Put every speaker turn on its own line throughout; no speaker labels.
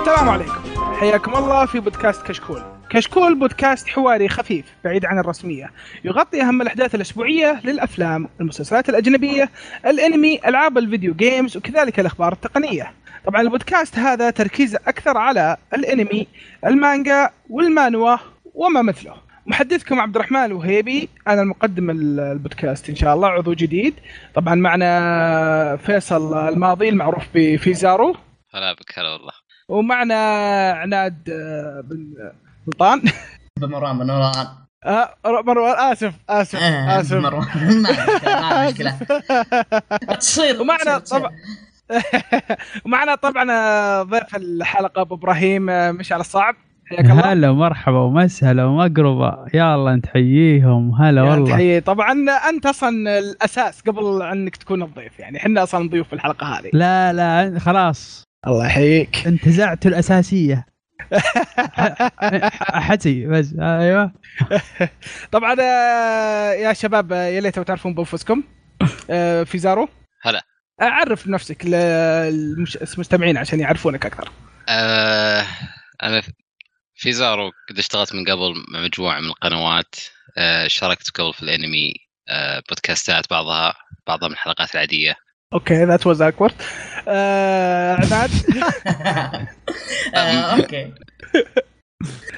السلام عليكم حياكم الله في بودكاست كشكول كشكول بودكاست حواري خفيف بعيد عن الرسمية يغطي أهم الأحداث الأسبوعية للأفلام المسلسلات الأجنبية الأنمي ألعاب الفيديو جيمز وكذلك الأخبار التقنية طبعا البودكاست هذا تركيز أكثر على الأنمي المانجا والمانوا وما مثله محدثكم عبد الرحمن الوهيبي انا المقدم ال- البودكاست ان شاء الله عضو جديد طبعا معنا فيصل الماضي المعروف بفيزارو
هلا بك هلا والله
ومعنا عناد آه، بن- سلطان
بمروان بمروان
آه، مروان اسف اسف
آه،
اسف
بمروان ما عليك، ما عليك، لا. تصير
ومعنا
تصير-
طبعا
تصير.
ومعنا طبعا آه، ضيف الحلقه ابو ابراهيم آه، مشعل الصعب حياك الله
هلا ومرحبا ومسهلا ومقربة يا الله نتحييهم هلا
يعني
والله
تحية. طبعا انت اصلا الاساس قبل انك تكون الضيف يعني احنا اصلا ضيوف في الحلقه هذه
لا لا أنت- خلاص
الله يحييك
انتزعت الاساسيه حتي بس ايوه
طبعا آه، يا شباب آه، يا ليت تعرفون بانفسكم آه، في زارو
هلا.
آه، عرف نفسك للمستمعين عشان يعرفونك اكثر
آه انا في- في زارو قد اشتغلت من قبل مع مجموعه من القنوات آه شاركت قبل في الانمي آه بودكاستات بعضها بعضها من الحلقات العاديه
اوكي ذات واز اكورد عناد
آه، اوكي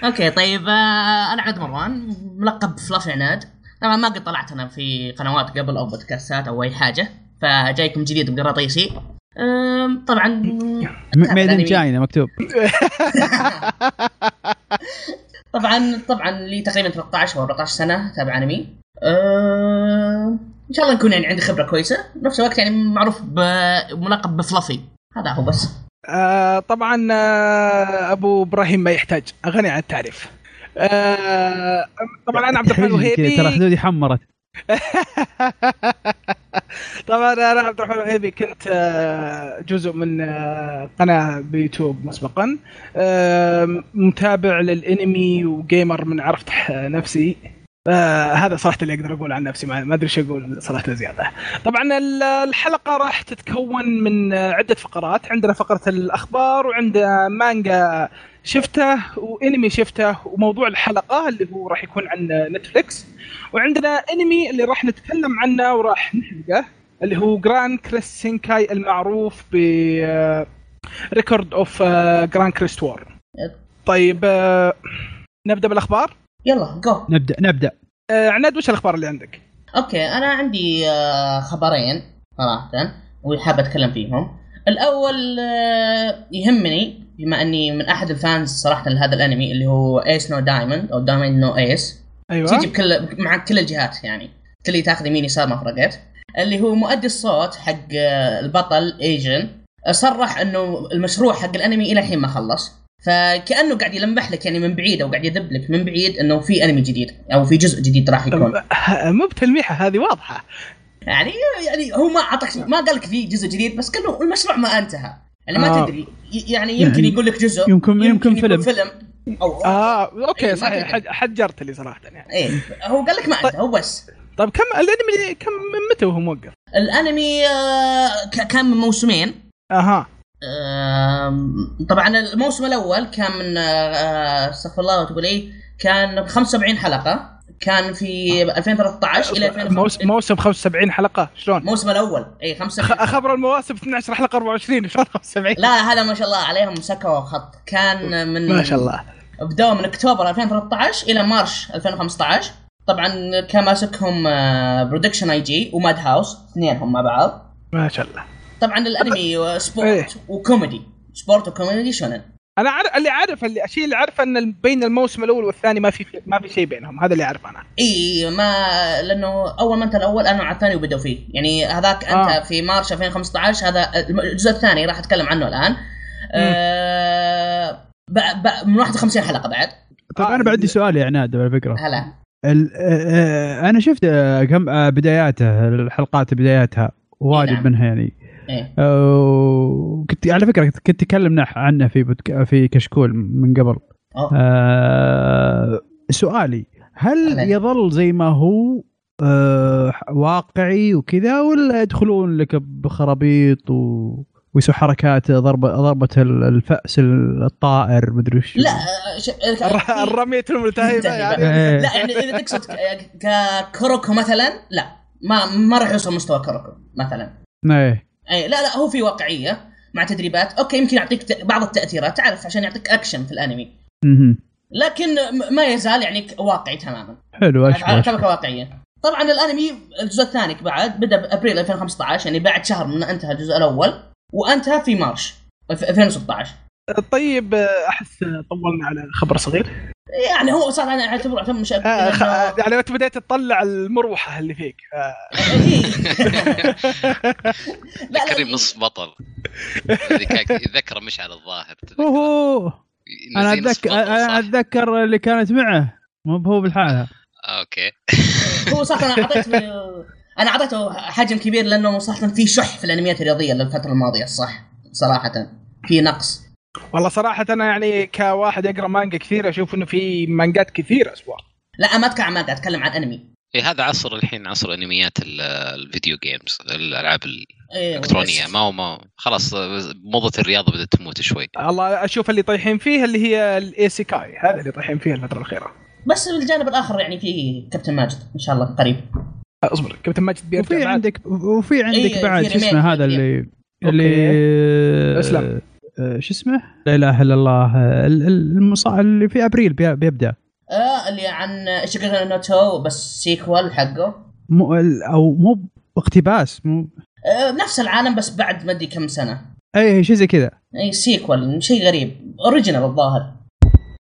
اوكي طيب آه، انا عبد مروان ملقب فلافي عناد طبعا ما قد طلعت انا في قنوات قبل او بودكاستات او اي حاجه فجايكم جديد بقراطيسي آم، طبعا
ميد ان تشاينا مكتوب
طبعا طبعا لي تقريبا 13 او 14 سنه تابع انمي أه... ان شاء الله نكون يعني عندي خبره كويسه نفس الوقت يعني معروف بملقب بفلافي هذا هو بس
آه، طبعا آه، ابو ابراهيم ما يحتاج غني عن التعريف آه، طبعا انا عبد الرحمن
تحرجني كذا،
الوهيبي
ترى خدودي حمرت
طبعا انا عبد الرحمن الوهيبي كنت آه، جزء من آه، قناه بيوتيوب مسبقا آه، متابع للانمي وجيمر من عرفت ح- نفسي آه، هذا صراحه اللي اقدر اقول عن نفسي ما ما ادري ايش اقول صراحه زياده. طبعا ال- الحلقه راح تتكون من آه، عده فقرات، عندنا فقره الاخبار وعندنا آه، مانجا شفته وانمي شفته وموضوع الحلقه اللي هو راح يكون عن آه، نتفلكس وعندنا انمي اللي راح نتكلم عنه وراح نحلقه اللي هو جران كريست سينكاي المعروف ب آه، ريكورد اوف جران كريست وور طيب آه، نبدا بالاخبار
يلا جو
نبدا نبدا
آه، عناد وش الاخبار اللي عندك
اوكي انا عندي آه، خبرين صراحه وحابة اتكلم فيهم الاول آه، يهمني بما اني من احد الفانز صراحه لهذا الانمي اللي هو ايس نو دايموند او دايموند نو ايس تجي
ايوه
بكل مع كل الجهات يعني كل تاخذ يمين يسار ما فرقت اللي هو مؤدي الصوت حق آه، البطل ايجن صرح انه المشروع حق الانمي الى الحين ما خلص فكانه قاعد يلمح لك يعني من بعيد او قاعد يدب لك من بعيد انه في انمي جديد او في جزء جديد راح يكون
طب، آه، مو بتلميحه هذه واضحه
يعني يعني هو ما اعطاك ما قال لك في جزء جديد بس كانه المشروع ما انتهى يعني ما
آه.
تدري ي- يعني يمكن يقول لك جزء
يمكن يمكن
يكون
فيلم
فيلم او
اه
إيه،
اوكي
ما
صحيح
تدري.
حج- حجرت لي صراحه يعني
ايه هو قال لك ما انتهى هو بس
طيب كم الانمي كم من متى وهو موقف؟
الانمي آه، ك- كان من موسمين
اها
آم، طبعا الموسم الاول كان من آه، آه، استغفر الله وتقول ايه كان 75 حلقه كان في 2013 الى 2015
موسم موسم 75 حلقه شلون؟
الموسم إيه، الاول اي
خ-
75
خبر المواسم 12 حلقه 24 شلون 75
لا هذا ما شاء الله عليهم سكوا خط كان من
ما شاء الله
بدأوا من اكتوبر 2013 الى مارش 2015 طبعا كان ماسكهم آه، برودكشن اي جي وماد هاوس اثنينهم مع بعض
ما شاء الله
طبعا الانمي
إيه.
سبورت وكوميدي سبورت وكوميدي شونن
انا عارف اللي عارف اللي الشيء اللي عارفه ان بين الموسم الاول والثاني ما في ما في شيء بينهم هذا اللي عارفه انا
اي ما لانه اول ما انت الاول انا على الثاني وبدوا فيه يعني هذاك انت
آه.
آه. في مارش 2015 هذا الم- الجزء الثاني راح اتكلم عنه الان آه ب... ب... من 51 حلقه بعد
طيب انا
آه.
بعدي سؤال يا عناد على فكره
هلا
ال- آه، آه، انا شفت آه، كم آه، بداياته الحلقات بداياتها واجد
نعم.
منها يعني
ايه
آه، كنت على فكره كنت- كنت تكلمنا عنه في بودك- في كشكول من قبل
أوه.
آه، سؤالي هل
أهلاً.
يظل زي ما هو آه، واقعي وكذا ولا يدخلون لك بخرابيط و... ويسوي حركات ضربه ضربه ال- الفاس الطائر مدري وش
لا آه، ش...
الرمية الملتهبة يعني
إيه.
لا يعني اذا تقصد ك- ككروكو مثلا لا ما ما راح يوصل مستوى كروكو مثلا
ايه
اي لا لا هو في واقعيه مع تدريبات اوكي يمكن يعطيك ت- بعض التاثيرات تعرف عشان يعطيك اكشن في الانمي
مهم.
لكن م- ما يزال يعني ك- واقعي تماما
حلو اشبه أشبه.
شبكه واقعيه طبعا الانمي الجزء الثاني بعد بدا بابريل 2015 يعني بعد شهر من انتهى الجزء الاول وانتهى في مارش الف- 2016
طيب آه، احس طولنا على خبر صغير
يعني هو صار انا اعتبره اعتبر مش
آه خ... آه، يعني انت بديت تطلع المروحه اللي فيك آه،
إيه. لا،
ذكرني نص بطل اللي كان يتذكره مش على الظاهر تذكره.
اوه انا
نزيه نص
اتذكر
بطل،
انا
صح؟
اتذكر اللي كانت معه مو هو بالحالة
اوكي
هو صح انا اعطيته انا اعطيته حجم كبير لانه صراحه في شح في الانميات الرياضيه للفتره الماضيه صح صراحه في نقص
والله صراحه انا يعني كواحد يقرا مانجا كثير اشوف انه في مانجات كثير اسوار
لا ما اتكلم عن مانجا اتكلم عن انمي
إيه، هذا عصر الحين عصر انميات ال- الفيديو جيمز الالعاب
إيه،
الالكترونيه
بس.
ما هو ما هو- خلاص موضه الرياضه بدات تموت شوي
الله اشوف اللي طايحين فيه اللي هي الايسيكاي هذا اللي طايحين فيه الفتره الاخيره
بس الجانب الاخر يعني في كابتن ماجد ان شاء الله قريب
آه، اصبر كابتن ماجد بيرجع
وفي
معنا.
عندك وفي عندك
في
بعد شو
remake
اسمه هذا
كبير.
اللي اللي
اسلام.
آه، شو اسمه؟ لا اله الا الله ال- ال- المصا اللي في ابريل بي- بيبدا
آه اللي عن شيكاغو نوتو بس سيكوال حقه
مو ال- او مو اقتباس مو
آه نفس العالم بس بعد ما ادري كم سنه
اي شيء زي كذا
اي سيكوال شيء غريب اوريجينال الظاهر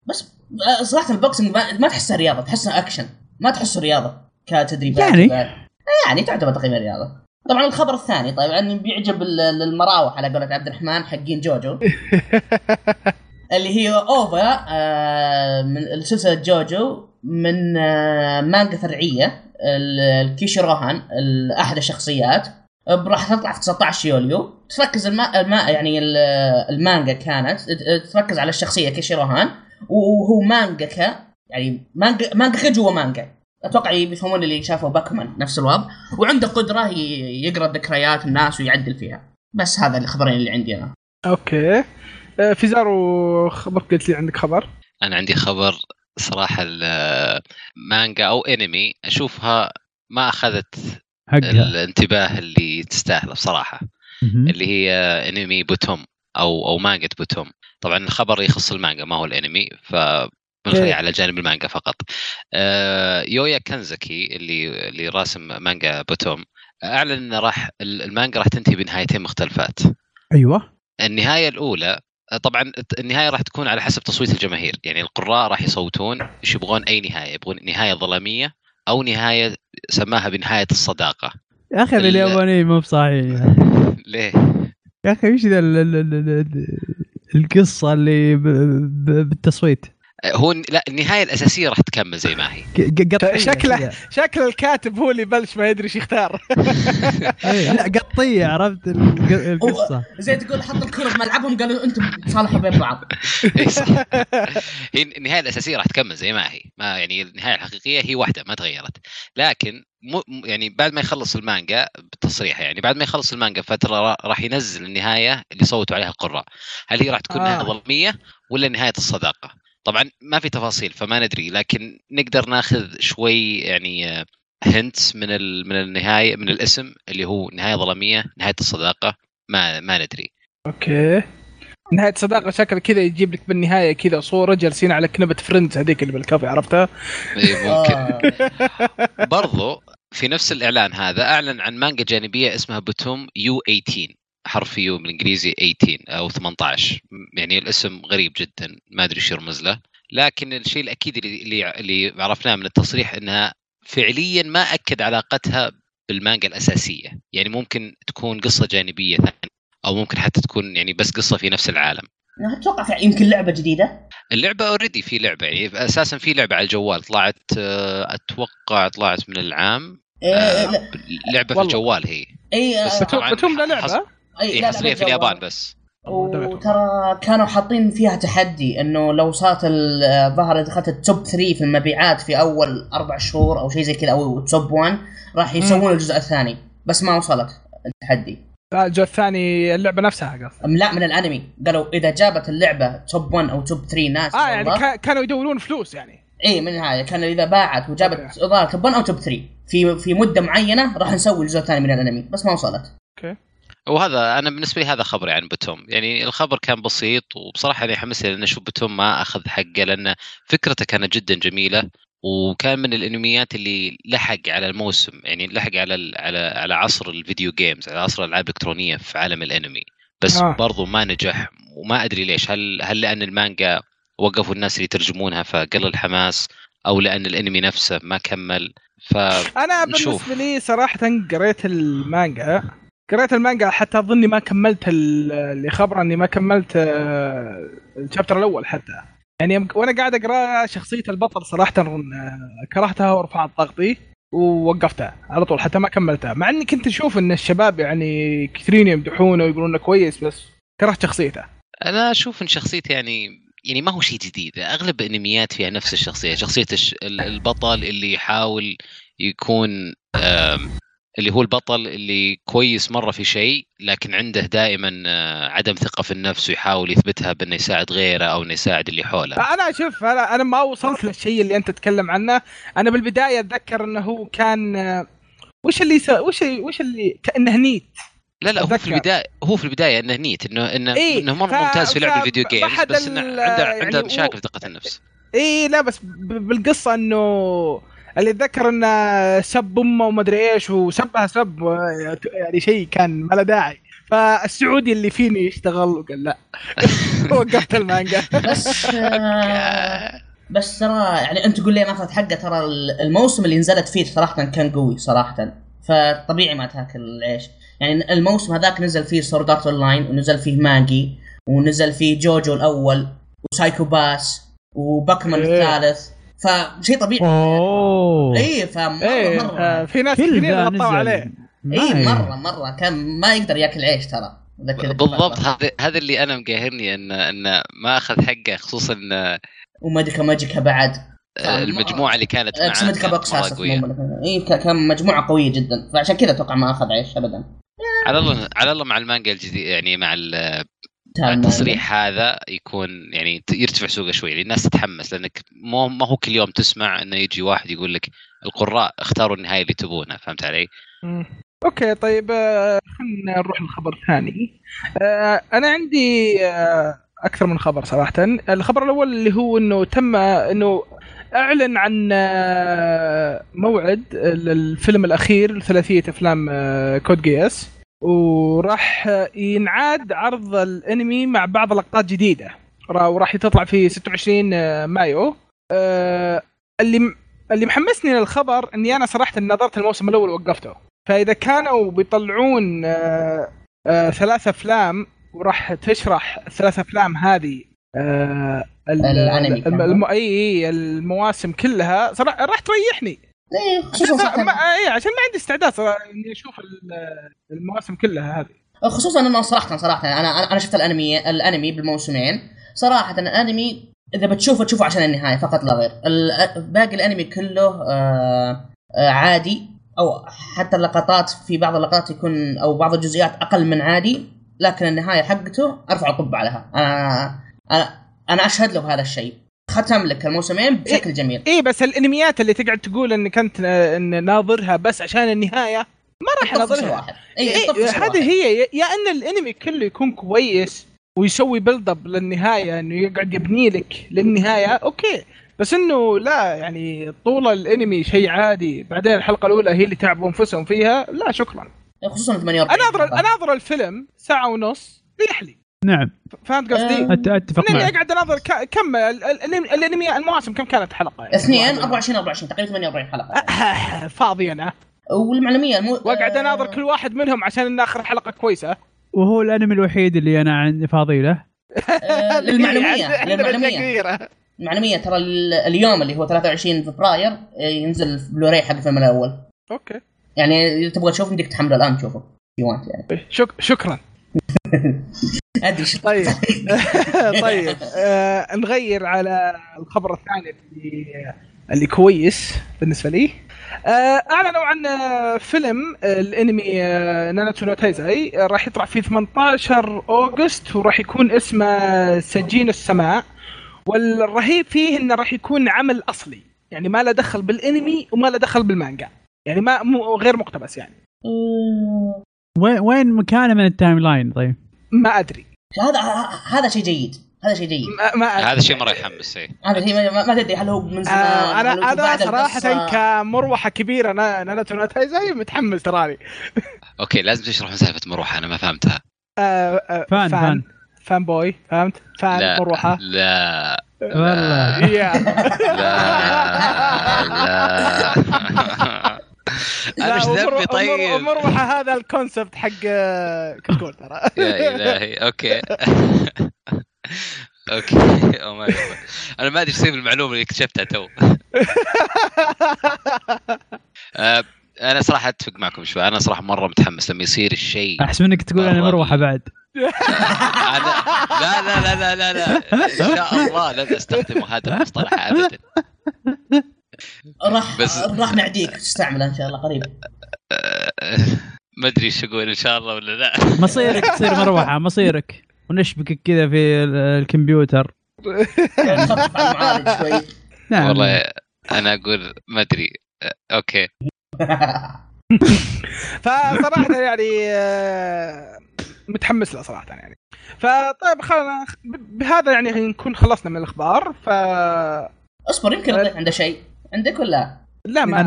بس آه صراحه البوكسنج ما, ما تحسها رياضه تحسها اكشن ما تحسه رياضه كتدريبات
يعني.
آه، يعني تعتبر تقريبا رياضه طبعا الخبر الثاني طبعا بيعجب ال- ال- المراوح على قولة عبد الرحمن حقين جوجو اللي هي اوفا آه، من سلسله جوجو من آه، مانجا فرعيه ال- الكيشي روهان ال- احد الشخصيات آه، راح تطلع في 19 يوليو تركز الما... الما... يعني ال- المانجا كانت ت- تركز على الشخصيه كيشي روهان وهو مانجاكا يعني مانجا مانجاكا جوا مانجا اتوقع بيفهمون اللي شافوا باكمان نفس الوضع وعنده قدره ي- يقرا ذكريات الناس ويعدل فيها بس هذا الخبرين اللي عندي انا
اوكي آه، فيزارو خبرك قلت لي عندك خبر
انا عندي خبر صراحه المانجا او انمي اشوفها ما اخذت
حقه
الانتباه اللي تستاهله بصراحه
مهم.
اللي هي انمي بوتوم او او مانجا بوتوم طبعا الخبر يخص المانجا ما هو الانمي ف بنخليه
إيه.
على جانب المانجا فقط آه، يويا كنزكي اللي اللي راسم مانجا بوتوم اعلن انه راح المانجا راح تنتهي بنهايتين مختلفات
ايوه
النهايه الاولى طبعا النهايه راح تكون على حسب تصويت الجماهير يعني القراء راح يصوتون ايش يبغون اي نهايه يبغون نهايه ظلاميه او نهايه سماها بنهايه الصداقه
يا اخي
ال-
اليابانيين مو بصحيح
ليه
يا اخي وش ذا ال- ال- ال- ال- القصه اللي ب- ب- بالتصويت
هو لا النهايه الاساسيه راح تكمل زي ما هي
ق- قطعيه
شكله-
كذا.
شكل الكاتب هو اللي بلش ما يدري ايش يختار
إيه، لا قطيه عرفت الق- القصه
زي تقول حط الكره في ملعبهم قالوا انتم تصالحوا بين بعض
اي صح هي النهايه الاساسيه راح تكمل زي ما هي ما يعني النهايه الحقيقيه هي واحده ما تغيرت لكن مو مو- يعني بعد ما يخلص المانجا بتصريحه يعني بعد ما يخلص المانجا بفتره را- راح ينزل النهايه اللي صوتوا عليها القراء هل هي راح تكون نهايه
آه.
ظلميه ولا نهايه الصداقه طبعا ما في تفاصيل فما ندري لكن نقدر ناخذ شوي يعني هنتس من ال- من النهايه من الاسم اللي هو نهايه ظلاميه نهايه الصداقه ما ما ندري
اوكي نهاية صداقة شكل كذا يجيب لك بالنهاية كذا صورة جالسين على كنبة فريندز هذيك اللي بالكافي عرفتها؟
إيه، ممكن
آه.
برضو في نفس الاعلان هذا اعلن عن مانجا جانبيه اسمها بتوم يو 18 حرف يو بالانجليزي 18 او 18 م- يعني الاسم غريب جدا ما ادري ايش يرمز له لكن الشيء الاكيد اللي اللي, اللي عرفناه من التصريح انها فعليا ما اكد علاقتها بالمانجا الاساسيه يعني ممكن تكون قصه جانبيه ثانيه او ممكن حتى تكون يعني بس قصه في نفس العالم
أنا اتوقع في- يمكن لعبه جديده
اللعبه اوريدي في لعبه يعني اساسا في لعبه على الجوال طلعت آه، اتوقع طلعت من العام
إيه،
آه،
لا،
لعبه في
والله.
الجوال هي
اي آه،
بس
آه،
طبعاً
بتوم لا
حص-
لعبة
أي،
هي
إيه، لا، لا،
حصريه في
بالجوال.
اليابان بس
وترى كانوا حاطين فيها تحدي انه لو صارت ال- الظاهر دخلت التوب 3 في المبيعات في اول اربع شهور او شيء زي كذا او توب 1 راح يسوون الجزء الثاني بس ما وصلت التحدي
الجزء آه، الثاني اللعبه نفسها قصدي
أم لا من الانمي قالوا اذا جابت اللعبه توب 1 او توب 3 ناس
اه يعني كا- كانوا يدورون فلوس يعني
اي من هذا كان اذا باعت وجابت الظاهر توب 1 او توب 3 في في مده معينه راح نسوي الجزء الثاني من الانمي بس ما وصلت
وهذا انا بالنسبه لي هذا خبري عن بتوم يعني الخبر كان بسيط يعني وبصراحه انا حمست لان اشوف بتوم ما اخذ حقه لان فكرته كانت جدا جميله وكان من الانميات اللي لحق على الموسم يعني لحق على ال- على على عصر الفيديو جيمز على عصر الالعاب الالكترونيه في عالم الانمي بس
آه.
آه. برضو ما نجح وما ادري ليش هل هل لان المانجا وقفوا الناس اللي يترجمونها فقل الحماس او لان الانمي نفسه ما كمل ف
انا
نشوف.
بالنسبه لي صراحه قريت المانجا قريت المانجا حتى اظني ما كملت ال- اللي خبره اني ما كملت آه، الشابتر الاول حتى يعني يوم- وانا قاعد اقرا شخصيه البطل صراحه آه، كرهتها ورفعت ضغطي ووقفتها على طول حتى ما كملتها مع اني كنت اشوف ان الشباب يعني كثيرين يمدحونه ويقولون انه كويس بس كرهت شخصيته
انا اشوف ان شخصيته يعني يعني ما هو شيء جديد اغلب الانميات فيها نفس الشخصيه شخصيه الش... ال- البطل اللي يحاول يكون آم، اللي هو البطل اللي كويس مره في شيء لكن عنده دائما آه، عدم ثقه في النفس ويحاول يثبتها بانه يساعد غيره او انه يساعد اللي حوله
انا شوف انا انا ما وصلت للشيء اللي انت تتكلم عنه انا بالبدايه اتذكر انه هو كان آه، وش اللي سا... وش وش اللي كانه نيت
لا لا هو في
أتذكر.
البدايه هو في البدايه انه نيت انه انه,
إيه،
إنه مره
ف-
ممتاز في لعب
ف-
الفيديو
ما
جيمز
حد
بس
ال-
انه عنده
يعني
عنده
هو-
مشاكل في ثقه النفس
اي إيه، لا بس ب- بالقصه انه اللي اتذكر انه سب امه وما ادري ايش وسبها سب آه، يعني شيء كان ما له داعي فالسعودي اللي فيني يشتغل وقال لا وقفت المانجا
بس آه، بس ترى يعني انت تقول لي ما اخذت حقه ترى الموسم اللي نزلت فيه صراحه كان قوي صراحه فطبيعي ما تاكل العيش يعني الموسم هذاك نزل فيه سورد ارت اون لاين ونزل فيه ماجي ونزل فيه جوجو الاول وسايكو باس وباكمان
إيه.
الثالث فشيء طبيعي
اوه
اي فمره
ايه آه،
مره
في ناس
كل
كثيرين
ذا نزل إيه،
غطوا عليه
اي
ما-
مره مره كان ما يقدر ياكل عيش ترى ذاك ال-
بالضبط هذا هذا اللي انا مقاهرني ان ان ما اخذ حقه خصوصا إن
وماجيكا ماجيكا بعد آه،
المجموعه اللي كانت معاه
اقسم كان
كانت
بوكس
مرة
اسف
قوية.
اي إيه، كان مجموعه قويه جدا فعشان كذا اتوقع ما اخذ عيش ابدا
على الله على الله مع المانجا الجديد يعني مع ال- مع
تمام.
التصريح هذا يكون يعني ت- يرتفع سوقه شوي يعني الناس تتحمس لانك مو ما هو كل يوم تسمع انه يجي واحد يقول لك القراء اختاروا النهايه اللي تبونها فهمت علي؟
مم. اوكي طيب آه، خلينا نروح لخبر ثاني آه، انا عندي آه، اكثر من خبر صراحه الخبر الاول اللي هو انه تم انه اعلن عن آه، موعد ال- الفيلم الاخير ثلاثيه افلام آه، كود جي اس وراح آه، ينعاد عرض الانمي مع بعض لقطات جديده را- وراح تطلع في 26 آه، مايو آه، اللي اللي محمسني للخبر اني انا صراحه نظرت الموسم الاول ووقفته فاذا كانوا بيطلعون آه، آه، ثلاث افلام وراح تشرح الثلاث افلام هذه آه، ال-
الأنمي
الم- الم- اي اي المواسم كلها صراحه راح تريحني
إيه، خصوصاً
عشان ما
صراحة-
اي عشان ما عندي استعداد صراحه اني اشوف ال- المواسم كلها هذه
خصوصا انه صراحه صراحه انا انا أنا شفت الانمي الانمي بالموسمين صراحه الانمي اذا بتشوفه تشوفه عشان النهايه فقط لا غير ال- باقي الانمي كله آه، آه، عادي او حتى اللقطات في بعض اللقطات يكون او بعض الجزئيات اقل من عادي لكن النهايه حقته ارفع القبعه لها انا انا انا اشهد له بهذا الشيء ختم لك الموسمين بشكل جميل
اي إيه، بس الانميات اللي تقعد تقول انك انت آه، إن ناظرها بس عشان النهايه ما راح
طفش
اناظرها
واحد اي
إيه،
طفش
هذه
واحد.
هي يا- يا ان الانمي كله يكون كويس ويسوي بيلد اب للنهايه انه يقعد يبني لك للنهايه اوكي بس انه لا يعني طول الانمي شيء عادي بعدين الحلقه الاولى هي اللي تعبوا انفسهم فيها لا شكرا
خصوصا 48
اناظر
حلقة.
اناظر الفيلم ساعه ونص ريح لي
نعم
فهمت
آه.
قصدي؟
أت- اتفق
انني
نعم، معك
اقعد اناظر ك- كم ال- ال- الانمي الأنمي- المواسم كم كانت أه، حلقه؟ يعني؟
اثنين 24 24 تقريبا 48 حلقه
فاضي انا
والمعلوميه المو...
واقعد
آه،
اناظر كل واحد منهم عشان ان اخر حلقه كويسه
وهو الانمي الوحيد اللي انا عندي فاضي له
آه، للمعلوميه
عندنا مشاكل
للمعلوميه
كبيره
المعلوميه ترى ال- اليوم اللي هو 23 فبراير آه، ينزل البلوراي حق الفيلم الاول
اوكي
يعني اذا تبغى تشوف بدك تحمله الان تشوفه يوانت يعني
شك... شكرا
ادري شو
طيب طيب آه نغير على الخبر الثاني اللي اللي كويس بالنسبه لي آه، اعلنوا عن آه، فيلم آه، الانمي آه، ناناتسو نو تايزاي آه، راح يطلع في 18 اوغست وراح يكون اسمه سجين السماء والرهيب فيه انه راح يكون عمل اصلي يعني ما له دخل بالانمي وما له دخل بالمانجا يعني ما مو غير مقتبس يعني
وين وين مكانه من التايم لاين طيب؟
ما ادري
هذا هذا شيء جيد هذا شيء جيد
ما, ما أدري.
هذا شيء مره يحمس إيه. اي
هذا شيء ما- ما, ما تدري هل هو من زمان
آه
هل
انا
هو
انا
بعد
صراحه
القصة؟
كمروحه كبيره انا ناناتسو نو تايزاي متحمس تراني
اوكي لازم تشرحون سالفه مروحه انا ما فهمتها
آه، آه،
فان- فان.
فان بوي فهمت فان
لا
مروحه
لا
والله
يا.
لا لا
لا،
انا ايش
ومر-
ذنبي
ومر-
طيب؟
ومروحه هذا الكونسبت حق آه، كشكول ترى
يا الهي اوكي اوكي أو ما يبا. انا ما ادري ايش يصير بالمعلومه اللي اكتشفتها تو آه، انا صراحه اتفق معكم شوي انا صراحه مره متحمس لما يصير الشيء
احسب انك تقول انا مروحه بعد
انا لا لا لا لا لا, لا. ان شاء الله لا استخدم هذا المصطلح ابدا
راح
بس-
راح نعديك تستعمله ان شاء الله قريبا
آه، ما ادري ايش اقول ان شاء الله ولا لا
مصيرك تصير مروحه مصيرك ونشبكك كذا في ال- الكمبيوتر
خفف على المعالج يعني شوي
نعم
والله انا اقول ما ادري آه، اوكي
فصراحه يعني آه، متحمس له صراحه يعني فطيب خلينا بهذا يعني نكون خلصنا من الاخبار ف
اصبر يمكن الضيف عنده شيء عندك ولا؟
لا ما
أنا-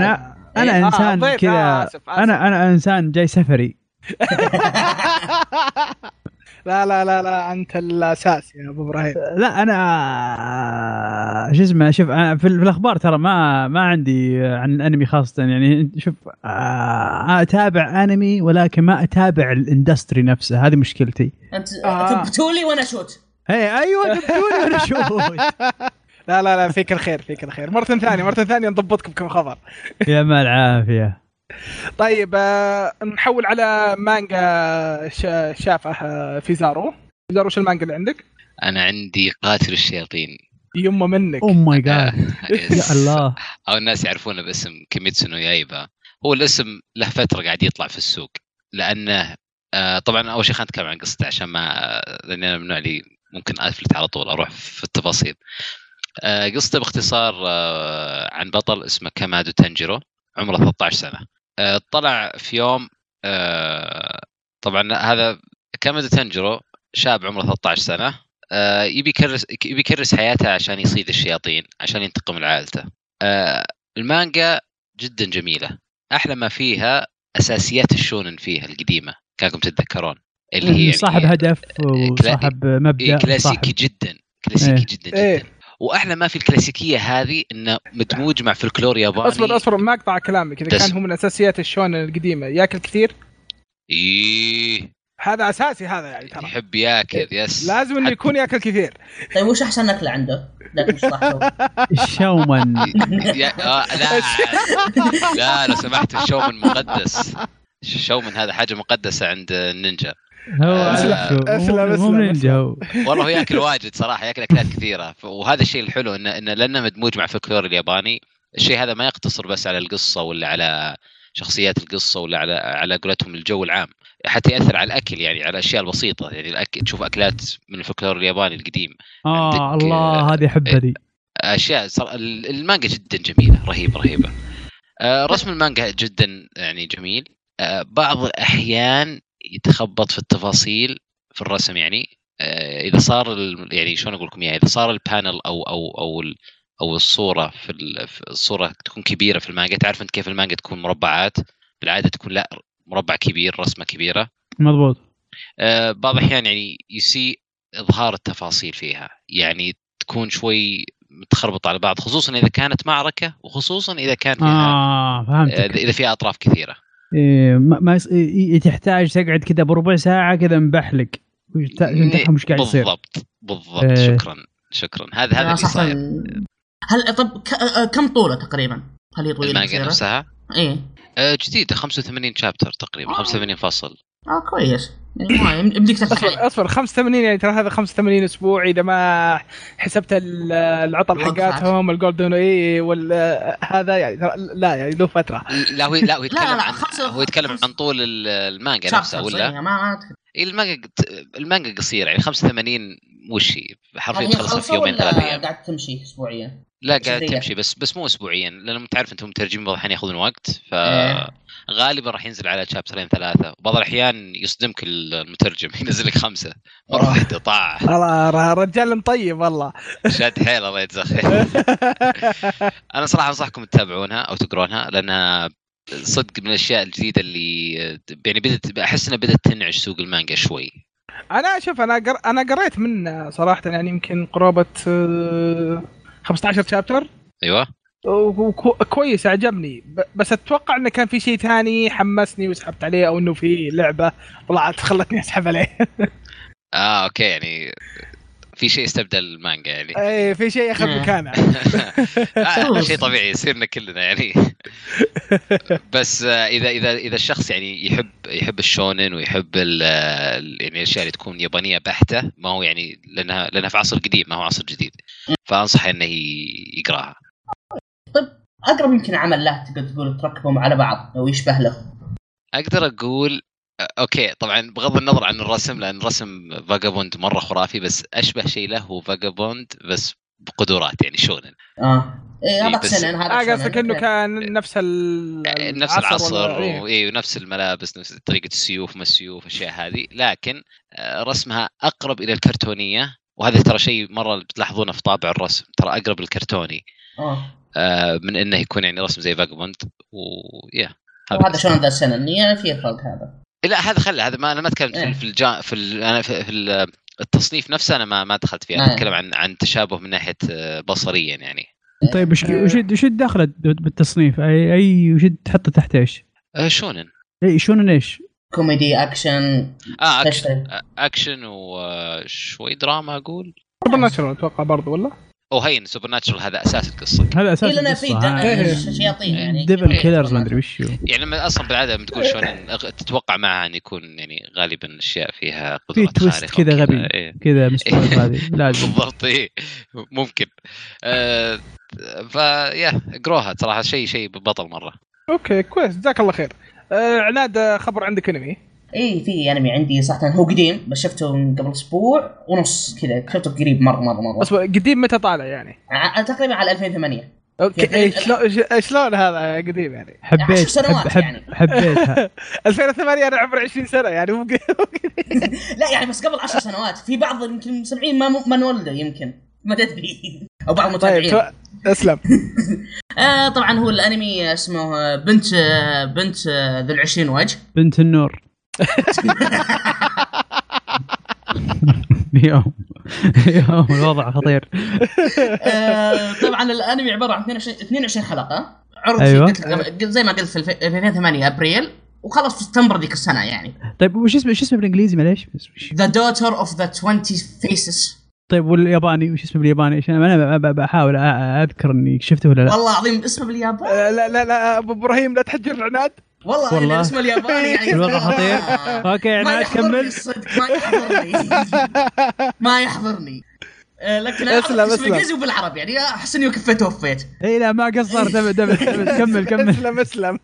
انا
إيه، آه،
انسان
ضيف، آه،
كذا
آسف، آسف.
انا انا انسان جاي سفري
لا لا لا لا انت الاساس يا ابو ابراهيم
لا انا شو اسمه شوف أنا في, ال- في الاخبار ترى ما ما عندي عن الانمي خاصه يعني شوف آه، اتابع انمي ولكن ما اتابع الاندستري نفسه هذه مشكلتي
انت
آه.
تبتولي وانا شوت
إيه،
اي
أيوة،
ايوه دبتوني وانا شوت
لا لا لا فيك الخير فيك الخير مرة ثانية مرة ثانية نضبطكم كم خبر
يا ما العافيه
طيب آه، نحول على مانجا شا- شافه آه، فيزارو فيزارو وش المانجا اللي عندك؟
انا عندي قاتل الشياطين
يمه منك
او ماي جاد Oh يا
يس.
الله
او الناس يعرفونه باسم كيميتسو نو يايبا هو الاسم له فتره قاعد يطلع في السوق لانه آه طبعا اول شيء خلينا نتكلم عن قصته عشان ما لاني انا من النوع اللي ممكن افلت على طول اروح في التفاصيل آه قصته باختصار آه عن بطل اسمه كامادو تانجيرو عمره 13 سنه آه طلع في يوم آه طبعا هذا كامادو تانجيرو شاب عمره 13 سنه آه يبي يكرس يبي يكرس حياته عشان يصيد الشياطين عشان ينتقم لعائلته آه، المانجا جدا جميله احلى ما فيها اساسيات الشونن فيها القديمه كانكم تتذكرون اللي هي يعني
صاحب هدف وصاحب
إيه،
مبدا صاحب
كلاسيكي جدا كلاسيكي
إيه.
جدا جدا
إيه.
واحلى ما في الكلاسيكيه هذه انه مدموج مع فلكلور ياباني
اصبر اصبر ما اقطع كلامك اذا
دس.
كان هو من اساسيات الشون القديمه ياكل كثير
ايه
هذا اساسي هذا يعني ترى
يحب ياكل يس
لازم انه
حتى-
يكون ياكل كثير
طيب وش احسن اكله عنده؟ ذاك مش راح شوت.
شوما
يا- آه، لا لا لو سمحت الشومن مقدس الشومن هذا حاجه مقدسه عند النينجا
هو
أسلم،
عارف شو، مو-
أسلم،
مو
أسلم،
نينجا هو
والله هو ياكل واجد صراحه ياكل اكلات كثيره ف- وهذا الشيء الحلو انه انه لانه مدموج مع الفلكلور الياباني الشيء هذا ما يقتصر بس على القصه ولا على شخصيات القصه ولا على على قولتهم الجو العام حتى ياثر على الاكل يعني على الاشياء البسيطه يعني الأكل تشوف اكلات من الفلكلور الياباني القديم
اه
عندك،
الله
آه،
هذه حبري
اشياء صر... ال- المانجا جدا جميله رهيبه رهيبه آه، رسم المانجا جدا يعني جميل آه، بعض الاحيان يتخبط في التفاصيل في الرسم يعني آه، اذا صار ال- يعني شلون اقول لكم اياها اذا صار البانل او او او ال- او الصوره في ال- في الصوره تكون كبيره في المانجا تعرف انت كيف المانجا تكون مربعات بالعاده تكون لا مربع كبير رسمه كبيره
مضبوط
آه، بعض الاحيان يعني يسيء اظهار التفاصيل فيها يعني تكون شوي متخربطه على بعض خصوصا اذا كانت معركه وخصوصا اذا كان فيها
اه
آه،
فهمتك
اذا فيها اطراف كثيره
إيه ما, ما يص... إيه إيه تحتاج تقعد كذا بربع ساعه كذا مبحلق وش- تا- تفهم ايش قاعد يصير
إيه، بالضبط بالضبط
إيه.
شكرا شكرا هذا هذا
أنا
اللي
صح
صاير
هل طب ك... آه، كم طوله تقريبا؟ هل هي طويله
المانجا
قصيرة؟
نفسها
ايه
آه، جديده 85 شابتر تقريبا
آه.
85 فصل
اه كويس المهم يمديك تضحك
اصبر
عليه.
اصبر 85 يعني ترى هذا 85 اسبوع اذا ما حسبت ال- العطل
الوقفات.
حقاتهم الجولدن اي وال هذا يعني ترى- لا يعني له فتره
لا هو لا هو يتكلم
لا، لا،
عن
خمسة-
هو يتكلم
خمسة-
عن طول ال- المانجا
شابترز،
نفسها ولا؟
إيه، ما ما
إيه، المانجا المانجا قصيره يعني 85 وش هي؟
هل
حرفيا
هي
تخلصها في
خلصة
يومين ثلاث
ولا
ايام
قاعد تمشي اسبوعيا؟
لا قاعد
شهرية.
تمشي بس بس مو اسبوعيا لان انت عارف انتم مترجمين بعض الاحيان ياخذون وقت ف
إيه.
غالبا راح ينزل على شابترين ثلاثه وبعض الاحيان يصدمك المترجم ينزل لك خمسه مره
آه.
واحده طاع
والله ر- رجال مطيب والله
شاد حيل الله يجزاه خير انا صراحه انصحكم تتابعونها او تقرونها لانها صدق من الاشياء الجديده اللي يعني بدت احس انها بدات تنعش سوق المانجا شوي
انا شوف انا قر... انا قريت منه صراحه يعني يمكن قرابه آه، 15 شابتر
ايوه
وكويس عجبني ب- بس اتوقع انه كان في شيء ثاني حمسني وسحبت عليه او انه في لعبه طلعت خلتني اسحب عليه
اه اوكي يعني في شيء استبدل المانجا يعني
اي إيه، في شيء اخذ
مم.
مكانه
آه شيء طبيعي يصير لنا كلنا يعني بس آه، اذا اذا اذا الشخص يعني يحب يحب الشونن ويحب ال آه، ال- يعني الاشياء اللي تكون يابانيه بحته ما هو يعني لانها لانها في عصر قديم ما هو عصر جديد فانصح انه ي- يقراها
اقرب يمكن عمل له تقدر تقول تركبهم على بعض او يشبه له
اقدر اقول آه، اوكي طبعا بغض النظر عن الرسم لان رسم فاجابوند مره خرافي بس اشبه شيء له هو فاجابوند بس بقدرات يعني شونن
اه إيه،
إيه،
هذا
بس-
سنن هذا إيه.
اه
سنن.
قصدك انه كان نفس ال...
يعني إيه، نفس العصر
ولا- إيه.
واي ونفس الملابس نفس طريقه السيوف ما السيوف الاشياء هذه لكن آه، رسمها اقرب الى الكرتونيه وهذا ترى شيء مره بتلاحظونه في طابع الرسم ترى اقرب للكرتوني
آه.
آه، من انه يكون يعني رسم زي فاجبوند ويا
وهذا شلون ذا سنن يعني في فرق هذا
لا هذا خله هذا ما انا ما تكلمت
إيه.
في الجا... في ال... انا في, في ال... التصنيف نفسه انا ما ما دخلت فيه
نعم.
انا اتكلم عن عن تشابه من ناحيه آه، بصريا يعني
طيب وش وش وش الدخله بالتصنيف اي اي وش تحطه تحت ايش؟
آه، شونن
اي شلون ايش؟
كوميدي اكشن
اه اكشن
تشتري.
اكشن وشوي آه، دراما اقول
سوبر ناتشورال اتوقع برضو ولا؟
او هين سوبر ناتشرال هذا اساس القصه
هذا
إيه،
اساس
لنا في
القصة، ها.
إيه.
د- شياطين يعني
ديفل
إيه.
كيلرز ما ادري وش هو.
يعني لما اصلا بالعاده لما تقول شونن أغ- تتوقع معها ان يكون يعني غالبا اشياء فيها
في
قدرات
تويست
خارقة وكذا.
كذا غبي.
إيه.
كذا مسؤول هذه لازم
بالضبط اي ممكن آه فيا اقروها صراحه شيء شيء بطل مره
اوكي كويس جزاك الله خير آه عناد آه، خبر عندك انمي
اي إيه، في انمي عندي صح هو قديم بس شفته من قبل اسبوع ونص كذا شفته قريب مره مره مره
بس قديم متى طالع يعني؟
ع- تقريبا على 2008
اوكي
يعني-
إيه، شلون ش- شلون هذا قديم يعني؟
حبيت
عشر سنوات
حب حب
يعني.
حبيتها
2008 انا عمري 20 سنه يعني مو
لا يعني بس قبل 10 سنوات في بعض يمكن المستمعين ما ما نولده يمكن ما تدري او بعض
طيب
المتابعين
تو- اسلم
آه طبعا هو الانمي اسمه آه، بنت آه بنت آه ذو العشرين وجه
بنت النور يوم يوم الوضع خطير
آه طبعا الانمي عباره عن 22 22 حلقه عرض
أيوة.
أيوة. زي ما قلت في الف- في 2008 ابريل وخلص في سبتمبر ذيك السنه يعني
طيب وش اسمه وش اسمه بالانجليزي معليش بس وش-
ذا دوتر اوف ذا 20 فيسز
طيب والياباني وش اسمه بالياباني عشان انا ب- ب- بحاول أ- اذكر اني شفته ولا لا
والله العظيم اسمه باليابان
آه، لا لا لا ابو ابراهيم لا تحجر عناد
والله, والله.
والله.
إن اسمه الياباني يعني
الوضع خطير
آه.
اوكي يعني
ما
عاد
يحضرني
كمل
الصدق ما يحضرني ما يحضرني آه، لكن انا
اسلم،
حضرت اسمه
اسلم.
بالانجليزي وبالعربي يعني احس اني كفيت ووفيت
اي لا ما قصرت ابدا أبداً. كمل كمل
اسلم اسلم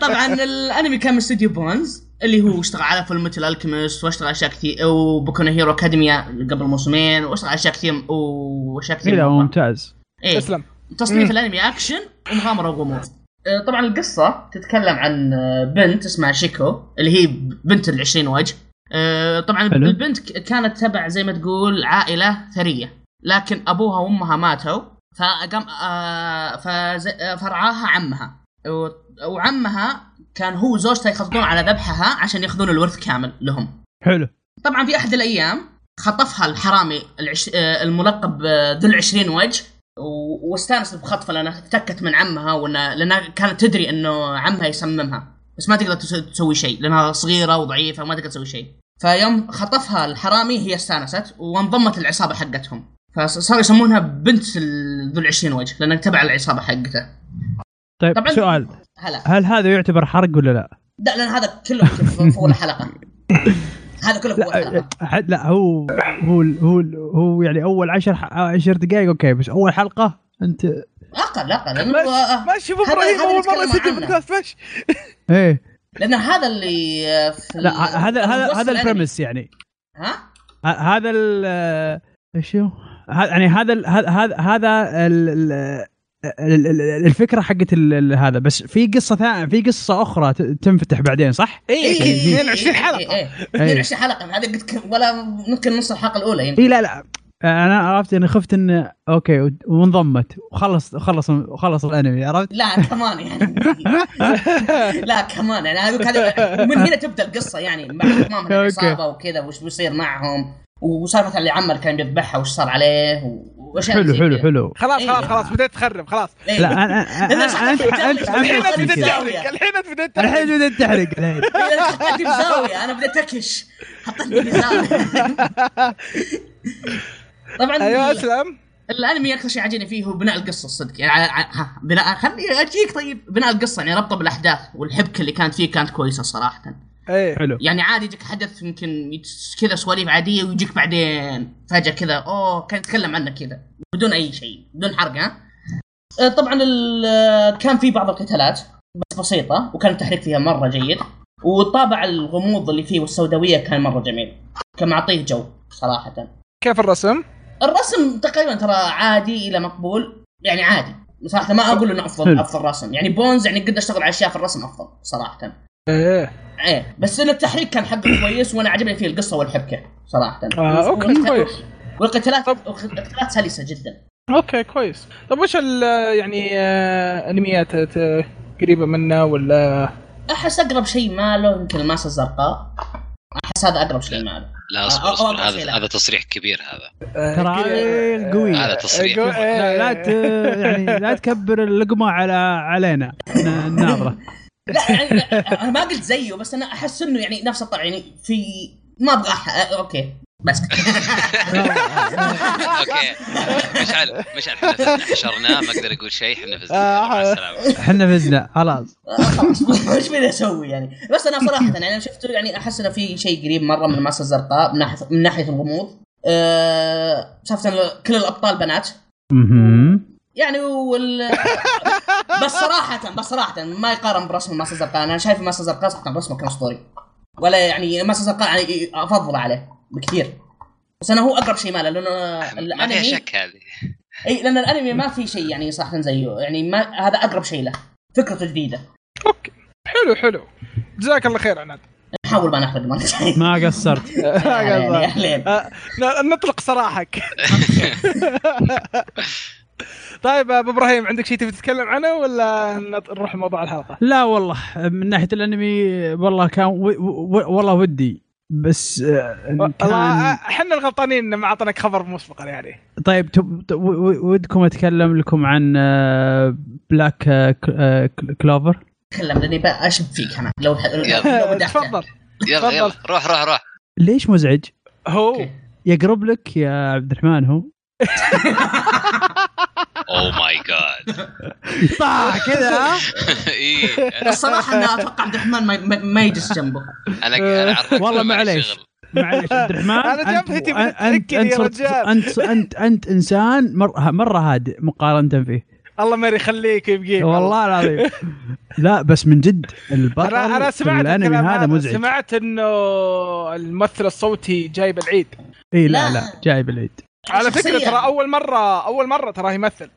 طبعا الانمي كان من استوديو بونز اللي هو اشتغل على فيلم متل الكيمست واشتغل على اشياء كثير وبوكونا هيرو اكاديميا قبل موسمين واشتغل على اشياء كثير واشياء
إي
كثير
لا هو
مرة.
ممتاز
إيه.
اسلم
تصنيف
مم.
الانمي اكشن ومغامره وغموض آه، طبعا القصه تتكلم عن آه، بنت اسمها شيكو اللي هي بنت ال 20 وجه آه، طبعا
حلو.
البنت ك- كانت تبع زي ما تقول عائله ثريه لكن ابوها وامها ماتوا فقام آه، فز- آه، فرعاها عمها و- وعمها كان هو وزوجته يخططون على ذبحها عشان ياخذون الورث كامل لهم
حلو
طبعا في احد الايام خطفها الحرامي العش... آه، الملقب آه، ذو العشرين وجه و... واستانس بخطفه لانها افتكت من عمها وانها لانها كانت تدري انه عمها يصممها بس ما تقدر تس... تسوي شيء لانها صغيره وضعيفه وما تقدر تسوي شيء فيوم خطفها الحرامي هي استانست وانضمت العصابه حقتهم فصاروا يسمونها بنت ال- ذو العشرين وجه لانها تبع العصابه حقته
طيب
طبعا
سؤال
هلا
هل هذا يعتبر حرق ولا لا؟
لا لان هذا كله يمكن في في اول حلقه هذا كله هو
لا
الحلقه
أحد- لا هو هو ال- هو ال- هو يعني اول 10 10 دقائق اوكي بس اول حلقه انت
اقل اقل لانه
ما
هو-
ما شوف
هذا-
ابراهيم
هذا
اول
نتكلم
مره يسجل
عنه.
بودكاست فش
ايه
لانه هذا اللي آه، في
لا ه- هذا هذا
الوصف
هذا
الأنمي.
البريمس يعني
ها
ه- هذا ال ايش هو؟ ه- يعني هذا ال- هذا- هذا هذا ال- ال- ال- ال- الفكره حقت ال- ال- هذا بس في قصه ثانيه في قصه اخرى ت- تنفتح بعدين صح؟
اي
إيه، إيه،
اكيد 22
إيه،
حلقه
إيه، إيه.
إيه.
22 حلقه هذا قد كم- ولا ممكن نص الحلقه الاولى يمكن
اي إيه، لا لا انا عرفت اني خفت ان اوكي و- وانضمت وخلص خلص خلص الانمي عرفت؟
لا كمان يعني لا كمان يعني هذوك هذا ومن هنا تبدا القصه يعني مع اتمام العصابه وكذا وش بيصير معهم وسالفه اللي عمر كان يذبحها وش صار عليه و- واشياء
حلو
زي
حلو
كذا.
حلو
خلاص
إيه.
خلاص خلاص بديت تخرب خلاص
إيه.
لا انا أنا-
لأن
أنا- انت انت
الحين
خلاص
أنت بديت
بديت
حمستني
تحرق
زاوية.
الحين أنت بديت
الحين
تحرق
بدأت تحرق الحين
إيه، أنا حطيتني في زاويه انا بديت اكش حطيتني في زاويه طبعا
أيوة،
ايوه اسلم
الانمي اكثر شيء عجبني فيه هو بناء القصه الصدق يعني ع- ع- ها، بناء خلني اجيك طيب بناء القصه يعني ربطه بالاحداث والحبكه اللي كانت فيه كانت كويسه صراحه
ايه
حلو
يعني عادي يجيك حدث يمكن يتس- كذا سواليف عاديه ويجيك بعدين فجاه كذا اوه كان يتكلم عنه كذا بدون اي شيء بدون حرق ها آه، طبعا ال- كان في بعض القتالات بس بسيطه وكان التحريك فيها مره جيد والطابع الغموض اللي فيه والسوداويه كان مره جميل كان معطيه جو صراحه
كيف الرسم؟
الرسم تقريبا ترى عادي الى مقبول يعني عادي صراحه ما اقول انه افضل
حلو.
افضل رسم يعني بونز يعني قد اشتغل على اشياء في الرسم افضل صراحه
إيه.
ايه
ايه بس انه التحريك كان حقه كويس وانا عجبني فيه القصه والحبكه صراحه
آه، أوكي،
والقت-
كويس.
والقتالات
طب.
القتالات سلسه جدا
اوكي كويس طب وش ال يعني آه، انميات آه، قريبه منا ولا
احس اقرب شيء ماله يمكن الماسه الزرقاء احس هذا اقرب شيء ماله
لا
آه،
اصبر
آه،
اصبر
أوقف
هذا
هنا.
هذا تصريح كبير هذا
آه،
ترى
قريبة-
عيل قوي.
آه،
هذا تصريح.
قو- آه،
لا لا ت... يعني لا تكبر اللقمه على علينا ن- الناظره
لا يعني انا ما قلت زيه بس انا احس انه يعني نفس الطبع يعني في ما ابغى أح... آه، اوكي بس
اوكي مشعل مشعل احنا فزنا، حشرناه ما اقدر اقول شيء احنا
آه،
فزنا مع السلامه
احنا فزنا خلاص
آه، خلاص وش بدي اسوي يعني بس انا صراحه يعني انا شفته يعني احس انه في شيء قريب مره من الماسه الزرقاء من ناحيه من ناحيه الغموض أه... شفت إنه كل الابطال بنات
مهم.
يعني وال بس صراحة بس صراحة ما يقارن برسم الماسة الزرقاء انا شايف الماسة الزرقاء صراحة رسمه كان اسطوري ولا يعني الماسة الزرقاء يعني افضل عليه بكثير بس انا هو اقرب شيء ماله لانه
ما فيها
الانمي
شك هذه
اي لان الانمي ما في شيء يعني صراحة زيه يعني ما هذا اقرب شيء له فكرته جديدة
اوكي حلو حلو جزاك الله خير عناد
نحاول ما نحرق المرة الجاية.
ما قصرت
يا ليل، يا ليل.
آه، ن- نطلق سراحك طيب ابو ابراهيم عندك شيء تبي تتكلم عنه ولا نط- نروح لموضوع الحلقه؟
لا والله من ناحيه الانمي والله كان و... و... والله ودي بس آه،
والله
كان
احنا الغلطانين ان ما اعطناك خبر مسبقا يعني
طيب تب... ت- و- و- ودكم اتكلم لكم عن آه، بلاك آه، ك- آه، ك- كلوفر
تكلم لاني بقى اشب فيك انا لو لو- لو بدي أحكي.
تفضل
يلا
تفضل.
يلا روح روح روح
ليش مزعج؟
هو
أوكي.
يقرب لك يا عبد الرحمن هو
او ماي جاد
آه،
طاح كذا ها؟
إيه،
الصراحة انا اتوقع عبد الرحمن ما- ما- ما يجلس جنبه
انا انا اعرفك
آه، والله
ما عندي
معليش.
شغل.
معليش عبد الرحمن
أنا
أنت-
جبهتي
أنت-
بتتأكل يا
أنت-
رجال.
انت انت انت انسان مر- مره هادئ مقارنه فيه
الله ما يخليك يبقيك
والله العظيم لا بس من جد البطل
انا انا
في
سمعت
الانمي
الكلام
هذا مزعج
سمعت انه الممثل الصوتي جايب العيد
اي لا
لا.
لا جايب العيد
على فكره
شخصياً.
ترى اول مره اول مره ترى يمثل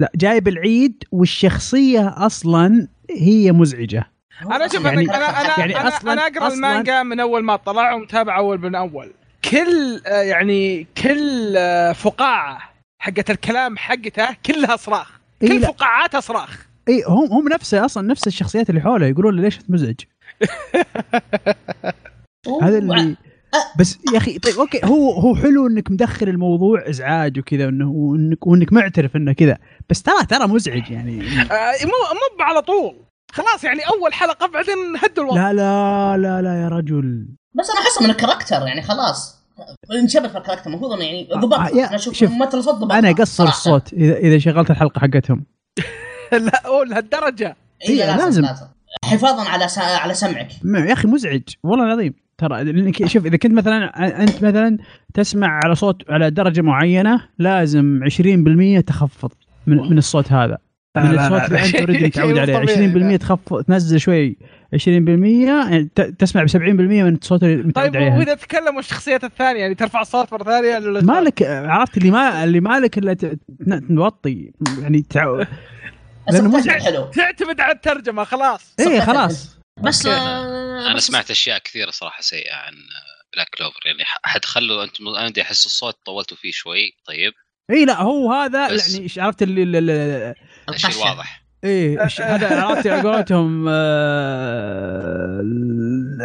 لا جايب العيد والشخصيه اصلا هي مزعجه
انا شوف
يعني-
يعني انا انا
يعني
انا,
أصلاً-
أنا اقرا
أصلاً-
المانجا من اول ما طلع ومتابع اول من اول كل آه، يعني كل آه، فقاعه حقت الكلام حقته كلها صراخ
إيه،
كل
لا.
فقاعاتها صراخ
اي هم هم نفسه اصلا نفس الشخصيات اللي حوله يقولون له ليش انت مزعج هذا اللي بس يا اخي طيب اوكي هو هو حلو انك مدخل الموضوع ازعاج وكذا انه وانك وانك معترف انه كذا بس ترى ترى مزعج يعني
آه، مو مو على طول خلاص يعني اول حلقه بعدين هدوا الوضع
لا لا لا لا يا رجل
بس انا احسه من الكاركتر يعني خلاص انشبك في الكاركتر المفروض انه يعني ضبط
آه، يا-
انا اشوف
شوف،
ممثل الصوت ضبط
انا قصر الصوت اذا اذا شغلت الحلقه حقتهم
لا أوه، لهالدرجه
إيه
إيه،
لازم
لازم.
لازم حفاظا على س... على سمعك
م- يا اخي مزعج والله العظيم ترى لأنك- شوف اذا كنت مثلا انت مثلا تسمع على صوت على درجه معينه لازم 20% تخفض من, من الصوت هذا من الصوت اللي انت اوريدي متعود عليه 20% تخفض تنزل شوي 20% يعني ت- تسمع ب 70% من الصوت اللي متعود
طيب
عليه
واذا تكلموا الشخصيات الثانيه يعني ترفع الصوت مره ثانيه ولا-
مالك عرفت اللي ما اللي مالك الا ت- ت- توطي يعني تعو... لأنه
الصوت
مزعج.
حلو
تعتمد على الترجمه خلاص
ايه خلاص
بس
أوكي،
آه،
انا
بس-
سمعت اشياء كثيره صراحه سيئه عن بلاك كلوفر يعني ح- حتخلوا انتم انا بدي احس الصوت طولتوا فيه شوي طيب
اي إيه، لا هو هذا
بس.
يعني إيش عرفت اللي, اللي, اللي
الشيء
القشة.
واضح
ايه
آه،
إيش هذا عرفت على قولتهم آه،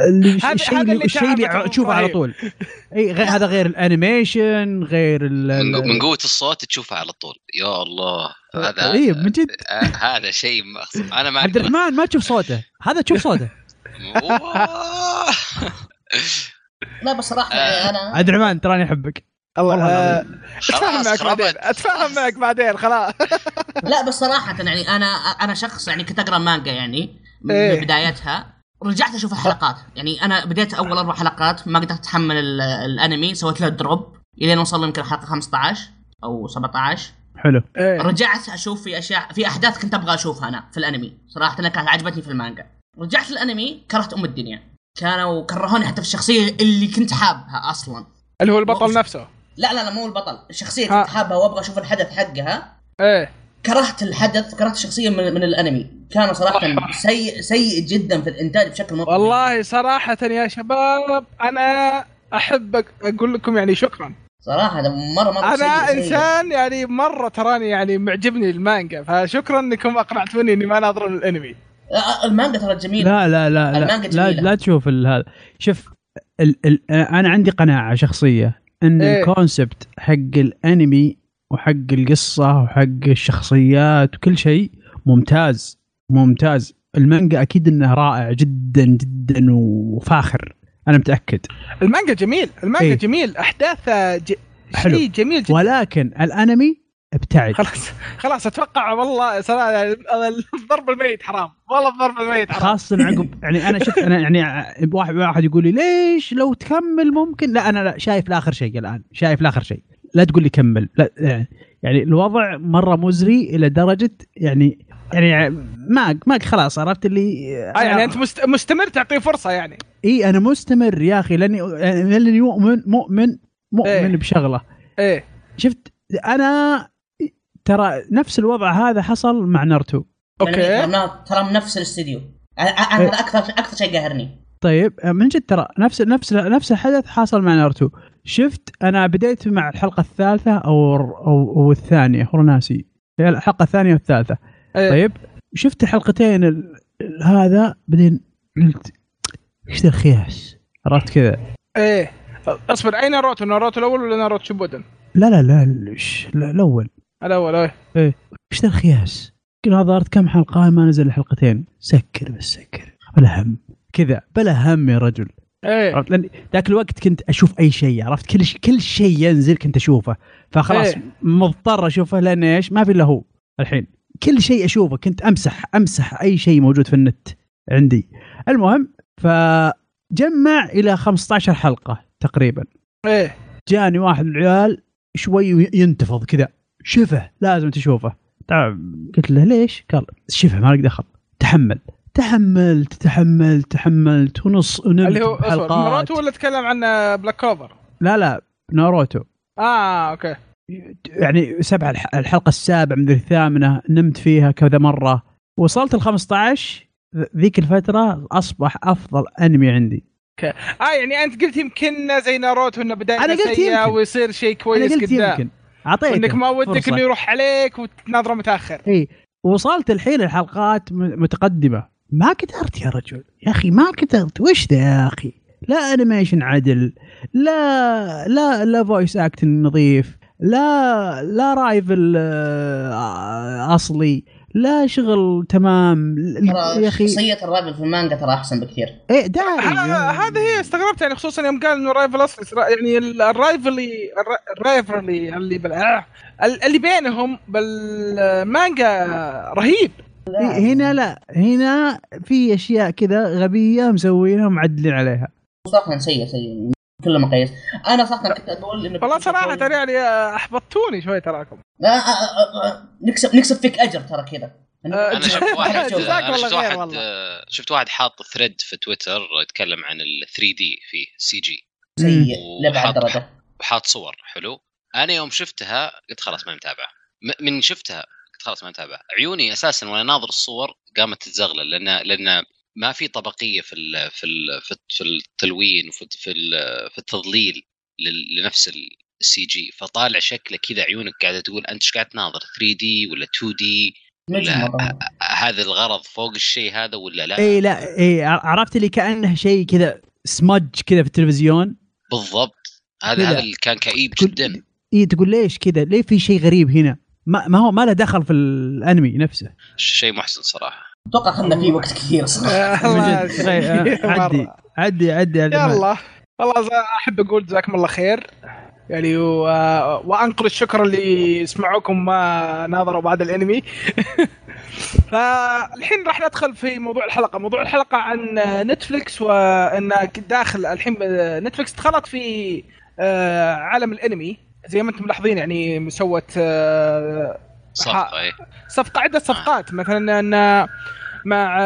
اللي
هذا-
الشيء
هذا
اللي
اللي طيب.
الشيء اللي
تعبته
تشوفه على
إبراهيم.
طول اي غير هذا غير الانيميشن غير ال
من
ال-
من قوه الصوت تشوفها على طول يا الله هذا
طيب.
اي إيه، من جد
آه، هذا شيء مأخذ. انا ما
عبد
أقدر-
الرحمن ما تشوف صوته هذا تشوف صوته
أوه.
لا بس صراحه
آه.
انا
عبد الرحمن تراني احبك
الله
والله
آه، اتفاهم معك بعدين اتفاهم معك بعدين خلاص
لا بس صراحه يعني انا انا شخص يعني كنت اقرا مانجا يعني من
إيه.
بدايتها رجعت اشوف الحلقات يعني انا بديت اول اربع حلقات ما قدرت اتحمل ال- الانمي سويت له دروب الين وصل يمكن حلقه 15 او 17
حلو
إيه.
رجعت اشوف في اشياء في احداث كنت ابغى اشوفها انا في الانمي صراحه انا كانت عجبتني في المانجا رجعت الانمي كرهت ام الدنيا كانوا كرهوني حتى في الشخصيه اللي كنت حابها اصلا
اللي هو البطل نفسه
لا لا لا مو البطل الشخصيه
آه.
كنت حابها وابغى اشوف الحدث حقها
ايه
كرهت الحدث كرهت الشخصيه من, من الانمي كانوا صراحه سيء سيء جدا في الانتاج بشكل مطلق
والله صراحه يا شباب انا احب أق- اقول لكم يعني شكرا
صراحه ده مره مره
انا
سيء، سيء.
انسان يعني مره تراني يعني معجبني المانجا فشكرا انكم اقنعتوني اني ما ناظر الانمي
آه، المانجا ترى جميله
لا لا لا لا
المانجا
لا,
جميلة.
لا تشوف ال- هذا شوف ال ال انا عندي قناعه شخصيه ان
إيه.
الكونسبت حق الانمي وحق القصه وحق الشخصيات وكل شيء ممتاز ممتاز المانجا اكيد انه رائع جدا جدا وفاخر انا متاكد
المانجا جميل المانجا
إيه.
جميل احداثه ج...
حلو.
شيء جميل جدا
ولكن الانمي ابتعد
خلاص خلاص اتوقع والله صراحه يعني الضرب الميت حرام والله الضرب الميت حرام
خاصة عقب يعني انا شفت انا يعني واحد واحد يقول لي ليش لو تكمل ممكن لا انا لا شايف لاخر شيء الان شايف لاخر شيء لا تقول لي كمل لا يعني- يعني الوضع مرة مزري الى درجة يعني يعني ما ما خلاص عرفت اللي
آه يعني انت مست... مستمر تعطيه فرصه يعني
اي انا مستمر يا اخي لاني لاني مؤمن مؤمن مؤمن
إيه.
بشغلة يعني
ايه
شفت انا ترى نفس الوضع هذا حصل مع ناruto
اوكي
يعني
لأني ترى من نفس الاستديو أنا- انا
إيه.
هذا اكثر اكثر شيء قاهرني
طيب من جد ترى نفس نفس نفس الحدث حصل مع ناروتو شفت انا بديت مع الحلقه الثالثه او او, أو الثانيه والله ناسي هي الحلقه الثانيه والثالثه
إيه.
طيب شفت الحلقتين ال... ال- هذا بعدين قلت ايش ذا الخياس عرفت كذا
ايه اصبر اي ناروتو ناروتو الاول ولا ناروتو شوبودن
لا لا لا ال- إيش- لا- الاول
الاول ايه
ايش ذا الخياس قلت نظرت كم حلقه ما نزل الحلقتين سكر بس سكر بلا هم كذا بلا هم يا رجل
ايه
عرفت لان ذاك الوقت كنت اشوف اي شيء عرفت كل ش... كل شيء ينزل كنت اشوفه فخلاص
إيه.
مضطر اشوفه لان ايش ما في الا هو الحين كل شيء اشوفه كنت امسح امسح اي شيء موجود في النت عندي المهم فجمع الى 15 حلقه تقريبا
ايه
جاني واحد من العيال شوي ينتفض كذا شفه لازم تشوفه طبعا قلت له ليش؟ قال شفه ما لك دخل تحمل تحملت تحملت تحملت ونص ونمت
اللي هو اصبر
بحلقات.
ناروتو ولا تكلم عن بلاك كوفر
لا لا ناروتو
اه اوكي
يعني سبع الح- الحلقه السابعه من الثامنه نمت فيها كذا مره وصلت ال 15 ذ- ذيك الفتره اصبح افضل انمي عندي
اه يعني انت قلت يمكن زي ناروتو انه بدايه
أنا قلت
سيئة
يمكن.
ويصير شيء
انا
كويس
قلت
قدام
يمكن اعطيته
انك ما ودك
فرصة.
انه يروح عليك وتناظره متاخر
اي وصلت الحين الحلقات م- متقدمه ما قدرت يا رجل يا اخي ما قدرت وش ذا يا اخي لا انيميشن عدل لا لا لا فويس اكتنج نظيف لا لا رايفل آه، اصلي لا شغل تمام ال-
ترى
يا اخي
شخصيه الرجل في المانجا ترى احسن بكثير
ايه داري
ه- هذا هي استغربت يعني خصوصا يوم قال انه رايفل اصلا يعني ال- الرايفلي الر- الرايفلي اللي بال... آه، ال- اللي بينهم بالمانجا رهيب
هنا لا هنا في اشياء كذا غبيه مسوينها ومعدلين عليها
صراحه سيء سيء من كل المقاييس انا صراحه كنت اقول انه
والله صراحه يعني احبطتوني شوي تراكم
لا، آه، آه، آه، نكسب نكسب فيك اجر ترى كذا
آه،
انا شفت واحد
جزاك
انا
والله
شفت
خير
واحد
والله.
آه، شفت واحد حاط ثريد في تويتر يتكلم عن ال 3 دي في سي جي
سيء
مم.
لبعد
وحط-
درجه
وحاط صور حلو انا يوم شفتها قلت خلاص ما متابعه م- من شفتها قلت خلاص ما متابعه عيوني اساسا وانا ناظر الصور قامت تتزغلل لان لان ما في طبقيه في ال في ال في الت- في التلوين وفي الت- في ال- في التضليل لل- لنفس السي جي فطالع شكله كذا عيونك قاعده تقول انت ايش قاعد تناظر 3 دي ولا 2 دي
نجم
لا،
مرة.
هذا الغرض فوق الشيء هذا ولا لا
اي لا اي ع- عرفت اللي كانه شيء كذا سمج كذا في التلفزيون
بالضبط
لا.
هذا هذا اللي كان كئيب
تقول-
جدا
اي إيه، تقول ليش كذا؟ ليه في شيء غريب هنا؟ ما, ما هو ما له دخل في الانمي نفسه
شيء محسن صراحه
اتوقع اخذنا فيه وقت كثير
إيه.
صراحه
آه،
من
الله
جد. غير- آه، عدي
مرة.
عدي عدي عبد الرحمن.
يلا والله ز- احب اقول جزاكم الله خير يعني و... وانقل الشكر اللي سمعوكم ما ناظروا بعد الانمي فالحين راح ندخل في موضوع الحلقه موضوع الحلقه عن نتفلكس وان داخل الحين نتفلكس دخلت في آه، عالم الانمي زي ما انتم ملاحظين يعني سوت آه،
صح اي
صفقه عده صفقات مثلا ان مع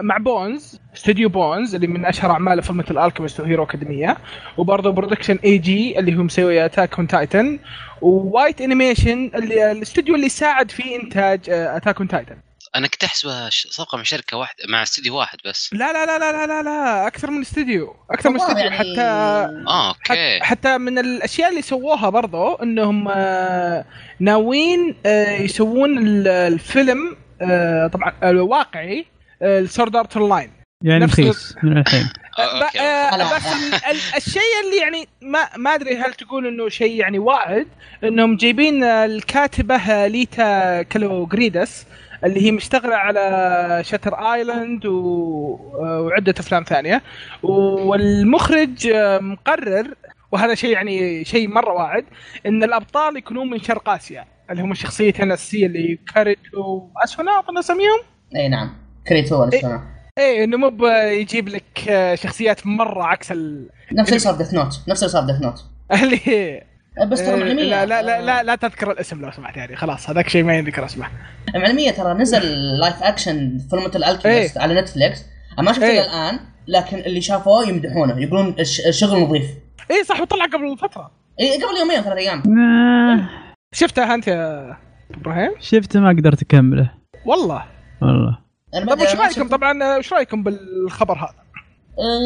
مع بونز استوديو بونز اللي من اشهر اعماله فيلم الالكيمست وهيرو اكاديميه وبرضه برودكشن اي جي اللي هو مسوي اتاك اون تايتن ووايت انيميشن اللي الاستوديو اللي ساعد في آه، انتاج اتاك اون تايتن
انا كنت احسبها ش- صفقه مع شركه واحده مع استديو واحد بس
لا لا لا لا لا لا, لا اكثر من استوديو اكثر من
والله يعني
استوديو حتى
اه اوكي
حت- حتى من الاشياء اللي سووها برضو انهم آه، ناويين آه، يسوون ال- الفيلم آه، طبعا الواقعي آه، السورد ارت لاين
يعني
نفس
رخيص من الحين
آه،
بس
اوكي
ال- ال- الشيء اللي يعني ما ما ادري هل تقول انه شيء يعني واعد انهم جايبين الكاتبه ليتا كالو جريدس اللي هي مشتغله على شتر ايلاند و... آه، وعده افلام ثانيه والمخرج آه، مقرر وهذا شيء يعني شيء مره واعد ان الابطال يكونون من شرق اسيا اللي هم الشخصيتين الاساسيه اللي كاريتو اسونا اظن اسميهم
اي نعم كريتو ولا
إيه.
شلون.
ايه انه مو ب- يجيب لك آه، شخصيات مره عكس ال...
نفس اللي صار ديث نوت نفس اللي صار ديث نوت
اللي
أه،
إيه،
بس ترى معلميه
لا لا لا لا, لا تذكر الاسم لو سمحت يعني خلاص هذاك شيء ما ينذكر اسمه
آه، معلميه ترى نزل لايف اكشن فيلم الالكيمست على نتفلكس أنا ما شفته
إيه.
الى الان لكن اللي شافوه يمدحونه يقولون الش- الشغل نظيف
اي إيه، صح وطلع قبل فتره
إيه قبل يومين ثلاث ايام
آه،
شفتها انت يا ابراهيم
شفته ما قدرت اكمله
والله
والله
انا
طب
بدي-
وش
ما شفت-
رايكم طبعا وش رايكم بالخبر هذا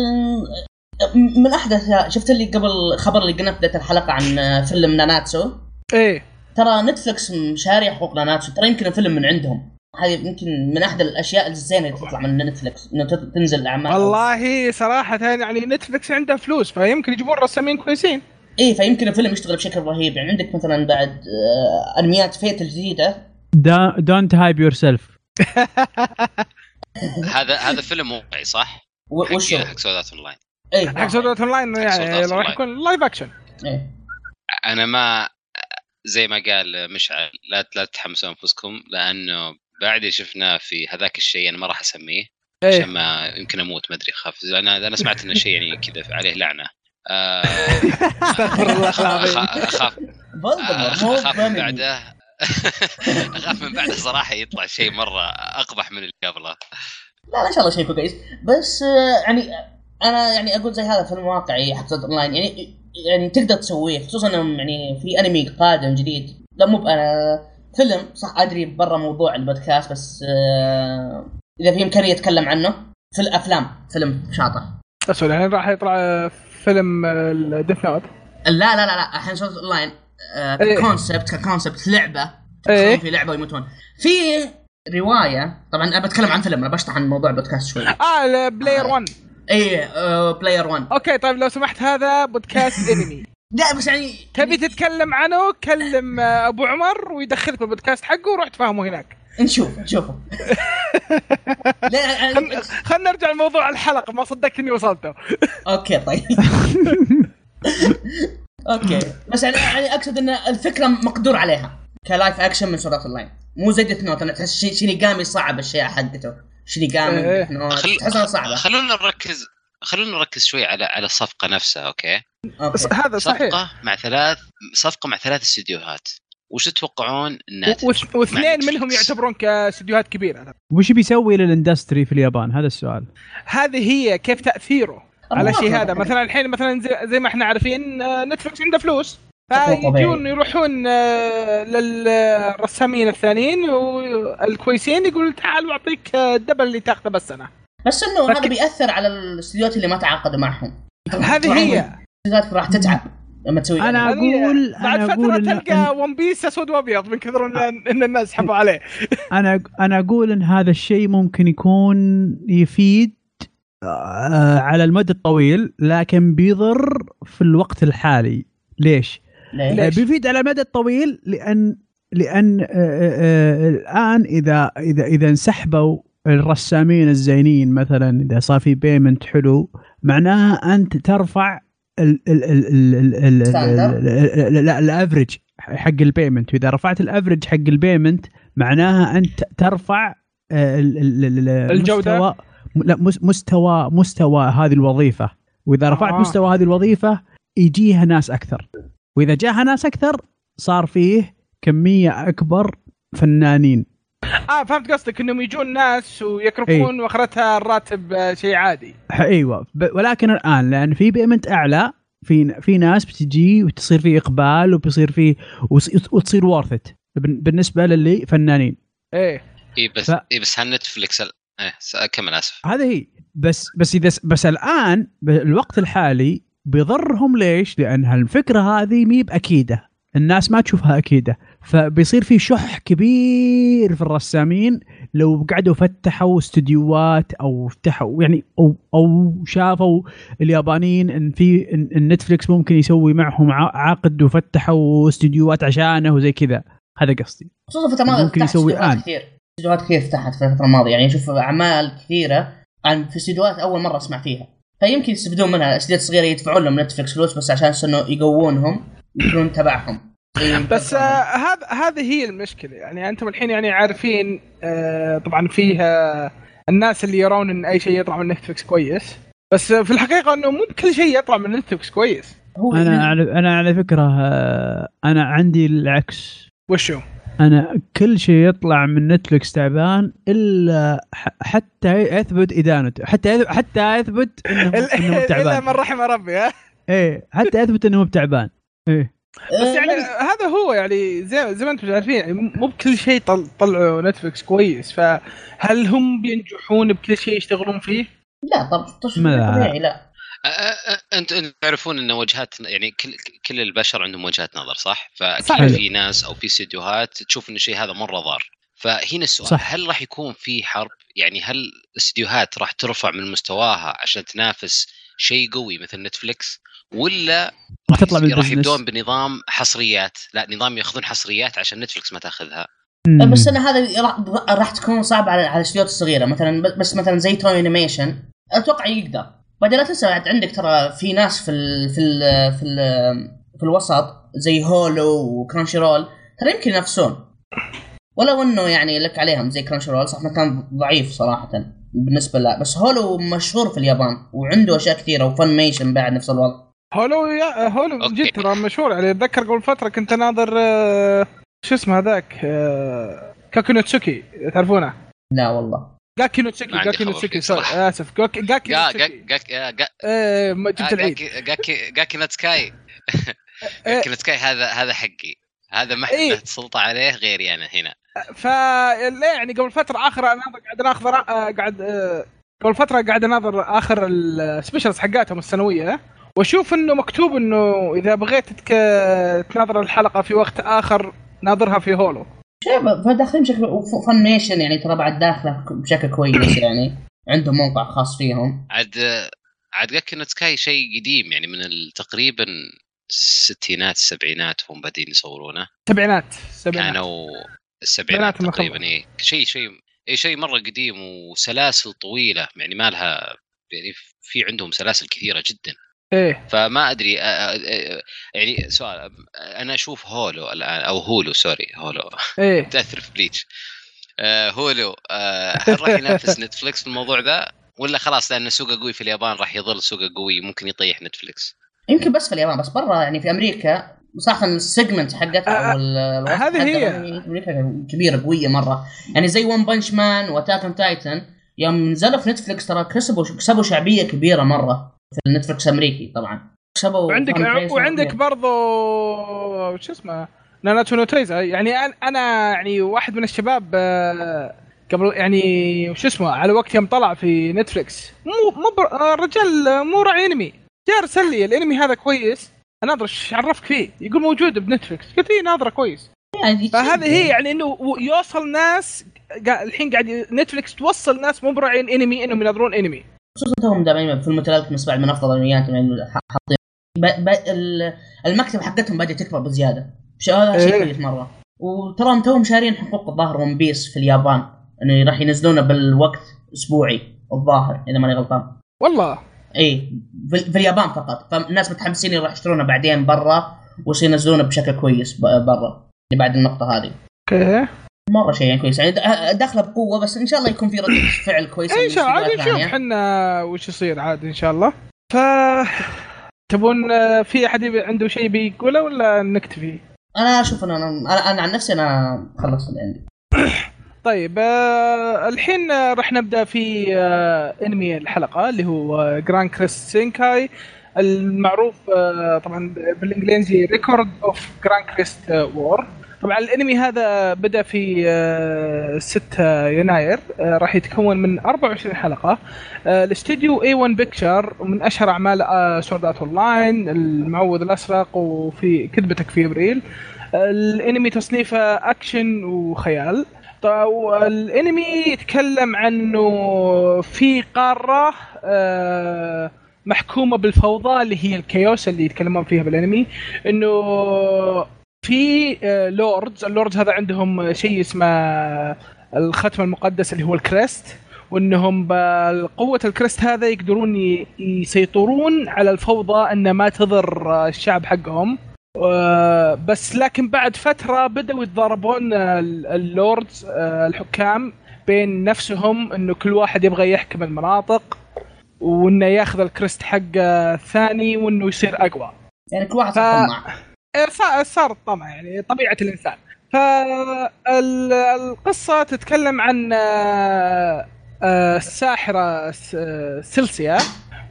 آه، من احدث شفت اللي قبل خبر اللي قلنا في بدايه الحلقه عن آه، فيلم ناناتسو
ايه
ترى نتفلكس مشاريع حقوق ناناتسو ترى يمكن الفيلم من عندهم هذه يمكن من احد الاشياء الزينه اللي تطلع من نتفلكس انه تت- تنزل اعمال
والله صراحه يعني نتفلكس عنده فلوس فيمكن يجيبون رسامين كويسين
اي فيمكن الفيلم يشتغل بشكل رهيب يعني عندك مثلا بعد آه، انميات فيت الجديده
دونت هايب يور سيلف
هذا هذا فيلم واقعي صح؟
و- وش
حق حق سودات اونلاين
اي
حق سودات اون لاين
حق سودات
يعني
أونلاين.
راح يكون لايف اكشن
إيه.
انا ما زي ما قال مشعل لا لا تتحمسوا انفسكم لانه بعد اللي شفناه في هذاك الشيء انا ما راح اسميه عشان
ايه
ما يمكن اموت ما ادري خاف انا انا سمعت انه شيء يعني كذا عليه لعنه آه،
استغفر الله العظيم
أخ- اخاف
فولدمورت مو
اخاف آه، من
بامي
بعده اخاف من بعده صراحه يطلع شيء مره اقبح من اللي قبله
لا لا، ان شاء الله شيء كويس بس آه، يعني انا يعني اقول زي هذا فيلم واقعي حق صدر اونلاين يعني يعني تقدر تسويه خصوصا انهم يعني في انمي قادم جديد لا مو انا فيلم صح ادري برا موضوع البودكاست بس آه، اذا في امكانيه اتكلم عنه في الافلام فيلم شاطح
بس الحين راح يطلع فيلم ديث نوت
لا لا لا لا الحين صوت اونلاين آه،
إيه.
ككونسبت ككونسبت لعبه
إيه.
يدخلون في لعبه ويموتون في روايه طبعا انا بتكلم عن فيلم انا بشطح عن موضوع البودكاست شوي إيه، آه،
اه بلاير 1
اي بلاير 1
اوكي طيب لو سمحت هذا بودكاست انمي
لا بس يعني
تبي تتكلم عنه كلم آه، ابو عمر ويدخلك بالبودكاست حقه وروح تفاهمه هناك
نشوف نشوفه لا
خلنا
يعني-
خل نرجع لموضوع الحلقه ما صدقت اني وصلته
اوكي طيب اوكي بس يعني يعني اقصد ان الفكره مقدور عليها كلايف اكشن من سورات اللاين مو زي ديث نوت انا تحس شي- شينيغامي صعب الاشياء حقته شينيغامي
إيه.
ديث نوت
خل-
تحسها صعبه
خلونا نركز خلونا نركز شوي على على الصفقه نفسها اوكي
بس
اوكي
هذا صحيح
صفقه مع ثلاث صفقه مع ثلاث استديوهات وش تتوقعون انها
و- وش- واثنين
نتفلكس.
منهم يعتبرون كاستديوهات كبيره
وش بيسوي للاندستري في اليابان هذا السؤال
هذه هي كيف تاثيره على
الله
شيء
أكبر.
هذا مثلا الحين مثلا زي- زي ما احنا عارفين آه، نتفلكس عنده فلوس فيجون
طبيعي.
يروحون آه، للرسامين الثانيين والكويسين يقول تعال واعطيك آه، الدبل اللي تاخذه بس انا
بس انه
فك-
هذا بياثر على الاستديوهات اللي ما تعاقدوا معهم
هذه هي
الاستديوهات راح تتعب لما تسوي
انا
هذه هي.
اقول
بعد
انا
فتره
اقول إن
تلقى ون بيس اسود وابيض من كثر إن- ان الناس حبوا عليه
انا انا اقول ان هذا الشيء ممكن يكون يفيد آه، على المدى الطويل لكن بيضر في الوقت الحالي ليش؟
ليش؟
بيفيد على المدى الطويل لان لان آه، آه، آه، الان اذا اذا اذا انسحبوا الرسامين الزينين مثلا اذا صار في بيمنت حلو معناها انت ترفع ال- ال- ال- ال- ال- ال-
Standard.
ال- ال- الافرج حق البيمنت واذا رفعت الافرج حق البيمنت معناها انت ترفع آه، ال- ال- ال- ال-
الجودة؟
مستوى لا مس- مستوى مستوى هذه الوظيفه واذا رفعت
آه.
مستوى هذه الوظيفه يجيها ناس اكثر واذا جاها ناس اكثر صار فيه كميه اكبر فنانين
اه فهمت قصدك انهم يجون ناس
إيه.
ويكرفون واخرتها الراتب آه، شيء عادي
ح- ايوه ب- ولكن الان لان في بيمنت اعلى في في ناس بتجي وتصير في اقبال وبيصير في وص- وتصير وورثت بالنسبه للي فنانين إيه.
ايه
اي إيه بس
ف-
اي بس هل نتفلكس ال- إيه، س- كمل اسف
هذا هي بس بس اذا بس الان ب- الوقت الحالي بيضرهم ليش؟ لان هالفكره هذه مي باكيده الناس ما تشوفها اكيده فبيصير في شح كبير في الرسامين لو قعدوا فتحوا استديوهات او فتحوا يعني او او شافوا اليابانيين ان في ان إن نتفليكس ممكن يسوي معهم ع- عقد وفتحوا استديوهات عشانه وزي كذا هذا قصدي
خصوصا الفتره الماضيه
ممكن
فتحت
يسوي
استديوهات
آن.
كثير استديوهات كثير فتحت في الفتره الماضيه يعني شوف اعمال كثيره عن في استديوهات اول مره اسمع فيها فيمكن يستفيدون منها استديوهات صغيره يدفعون لهم نتفلكس فلوس بس عشان انه يقوونهم يكونون تبعهم زي-
بس آه، هذا هذه هي المشكله يعني انتم الحين يعني عارفين آه، طبعا فيها الناس اللي يرون ان اي شيء يطلع من نتفلكس كويس بس آه، في الحقيقه انه مو بكل شيء يطلع من نتفلكس كويس
هو
انا على انا على فكره آه، انا عندي العكس
وشو؟
انا كل شيء يطلع من نتفلكس تعبان الا ح- حتى يثبت ادانته حتى يث- حتى يثبت انه انه هو
الا من
تعبان
رحم ربي آه. ها
ايه حتى يثبت انه هو تعبان ايه
آه،
بس يعني هذا هو يعني زي زي ما انتم عارفين يعني مو بكل شيء طل- طلعوا نتفلكس كويس فهل هم بينجحون بكل شيء يشتغلون فيه؟
لا طب طب-
لا.
طبيعي لا
أ- أ- أ- انت انت تعرفون ان وجهات يعني كل كل البشر عندهم وجهات نظر صح؟
صحيح.
فاكيد في ناس او في استديوهات تشوف ان الشيء هذا مره ضار فهنا السؤال
صح.
صح. هل راح يكون في حرب؟ يعني هل الاستديوهات راح ترفع من مستواها عشان تنافس شيء قوي مثل نتفلكس ولا راح
تطلع
يس-
من
راح
البزنس.
يبدون بنظام حصريات لا نظام ياخذون حصريات عشان نتفلكس ما تاخذها
مم.
بس انا هذا راح- راح تكون صعبه على على الاستديوهات الصغيره مثلا ب- بس مثلا زي توي انيميشن اتوقع يقدر بعدين لا تنسى بعد عندك ترى في ناس في ال في ال في ال في الوسط زي هولو وكرانشي رول ترى يمكن ينافسون ولو انه يعني لك عليهم زي كرانشي رول صح مكان ضعيف صراحه بالنسبه له بس هولو مشهور في اليابان وعنده اشياء كثيره وفن ميشن بعد نفس الوضع
هولو يا هولو
أوكي.
جد ترى مشهور يعني اتذكر قبل فتره كنت اناظر آه، شو اسمه هذاك آه، كاكونوتسوكي تعرفونه؟
لا والله
جاكينوتسوكي
ما عندي
جاكينوتسوكي
خبر فيه
سوري
صراحة.
اسف جاك-
جا-
جاكينوتسوكي
جا- جا- جا-
ايه ما
آه،
جبت العيد
جاكي جاكي جاكي ناتسكاي جاكي ناتسكاي هذا هذا حقي هذا ما حد
إيه.
له سلطه عليه غيري انا هنا
فا لا يعني قبل فتره اخر انا قاعد اناظر آه، قاعد آه، قبل فتره قاعد اناظر اخر السبيشلز حقاتهم السنويه واشوف انه مكتوب انه اذا بغيت تك- تناظر الحلقه في وقت اخر ناظرها في هولو
شيء فداخلين بشكل وف- فن ميشن يعني ترى بعد داخله بشكل كويس يعني عندهم موقع خاص فيهم
عاد عاد جاكي ناتسكاي شيء قديم يعني من ال- تقريبا الستينات السبعينات هم بادين يصورونه
سبعينات سبعينات
كانوا السبعينات
بنات من
تقريبا اي شيء شيء اي شيء مره قديم وسلاسل طويله يعني ما لها يعني في عندهم سلاسل كثيره جدا
ايه
فما ادري آه، آه، آه، يعني سؤال آه، انا اشوف هولو الان او هولو سوري هولو
ايه
تاثر في بليتش آه هولو آه هل راح ينافس نتفلكس في الموضوع ذا؟ ولا خلاص لانه سوقه قوي في اليابان راح يظل سوقه قوي ممكن يطيح نتفلكس
يمكن بس في اليابان بس برا يعني في امريكا صح السيجمنت حقتها
آه،
او ال- الوسط
هذه هي.
حقها يعني امريكا كبيره قويه مره يعني زي ون بنش مان واتاك اون تايتن يوم نزلوا في نتفلكس ترى كسبوا كسبوا شعبيه كبيره مره في النتفلكس الامريكي طبعا كسبوا
وعندك
فان بيس
وعندك
كبير.
برضو شو اسمه ناناتو نوتيزا يعني أنا- انا يعني واحد من الشباب آه، قبل يعني وش اسمه على وقت يوم طلع في نتفلكس مو مو بر- آه، الرجال آه، مو راعي انمي جاء ارسل لي الانمي هذا كويس انا ناظر ايش عرفك فيه يقول موجود بنتفلكس قلت لي ناظره كويس
يعني
فهذه هي يعني انه و- يوصل ناس قا- الحين قاعد ي- نتفلكس توصل ناس مو براعيين انمي انهم يناظرون انمي
خصوصا توهم دائما في المتلاكمس بعد من افضل الانميات يعني ح- حاطين ب- ب- ال- المكتبه حقتهم بدات تكبر بزياده ش- هذا شيء
إيه.
كويس مره وتراهم توهم شارين حقوق الظاهر ون بيس في اليابان يعني راح ينزلونه بالوقت اسبوعي الظاهر اذا ماني غلطان
والله
اي في, في اليابان فقط فالناس متحمسين راح يشترونه بعدين برا ويصير ينزلونه بشكل كويس ب- برا اللي بعد النقطه هذه
اوكي
مره شيء يعني كويس يعني د- داخله بقوه بس ان شاء الله يكون في رده فعل كويس
اي ان شاء الله
من
عاد
استديوهات
نشوف
ثانية.
احنا وش يصير عاد ان شاء الله ف تبون آه، في احد يبي- عنده شيء بيقوله ولا نكتفي؟
انا اشوف إن انا انا انا عن نفسي انا خلصت اللي عندي
طيب آه، الحين آه، راح نبدا في آه، انمي الحلقه اللي هو آه، جران كريست سينكاي المعروف آه، طبعا بالانجليزي ريكورد اوف جران كريست وور طبعا الانمي هذا بدا في آه، 6 يناير آه، راح يتكون من 24 حلقه آه، الاستديو اي 1 بيكتشر من آه، اشهر اعمال سورد ارت اون لاين المعوذ الازرق وفي كذبتك في ابريل آه، الانمي تصنيفه اكشن وخيال الانمي يتكلم عن انه في قاره آه، محكومه بالفوضى اللي هي الكيوس اللي يتكلمون فيها بالانمي انه في آه، لوردز اللوردز هذا عندهم شيء اسمه الختم المقدس اللي هو الكريست وانهم بقوه الكريست هذا يقدرون ي- يسيطرون على الفوضى ان ما تضر آه، الشعب حقهم آه، بس لكن بعد فتره بداوا يتضاربون آه، ال- اللوردز آه، الحكام بين نفسهم انه كل واحد يبغى يحكم المناطق وانه ياخذ الكريست حق الثاني وانه يصير اقوى
يعني كل واحد
ف-
طماع
إيه، صا- صار الطمع يعني طبيعه الانسان فالقصه تتكلم عن آه، آه، الساحره س- آه، سيلسيا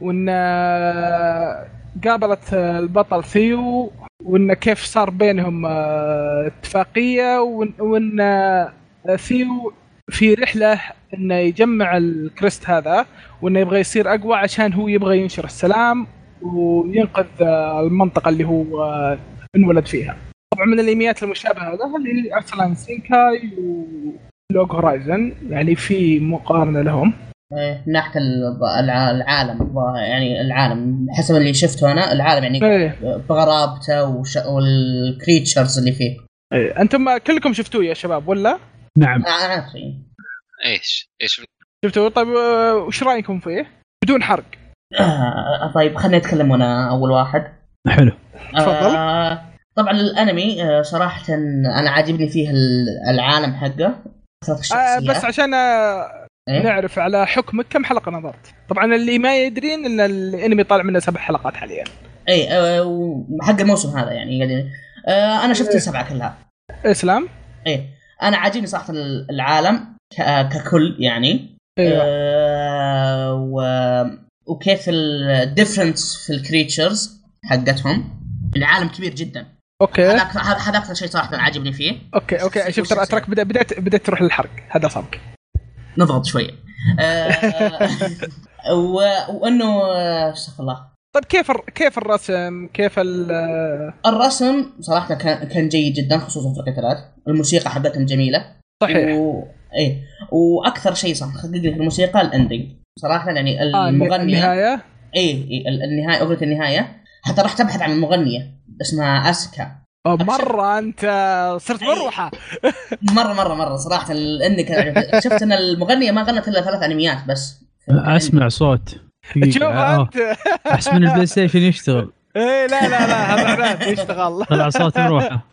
وان آه، قابلت آه، البطل ثيو وان كيف صار بينهم آه، اتفاقيه وان- وان آه، ثيو في رحله انه يجمع الكريست هذا وانه يبغى يصير اقوى عشان هو يبغى ينشر السلام وينقذ آه، المنطقه اللي هو آه، انولد فيها. طبعا من الانميات المشابهه لها اللي هي ارسلان سينكاي ولوج هورايزن يعني في مقارنه لهم.
إيه، من ناحيه ال- الع- العالم الظاهر يعني العالم حسب اللي شفته انا العالم يعني
ايه
بغرابته وش... والكريتشرز اللي فيه
إيه. انتم كلكم شفتوه يا شباب ولا؟
نعم
آه، انا أدري.
ايش ايش
شفتوه طيب آه، وش رايكم فيه؟ بدون حرق.
آه، طيب خليني اتكلم وانا اول واحد
حلو
تفضل.
آه طبعا الانمي آه صراحه انا عاجبني فيه ال- العالم حقه كثرة
آه
الشخصيات
بس عشان آه،
إيه؟
نعرف على حكمك كم حلقه نظرت؟ طبعا اللي ما يدرين ان الانمي طالع منه سبع حلقات حاليا.
اي آه وحق الموسم هذا يعني قاعدين آه انا
إيه.
شفت السبعه كلها
اسلام؟
ايه انا عاجبني صراحه العالم ك- ككل يعني
ايوه
آه و... وكيف الديفرنس في الكريتشرز حقتهم العالم كبير جدا هذا
اوكي
أكثر- هذا هذا اكثر شيء صراحه عاجبني فيه
اوكي اوكي شفت ترى اترك بدأ- بدات بدات تروح للحرق هذا صابك.
نضغط شويه آه و... وانه آه، استغفر الله
طيب كيف الر- كيف الرسم؟ كيف ال آه،
الرسم صراحه كان كان جيد جدا خصوصا في القتالات الموسيقى حقتهم جميله
صحيح
و... ايه واكثر شيء صح حقق لك الموسيقى الاندنج صراحه يعني
آه،
المغنيه آه
النهايه
ايه ال- النهايه اغنيه النهايه حتى راح تبحث عن المغنيه اسمها اسكا
آه، مره انت صرت مروحه
إيه،
مره مره مره صراحه لاني كان شفت ان المغنيه ما غنت الا ثلاث انميات بس
اسمع صوت دقيقة.
شوف
آه،
انت
احسن من البلاي ستيشن يشتغل
إيه، اي لا لا لا هذا عناد يشتغل
طلع صوت مروحه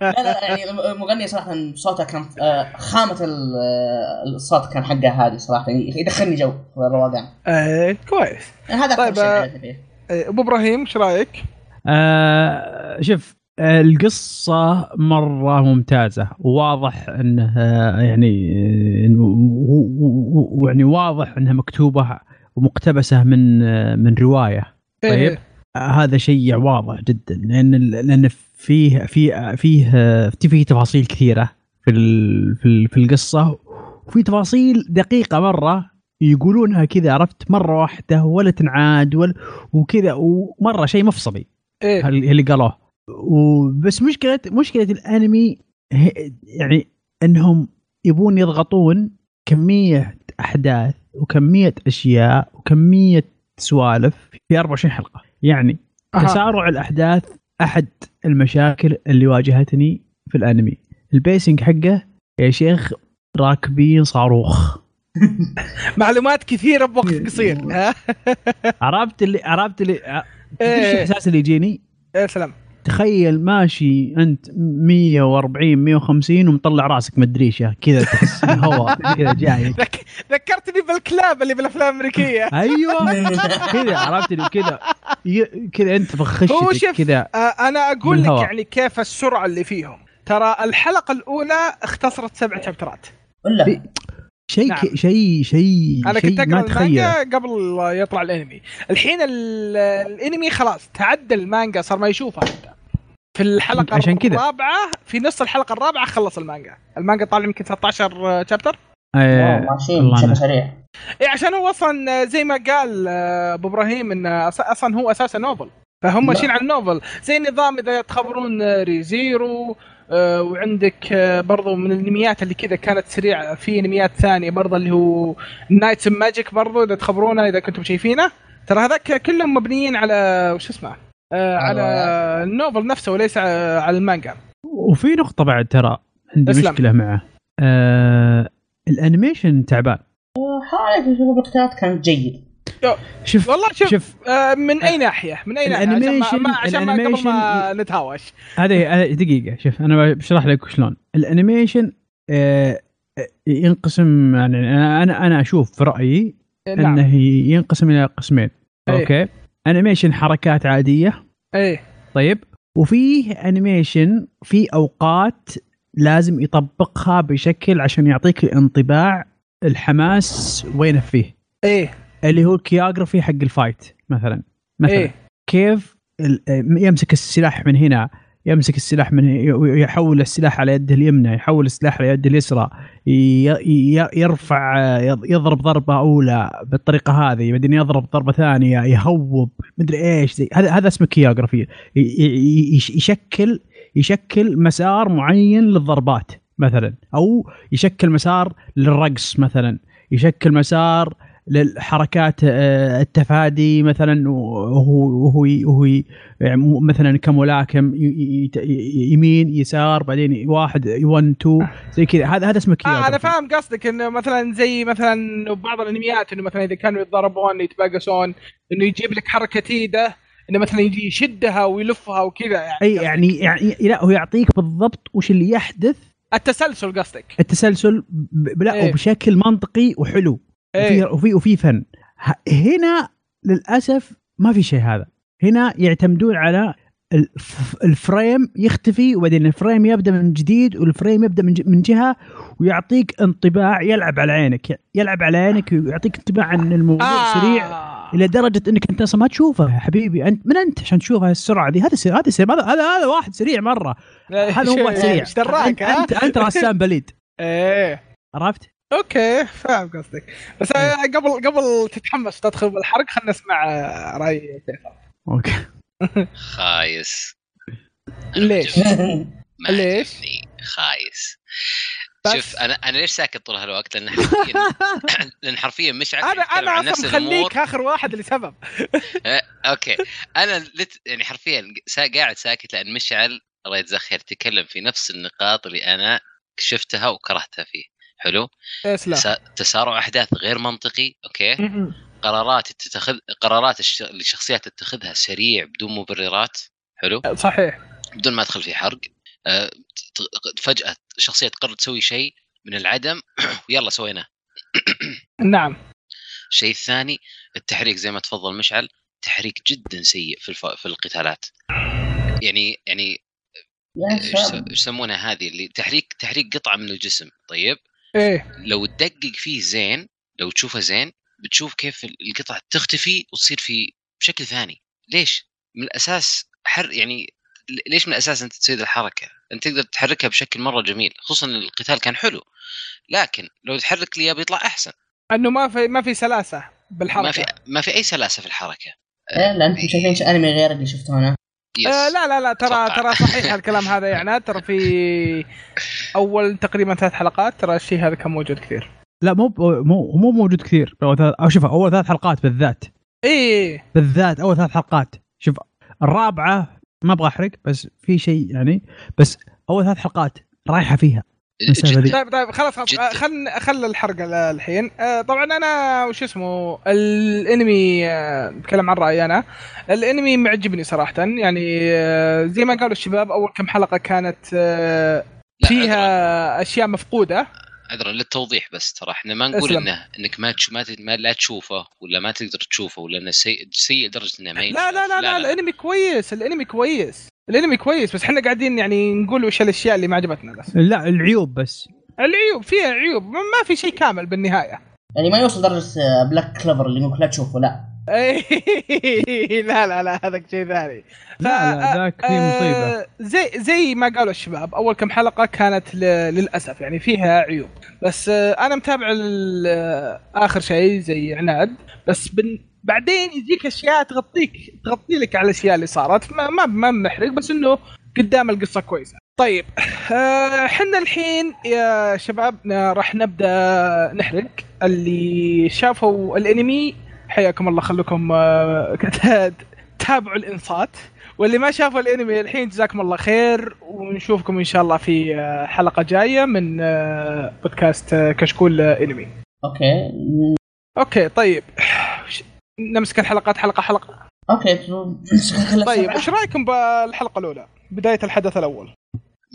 لا لا يعني المغنية صراحة صوتها كان آه، خامة ال- آه، الصوت كان حقها هذه صراحة يعني يدخلني جو في الروقان
آه، كويس
يعني هذا
طيب،
أكثر شيء
آه،
عجبني فيه
آه، ابو ابراهيم ايش رايك؟
آه شوف آه، القصة مرة ممتازة واضح انه آه، يعني آه، إنه- و- و- و- يعني واضح انها مكتوبة ومقتبسة من آه، من رواية
إيه،
طيب. آه، هذا شيء واضح جدا لان لان فيه فيه فيه آه، فيه تفاصيل كثيره في ال- في ال- في القصه وفي تفاصيل دقيقه مره يقولونها كذا عرفت مره واحده ولا تنعاد ولا وكذا ومره شيء مفصلي
ايه
هل- اللي قالوه وبس مشكله مشكله الانمي هي- يعني انهم يبون يضغطون كميه احداث وكميه اشياء وكميه سوالف في 24 حلقه يعني
أها.
تسارع الاحداث احد المشاكل اللي واجهتني في الانمي البيسنج حقه يا شيخ راكبين صاروخ
معلومات كثيره بوقت قصير ها
عرفت اللي عرفت اللي ع- تدري شو
إيه.
الاحساس اللي يجيني
يا سلام
تخيل ماشي انت 140 150 ومطلع راسك مدريشه كذا تحس إن هواء كذا جاي
ذك... ذكرتني بالكلاب اللي بالافلام الامريكيه
ايوه كذا عرفت اللي كذا ي- كذا انت
هو
بخشتك
شوف-
كذا
آه، انا اقول لك
بالهواء.
يعني كيف السرعه اللي فيهم ترى الحلقه الاولى اختصرت سبع شابترات
ولا
شيء
نعم.
ك- شيء شيء
انا كنت
شيء
اقرا
ما تخيل
المانجا قبل لا يطلع الانمي الحين ال- الانمي خلاص تعدى المانجا صار ما يشوفها حتى في الحلقه
عشان كذا.
الرابعه في نص الحلقه الرابعه خلص المانجا المانجا طالع يمكن 13 شابتر
آه،
واو، ماشيين
الله
بشكل
أنا-
سريع
إيه عشان هو اصلا زي ما قال آه، ابو ابراهيم انه أص- اصلا هو اساسا نوبل فهم ماشيين على النوبل زي نظام اذا تخبرون آه، ريزيرو آه، وعندك آه، برضو من الانميات اللي كذا كانت سريعه في انميات ثانيه برضو اللي هو نايتس ماجيك برضو اذا تخبرونا اذا كنتم شايفينه ترى هذاك كلهم مبنيين على وش اسمه آه، على النوبل نفسه وليس آه، على المانجا
وفي نقطه بعد ترى عندي
اسلم.
مشكله معه آه الانيميشن تعبان
حالك شوف الاختيارات كانت جيد
شوف
والله شوف,
شوف
آه، من اي ناحيه من اي ناحيه عشان ما- ما عشان ما قبل ما نتهاوش
هذه هذه- دقيقة شوف أنا بشرح لك شلون الأنيميشن آه، آه، ينقسم يعني أنا- أنا أنا أشوف في رأيي
نعم
أنه ينقسم إلى قسمين
إيه.
أوكي أنيميشن حركات عادية
ايه
طيب وفيه أنيميشن في أوقات لازم يطبقها بشكل عشان يعطيك الانطباع الحماس وينه فيه
ايه
اللي هو الكياغرافي حق الفايت مثلا مثلا
ايه
كيف ال- آه، يمسك السلاح من هنا يمسك السلاح من هنا، يحول السلاح على يده اليمنى يحول السلاح على يده اليسرى ي- ي- يرفع آه، يضرب ضربه اولى بالطريقه هذه بعدين يضرب ضربه ثانيه يهوب مدري ايش زي هذا هذا اسمه كيوغرافي يشكل يشكل مسار معين للضربات مثلا او يشكل مسار للرقص مثلا يشكل مسار للحركات آه، التفادي مثلا وهو وهو وهو يعني مو- مثلا كملاكم ي- ي- ي- يمين يسار بعدين واحد 1 2 زي كذا هذا هذا اسمه
آه انا
كيوغرافي.
فاهم قصدك انه مثلا زي مثلا بعض الانميات انه مثلا اذا كانوا يتضاربون يتباقسون انه يجيب لك حركه ايده انه مثلا يجي يشدها ويلفها وكذا يعني
اي يعني يعني لا هو يعطيك بالضبط وش اللي يحدث
التسلسل قصدك
التسلسل ب- لا
إيه.
وبشكل منطقي وحلو وفي
ايه
وفي وفي فن ه- هنا للاسف ما في شيء هذا هنا يعتمدون على الف- الفريم يختفي وبعدين الفريم يبدا من جديد والفريم يبدا من ج- من جهه ويعطيك انطباع يلعب على عينك يلعب على عينك ويعطيك انطباع عن الموضوع آه. سريع الى درجه انك انت اصلا ما تشوفه يا حبيبي انت من انت عشان تشوف هالسرعه دي هذا سريع هذا سريع هذا هذا- هذا واحد سريع مره هذا هو واحد سريع
ايش إيه. دراك
انت
ها؟
انت, أنت رسام بليد
ايه
عرفت؟
اوكي فاهم قصدك بس آه،
إيه.
قبل قبل تتحمس تدخل بالحرق خلنا نسمع آه، راي سيفا
اوكي
خايس
ليش؟
ما
ليش؟
عجبني. خايس
بس.
شوف انا انا ليش ساكت طول هالوقت لان حرفيا لان حرفيا مشعل
انا
يتكلم عن
انا
نفس
اصلا
الامور
مخليك اخر واحد لسبب
اوكي انا لت... يعني حرفيا سا... قاعد ساكت لان مشعل الله يجزاه خير تكلم في نفس النقاط اللي انا شفتها وكرهتها فيه حلو
اسلم
س... تسارع احداث غير منطقي اوكي
م-م.
قرارات تتخذ قرارات الش... اللي الشخصيات تتخذها سريع بدون مبررات حلو
صحيح
بدون ما ادخل في حرق آه، ت- فجاه شخصيه تقرر تسوي شيء من العدم ويلا سويناه
نعم
الشيء الثاني التحريك زي ما تفضل مشعل تحريك جدا سيء في الف... في القتالات يعني يعني
يا
ايش
شباب
س- إيش يسمونها هذه اللي تحريك تحريك قطعه من الجسم طيب
ايه
لو تدقق فيه زين لو تشوفه زين بتشوف كيف القطع تختفي وتصير في بشكل ثاني ليش من الاساس حر يعني ليش من الاساس انت تسوي ذي الحركه انت تقدر تحركها بشكل مره جميل خصوصا إن القتال كان حلو لكن لو تحرك لي إياه بيطلع احسن
انه ما في ما في آه، سلاسه بالحركه
ما في ما في اي سلاسه في الحركه
إيه، لا انتم شايفين شيء انمي غير اللي شفته انا
يس.
آه لا لا لا ترى
أتوقع.
ترى صحيح الكلام هذا يعني ترى في اول تقريبا ثلاث حلقات ترى الشيء هذا كان موجود كثير
لا مو مو مو موجود كثير أول ثلاث- أو شوف اول ثلاث حلقات بالذات
ايه
بالذات اول ثلاث حلقات شوف الرابعه ما ابغى احرق بس في شيء يعني بس اول ثلاث حلقات رايحه فيها المسافة ذي.
جداً.
طيب طيب خلاص خلاص
جد.
آه، خل خل الحرق ال- الحين آه، طبعا انا وش اسمه الانمي آه، بتكلم عن رايي انا الانمي معجبني صراحه يعني آه، زي ما قالوا الشباب اول كم حلقه كانت آه،
لا، عذراً.
فيها اشياء مفقوده
عذرا للتوضيح بس ترى احنا ما نقول
اسلم.
انه انك ما تش... ما, ت... ما لا تشوفه ولا ما تقدر تشوفه ولا انه سيء سيء لدرجه انه ما
لا
ينشاف.
يعني لا لا لا الانمي كويس الانمي كويس الانمي كويس بس احنا قاعدين يعني نقول وش الاشياء اللي ما عجبتنا بس
لا العيوب بس
العيوب فيها عيوب ما ما في شيء كامل بالنهايه
يعني ما يوصل درجه آه، بلاك كلفر اللي يقولك لا تشوفه لا
إيه، لا لا لا هذا شيء ثاني
لا لا ذاك في مصيبه
آه، زي زي ما قالوا الشباب اول كم حلقه كانت ل- للاسف يعني فيها عيوب بس آه، انا متابع ال- آه، اخر شيء زي عناد بس بن بعدين يجيك اشياء تغطيك تغطي لك على الاشياء اللي صارت ما ما, ما محرق بس انه قدام القصه كويسه طيب آه، حنا الحين يا شباب ن- راح نبدا نحرق اللي شافوا الانمي حياكم الله خلوكم آه، تابعوا الانصات واللي ما شافوا الانمي الحين جزاكم الله خير ونشوفكم ان شاء الله في آه، حلقه جايه من آه، بودكاست آه، كشكول آه، انمي
اوكي
اوكي طيب وش- نمسك الحلقات حلقه حلقه
اوكي تو- خلص
طيب
سبعة.
وش رايكم بالحلقه الاولى بدايه الحدث الاول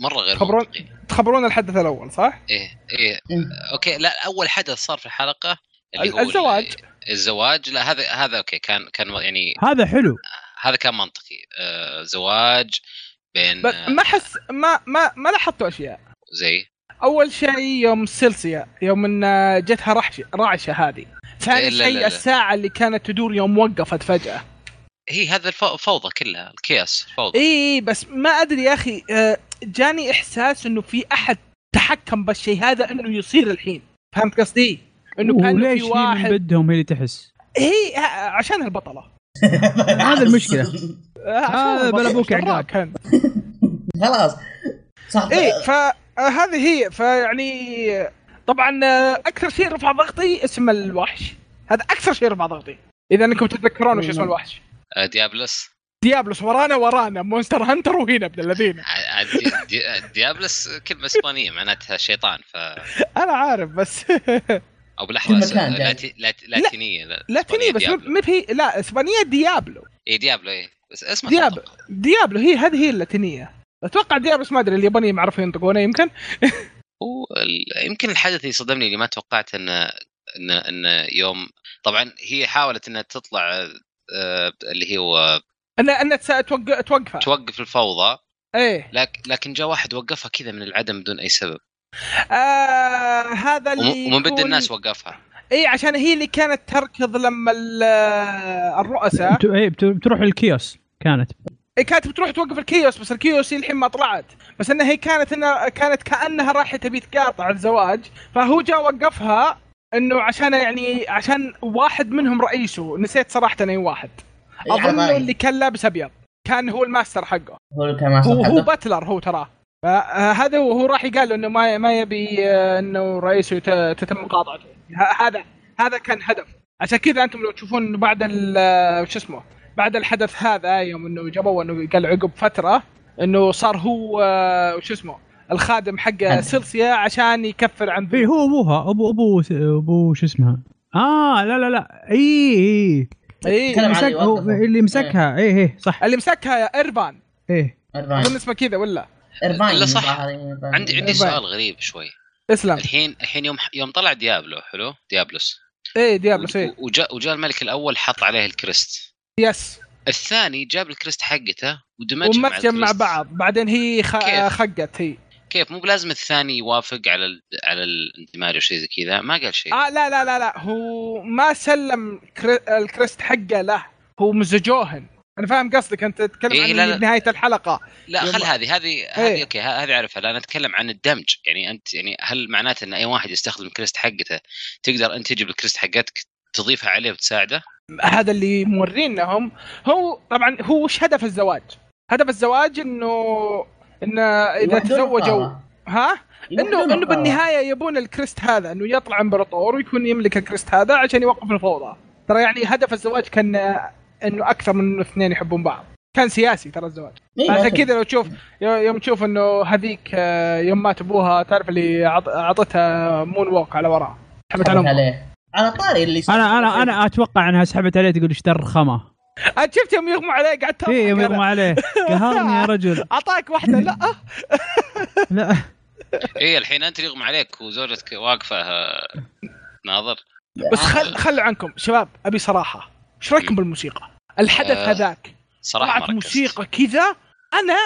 مره غير
خبرون-
منطقي
تخبرون الحدث الاول صح
ايه ايه
مم.
اوكي لا اول حدث صار في الحلقه اللي هو
الزواج.
ال- الزواج لا هذا هذا اوكي كان كان يعني
هذا حلو
هذا كان منطقي آه زواج بين
بس
آه
ما حس ما ما ما لاحظتوا اشياء
زي
اول شيء يوم السلسله يوم ان آه، جتها رعشه رعشه هذه
إيه،
ثاني
لا، لا، لا.
شيء الساعه اللي كانت تدور يوم وقفت فجاه
هي هذا الف- الفوضى كلها الكياس الفوضى
اي إي، بس ما ادري يا اخي آه، جاني احساس انه في احد تحكم بالشيء هذا انه يصير الحين فهمت قصدي؟ انه كان
وليش
في
هي من
واحد
بدهم هي اللي تحس
هي آه، عشان البطله
هذا المشكلة.
آه، عشان
آه،
البطلة.
بلا بوك
إيش دراك
عقاب.
كان
خلاص صح
اي فهذه آه، هي فيعني آه، طبعا آه، اكثر شيء رفع ضغطي اسم الوحش هذا اكثر شيء رفع ضغطي اذا انكم تتذكرون وش اسم
نعم.
الوحش
آه ديابلس
ديابلوس ورانا ورانا مونستر هانتر وهنا ابن الذين
ع- ع- آه، دي- دي- ديابلس كلمه اسبانيه معناتها شيطان ف
انا عارف بس
او
كلمة
بالاحرى
كان
لات... لات... لاتينيه لا
لاتيني
إسبانية
بس
ديابلو.
ما هي لا اسبانيه ديابلو
اي ديابلو اي بس اسمه
ديابلو.
تنطق.
ديابلو هي هذه هي اللاتينيه اتوقع ديابلو بس ما ادري اليابانيين ما عرفوا ينطقونه يمكن
هو ال- يمكن الحدث اللي صدمني اللي ما توقعت انه انه انه يوم طبعا هي حاولت انها تطلع آه، اللي هو
ان ان تس- توق- توقفها
توقف الفوضى
ايه
لكن لكن جاء واحد وقفها كذا من العدم بدون اي سبب
آه هذا اللي
وم- ومن بد
يكون-
الناس وقفها
اي عشان هي اللي كانت تركض لما ال- الرؤساء
بت- إيه، بت- بتروح الكيوس كانت
إيه، كانت بتروح توقف الكيوس بس الكيوس هي الحين ما طلعت بس انها هي كانت إنها كانت كانها رايحه تبي تقاطع الزواج فهو جاء وقفها انه عشان يعني عشان واحد منهم رئيسه نسيت صراحه اي واحد
يعني إيه،
اظن اللي كان لابس ابيض كان هو الماستر حقه
هو كمان
هو هو باتلر هو تراه آه، هذا هو هو راح يقال له انه ما ما يبي آه، انه رئيسه يت- تتم مقاطعته ه- هذا هذا كان هدف عشان كذا انتم لو تشوفون إنه بعد ال- آه، شو اسمه بعد الحدث هذا يوم انه جابوه انه قال عقب فتره انه صار هو آه، وش اسمه الخادم حق
حد.
سيلسيا عشان يكفر عن
اي هو ابوها ابو ابو ابو شو اسمها اه لا لا لا اي اي
إيه،
كلام
مسك-
علي
هو-
وقفه.
اللي مسكها اي اي إيه، صح
اللي مسكها اربان
ايه
إيه.
اظن اسمه كذا ولا
إرفاين
لا صح.
الظاهر.
عندي عندي
طيب.
سؤال غريب شوي
نعم. اسلام
الحين الحين يوم يوم طلع ديابلو حلو ديابلوس
اي إيه، ديابلو سي
و- وجاء وجاء الملك الاول حط عليه الكريست
يس
الثاني جاب الكريست حقته ودمجها مع,
ومرجم مع
الكريست.
بعض بعدين هي خ...
كيف؟
خقت هي
كيف مو بلازم الثاني يوافق على ال... على الاندماج او شيء زي كذا ما قال شيء
اه لا لا لا لا هو ما سلم كر... الكريست حقه له هو مزجوهن انا فاهم قصدك انت تتكلم
إيه،
عن
لا، لا.
نهايه الحلقه
لا
يلا.
خل هذه هذه
إيه.
هذه اوكي ه- هذه اعرفها لا انا اتكلم عن الدمج يعني انت يعني هل معناته ان اي واحد يستخدم الكريست حقته تقدر انت تجيب الكريست حقتك تضيفها عليه وتساعده؟
هذا اللي مورينا هم هو طبعا هو وش هدف الزواج؟ هدف الزواج انه انه اذا
يوحدون
تزوجوا
القارة.
ها
يوحدون
انه انه
القارة.
بالنهايه يبون الكريست هذا انه يطلع امبراطور ويكون يملك الكريست هذا عشان يوقف الفوضى ترى يعني هدف الزواج كان آه، انه اكثر من اثنين يحبون بعض كان سياسي ترى الزواج
إيه،
عشان
أكيد.
كذا لو تشوف يوم تشوف انه هذيك آه، يوم مات ابوها تعرف اللي عط- اعطتها مون ووك على وراها حبت على
حبت
أمها.
عليه على طاري اللي صار-
انا انا انا اتوقع انها سحبت عليه تقول ايش ذا الرخامه
انت شفت يوم يغمى عليه قعدت أضحك
اي إيه، يوم
أنا.
يغمى عليه قهرني يا رجل
اعطاك واحده لا
لا
اي إيه، الحين انت يغمى عليك وزوجتك واقفه آه، ناظر
بس
آه.
خل خلوا عنكم شباب ابي صراحه ايش رايكم بالموسيقى؟ الحدث
آه،
هذاك
صراحه
طلعت
ما ركزت.
موسيقى كذا انا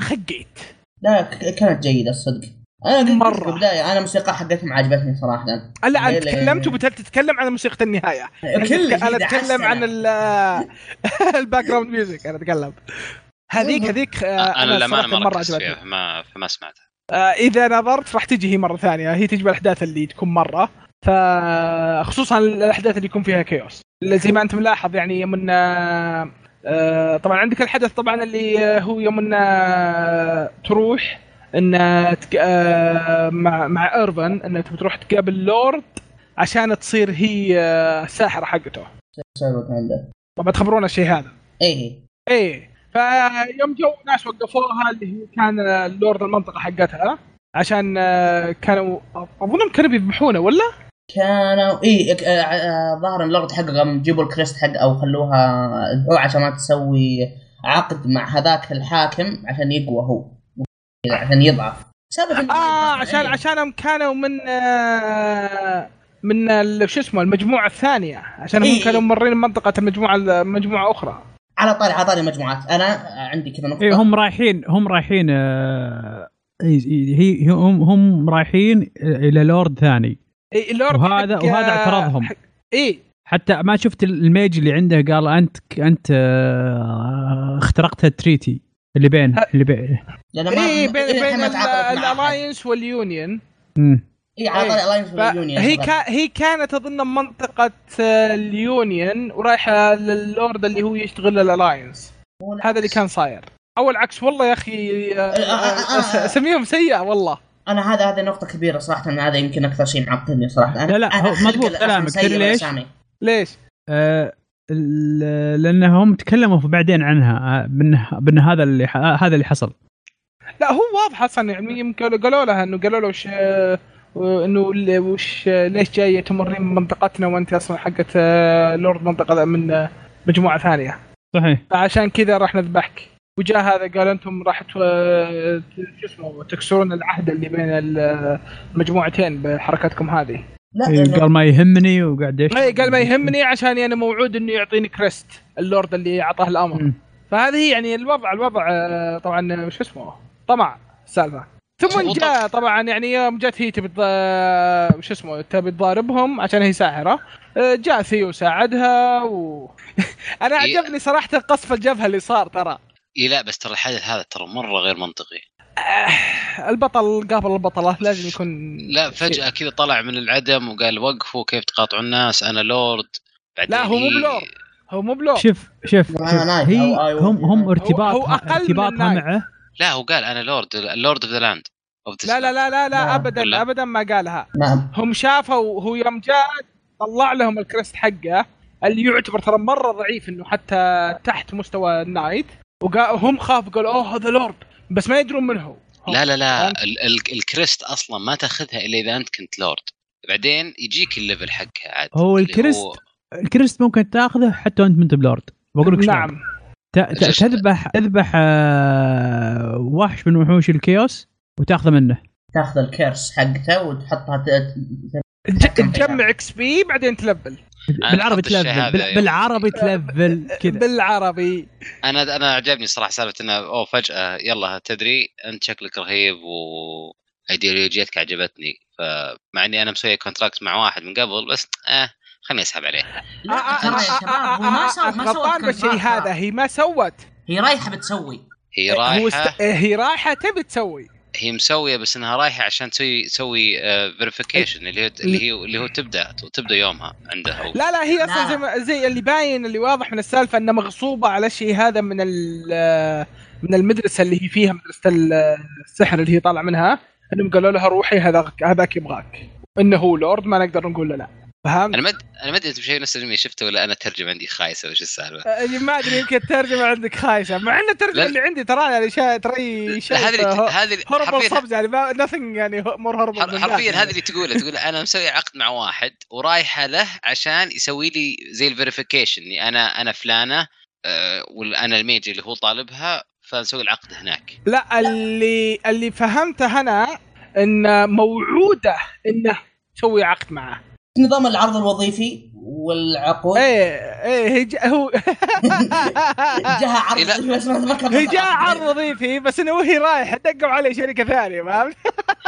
خقيت
لا ك- كانت جيده الصدق انا قلت
مرة.
في البدايه انا الموسيقى حقتهم عجبتني صراحه
الا انا
ليه- ليه-
تكلمت وبدأت تتكلم عن موسيقى النهايه
كل
انا
جديد
اتكلم
عسل.
عن ال- الباك جراوند ميوزك انا اتكلم هذيك هذيك آه،
آه، انا للامانه
صراحة
ما
مره
ركزت فيها
عجبتني
فما فما سمعتها
آه، اذا نظرت راح تجي هي مره ثانيه هي تجيب الاحداث اللي تكون مره فخصوصا الاحداث اللي يكون فيها كيوس زي ما انت ملاحظ يعني يوم ان آه، طبعا عندك الحدث طبعا اللي آه، هو يوم ان آه، تروح ان آه، تك- آه، مع مع ايرفن ان تبي تروح تقابل لورد عشان تصير هي آه، الساحره حقته
سبب عنده
طبعا تخبرونا الشيء هذا
ايه
ايه فيوم جو ناس وقفوها اللي هي كان اللورد المنطقه حقتها عشان آه، كانوا اظنهم كانوا بيذبحونه ولا؟
كانوا اي إك- آه، آه، ظاهر اللورد حقهم جيبوا الكريست حق او خلوها هو عشان ما تسوي عقد مع هذاك الحاكم عشان يقوى هو كذا عشان يضعف سبب إنه-
اه عشان
إيه.
عشانهم كانوا من آه، من ال- شو اسمه المجموعه الثانيه عشان هم
إيه.
كانوا مرين منطقه المجموعه مجموعه اخرى
على طاري على طاري مجموعات انا عندي كذا نقطه
إيه هم رايحين هم رايحين آه، إي- إي- هي هم هم رايحين الى لورد ثاني
إيه اللورد
وهذا
حق-
وهذا اعتراضهم
حق- ايه
حتى ما شفت الميج اللي عنده قال انت انت آه، اخترقت التريتي اللي بين اللي بين
لان ما
ايه بين
إلى الحين
بين
ما تعاقدت مع أحد.
الالاينس واليونيون
مم.
اي على طاري الاينس واليونيون
إيه. هي كا هي كانت اظن منطقه آه، اليونيون ورايحه للورد اللي هو يشتغل الالاينس هذا اللي كان صاير اول عكس والله يا اخي آه،
آه، آه، آه.
أس- اسميهم سيئه والله
انا هذا هذا نقطه كبيره صراحه أنا هذا يمكن اكثر شيء معطلني صراحه أنا
لا، لا،
أنا
هو
أخلق
مضبوط
الأسامي
كلامك،
سيئة
تدري ليش؟
والأسامي.
ليش؟
آه، ال- لانهم تكلموا في بعدين عنها آه، بان بان هذا اللي ح- آه، هذا اللي حصل
لا هو واضح اصلا يعني يمكن قالوا لها انه قالوا له وش آه، انه ل- وش آه، ليش جايه تمرين من منطقتنا وانت اصلا حقت آه، لورد منطقه من آه، مجموعه ثانيه
صحيح
فعشان كذا راح نذبحك وجاء هذا قال انتم راح ت- شو اسمه تكسرون العهد اللي بين ال- المجموعتين بحركتكم هذه.
لا
إيه،
إنه-
قال ما يهمني وقاعد ايش
اي إيه، قال ما يهمني عشان انا موعود انه يعطيني كريست اللورد اللي اعطاه الامر.
مم.
فهذه يعني الوضع الوضع آه، طبعا شو اسمه طمع السالفه ثم
وطبعاً.
جاء طبعا يعني يوم جت هي تبي تض- شو اسمه تبي تضاربهم عشان هي ساحره آه، جاء ثيو ساعدها و انا
إيه.
عجبني صراحه قصف الجبهه اللي صار ترى
اي إيه، لا بس ترى الحدث هذا ترى مره غير منطقي
البطل قابل البطله لازم يكون
لا
إيه.
فجاه كذا طلع من العدم وقال وقفوا كيف تقاطعوا الناس انا لورد بعدين
لا، هو مو
هي-
بلورد. هو مو بلور
شوف شوف شوف،
أنا نايت
هي
أو- أو-
هم هم
هو-
هو أقل من
ارتباطها ارتباطها
النايت.
معه
لا هو قال انا لورد اللورد اوف ذا لاند
لا لا لا لا لا
لا.
ابدا
ولا؟
ابدا ما قالها
نعم
هم شافوا هو يوم جاء طلع لهم الكريست حقه اللي يعتبر ترى مره ضعيف انه حتى تحت مستوى النايت وهم خافوا قالوا اوه هذا لورد بس ما يدرون من هو
لا لا لا ال- ال- الكريست اصلا ما تاخذها الا اذا انت كنت لورد بعدين يجيك الليفل حقها عاد
هو
اللي
الكريست الكريست ممكن تاخذه حتى وانت ما انت بلورد بقول لك شلون.
نعم
ت- ت-
جس-
تذبح تذبح آه، وحش من وحوش الكيوس وتاخذه منه
تاخذ الكيرس حقته وتحطها ت-
تج- تجمع اكس بي بعدين تلبل
أنا
بالعربي
أحط الشهادة يعني.
تلفل بال-
يوم-
بالعربي تلفل كذا
بالعربي
انا انا عجبني صراحه سالفه انه اوه فجاه يلا تدري انت شكلك رهيب وايديولوجيتك عجبتني فمع اني انا مسوي كونتراكت مع واحد من قبل بس اه خليني اسحب عليه
آه، آه،
لا ترى
آه،
يا
آه،
شباب هو
آه،
ما
آه،
سوى ما سوى
غلطان بالشيء
كونتراكت
هذا
ترى.
هي ما سوت
هي رايحه بتسوي
هي
إيه، هو
رايحه
است... هي رايحه تبي تسوي
هي مسويه بس انها رايحه عشان تسوي تسوي فيريفيكيشن اللي هي اللي هي اللي هو تبدا تبدا يومها عندها أو
لا لا هي اصلا
لا.
زي, ما... زي اللي باين اللي واضح من السالفه انها مغصوبه على الشيء هذا من ال... من المدرسه اللي هي فيها مدرسه ال- السحر اللي هي طالعه منها انهم قالوا لها روحي هذاك هذاك يبغاك انه هو لورد ما نقدر نقول له لا فهمت؟
انا ما أد- انا ما ادري انت شيء نفس الانمي شفته ولا انا الترجمه عندي خايسه وش السالفه
آه، ما ادري يمكن الترجمه عندك خايسه مع ان الترجمه
لا.
اللي عندي ترى شيء ترى
لا،
شيء
هذه اللي- هذه اللي-
هربل
حرفيا
صبز يعني ما nothing يعني مور هربل
حر- حرفيا هذه اللي تقوله تقول انا مسوي عقد مع واحد ورايحه له عشان يسوي لي زي الفيريفيكيشن اني انا انا فلانه آه، ولا انا الميجي اللي هو طالبها فنسوي العقد هناك
لا اللي اللي فهمته انا ان موعوده انه تسوي عقد معه
نظام العرض الوظيفي والعقود
ايه ايه هي جا- هو
جاها عرض
إيه، لا.
وظيفي بس ما اتذكر
هي آه، إيه، جاء عرض وظيفي بس انه وهي رايح دقوا عليه شركه ثانيه فهمت؟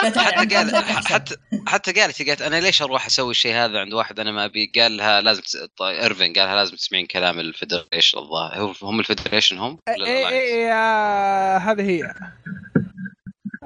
طيب،
حتى قال حتى حتى قالت قالت انا ليش اروح اسوي الشيء هذا عند واحد انا ما ابي قال لها لازم تس... طيب، ايرفين قال لها لازم تسمعين كلام الفدريشن الظاهر هو- هم الفدريشن هم؟ ولا
ايه
الألاينس؟
ايه آه، هذه هي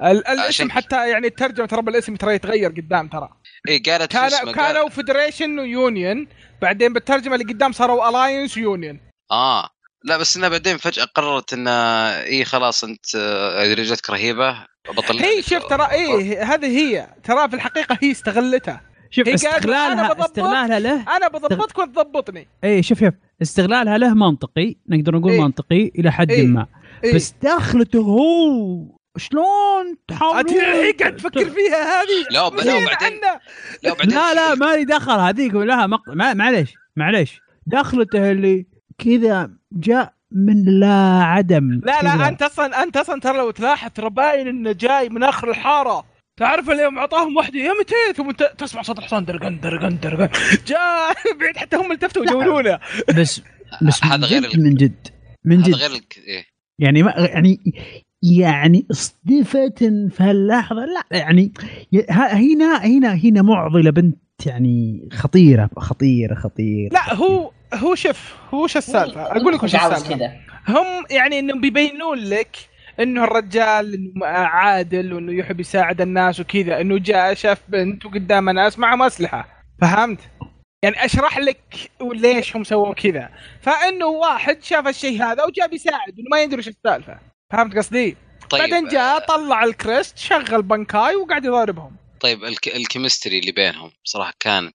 ال- الاسم
عشان-
حتى يعني الترجمه ترى بالاسم ترى يتغير قدام ترى
ايه قالت شو
كانوا
اسمه، قال-
كانوا فدريشن ويونيون بعدين بالترجمه اللي قدام صاروا الاينس ويونيون
اه لا بس انها بعدين فجاه قررت ان اي خلاص انت آه، رجلتك رهيبه بطلع
هي
لك-
شوف ترى ايه هذه هي ترى في الحقيقه هي استغلتها
شوف
هي قالت أنا بضبط.
استغلالها استغلالها له
انا بضبطك وانت تضبطني
اي شوف شوف استغلالها له منطقي نقدر نقول
إيه.
منطقي الى حد
إيه.
ما
إيه؟
بس دخلته هو شلون
أنت
تحاولون
هي إيه، قاعد تفكر فيها هذه إيه،
لا، وب- لا، وبعدين- لا بعدين
لا لا مالي دخل هذيك لها مق... ما... معليش معليش دخلته اللي كذا جاء من لا عدم
لا
كذا.
لا انت اصلا انت اصلا ترى لو تلاحظ ترى باين انه جاي من اخر الحاره تعرف اللي يوم اعطاهم واحده يا متى ثم ت- تسمع صوت الحصان درقن درقن درقن جاء بعيد حتى هم التفتوا وجولونا
بس بس
هذا غير ال-
من جد من
هذا
جد
غير الك- إيه.
يعني ما يعني يعني اصدفت في هاللحظه لا يعني ي- ها- هنا هنا هنا معضله بنت يعني خطيره خطيره خطيره
لا هو هو شوف هو شو السالفه اقول لك وش
عاوز
السالفه
كذا
هم يعني انهم بيبينون لك انه الرجال إنه عادل وانه يحب يساعد الناس وكذا انه جاء شاف بنت وقدام ناس معهم اسلحه فهمت؟ يعني اشرح لك ليش هم سووا كذا فانه واحد شاف الشيء هذا وجاء بيساعد وما يدري وش السالفه فهمت قصدي؟
طيب
بعدين جاء
آه.
طلع الكريست شغل بنكاي وقعد يضاربهم
طيب الك... الكيمستري اللي بينهم صراحه كانت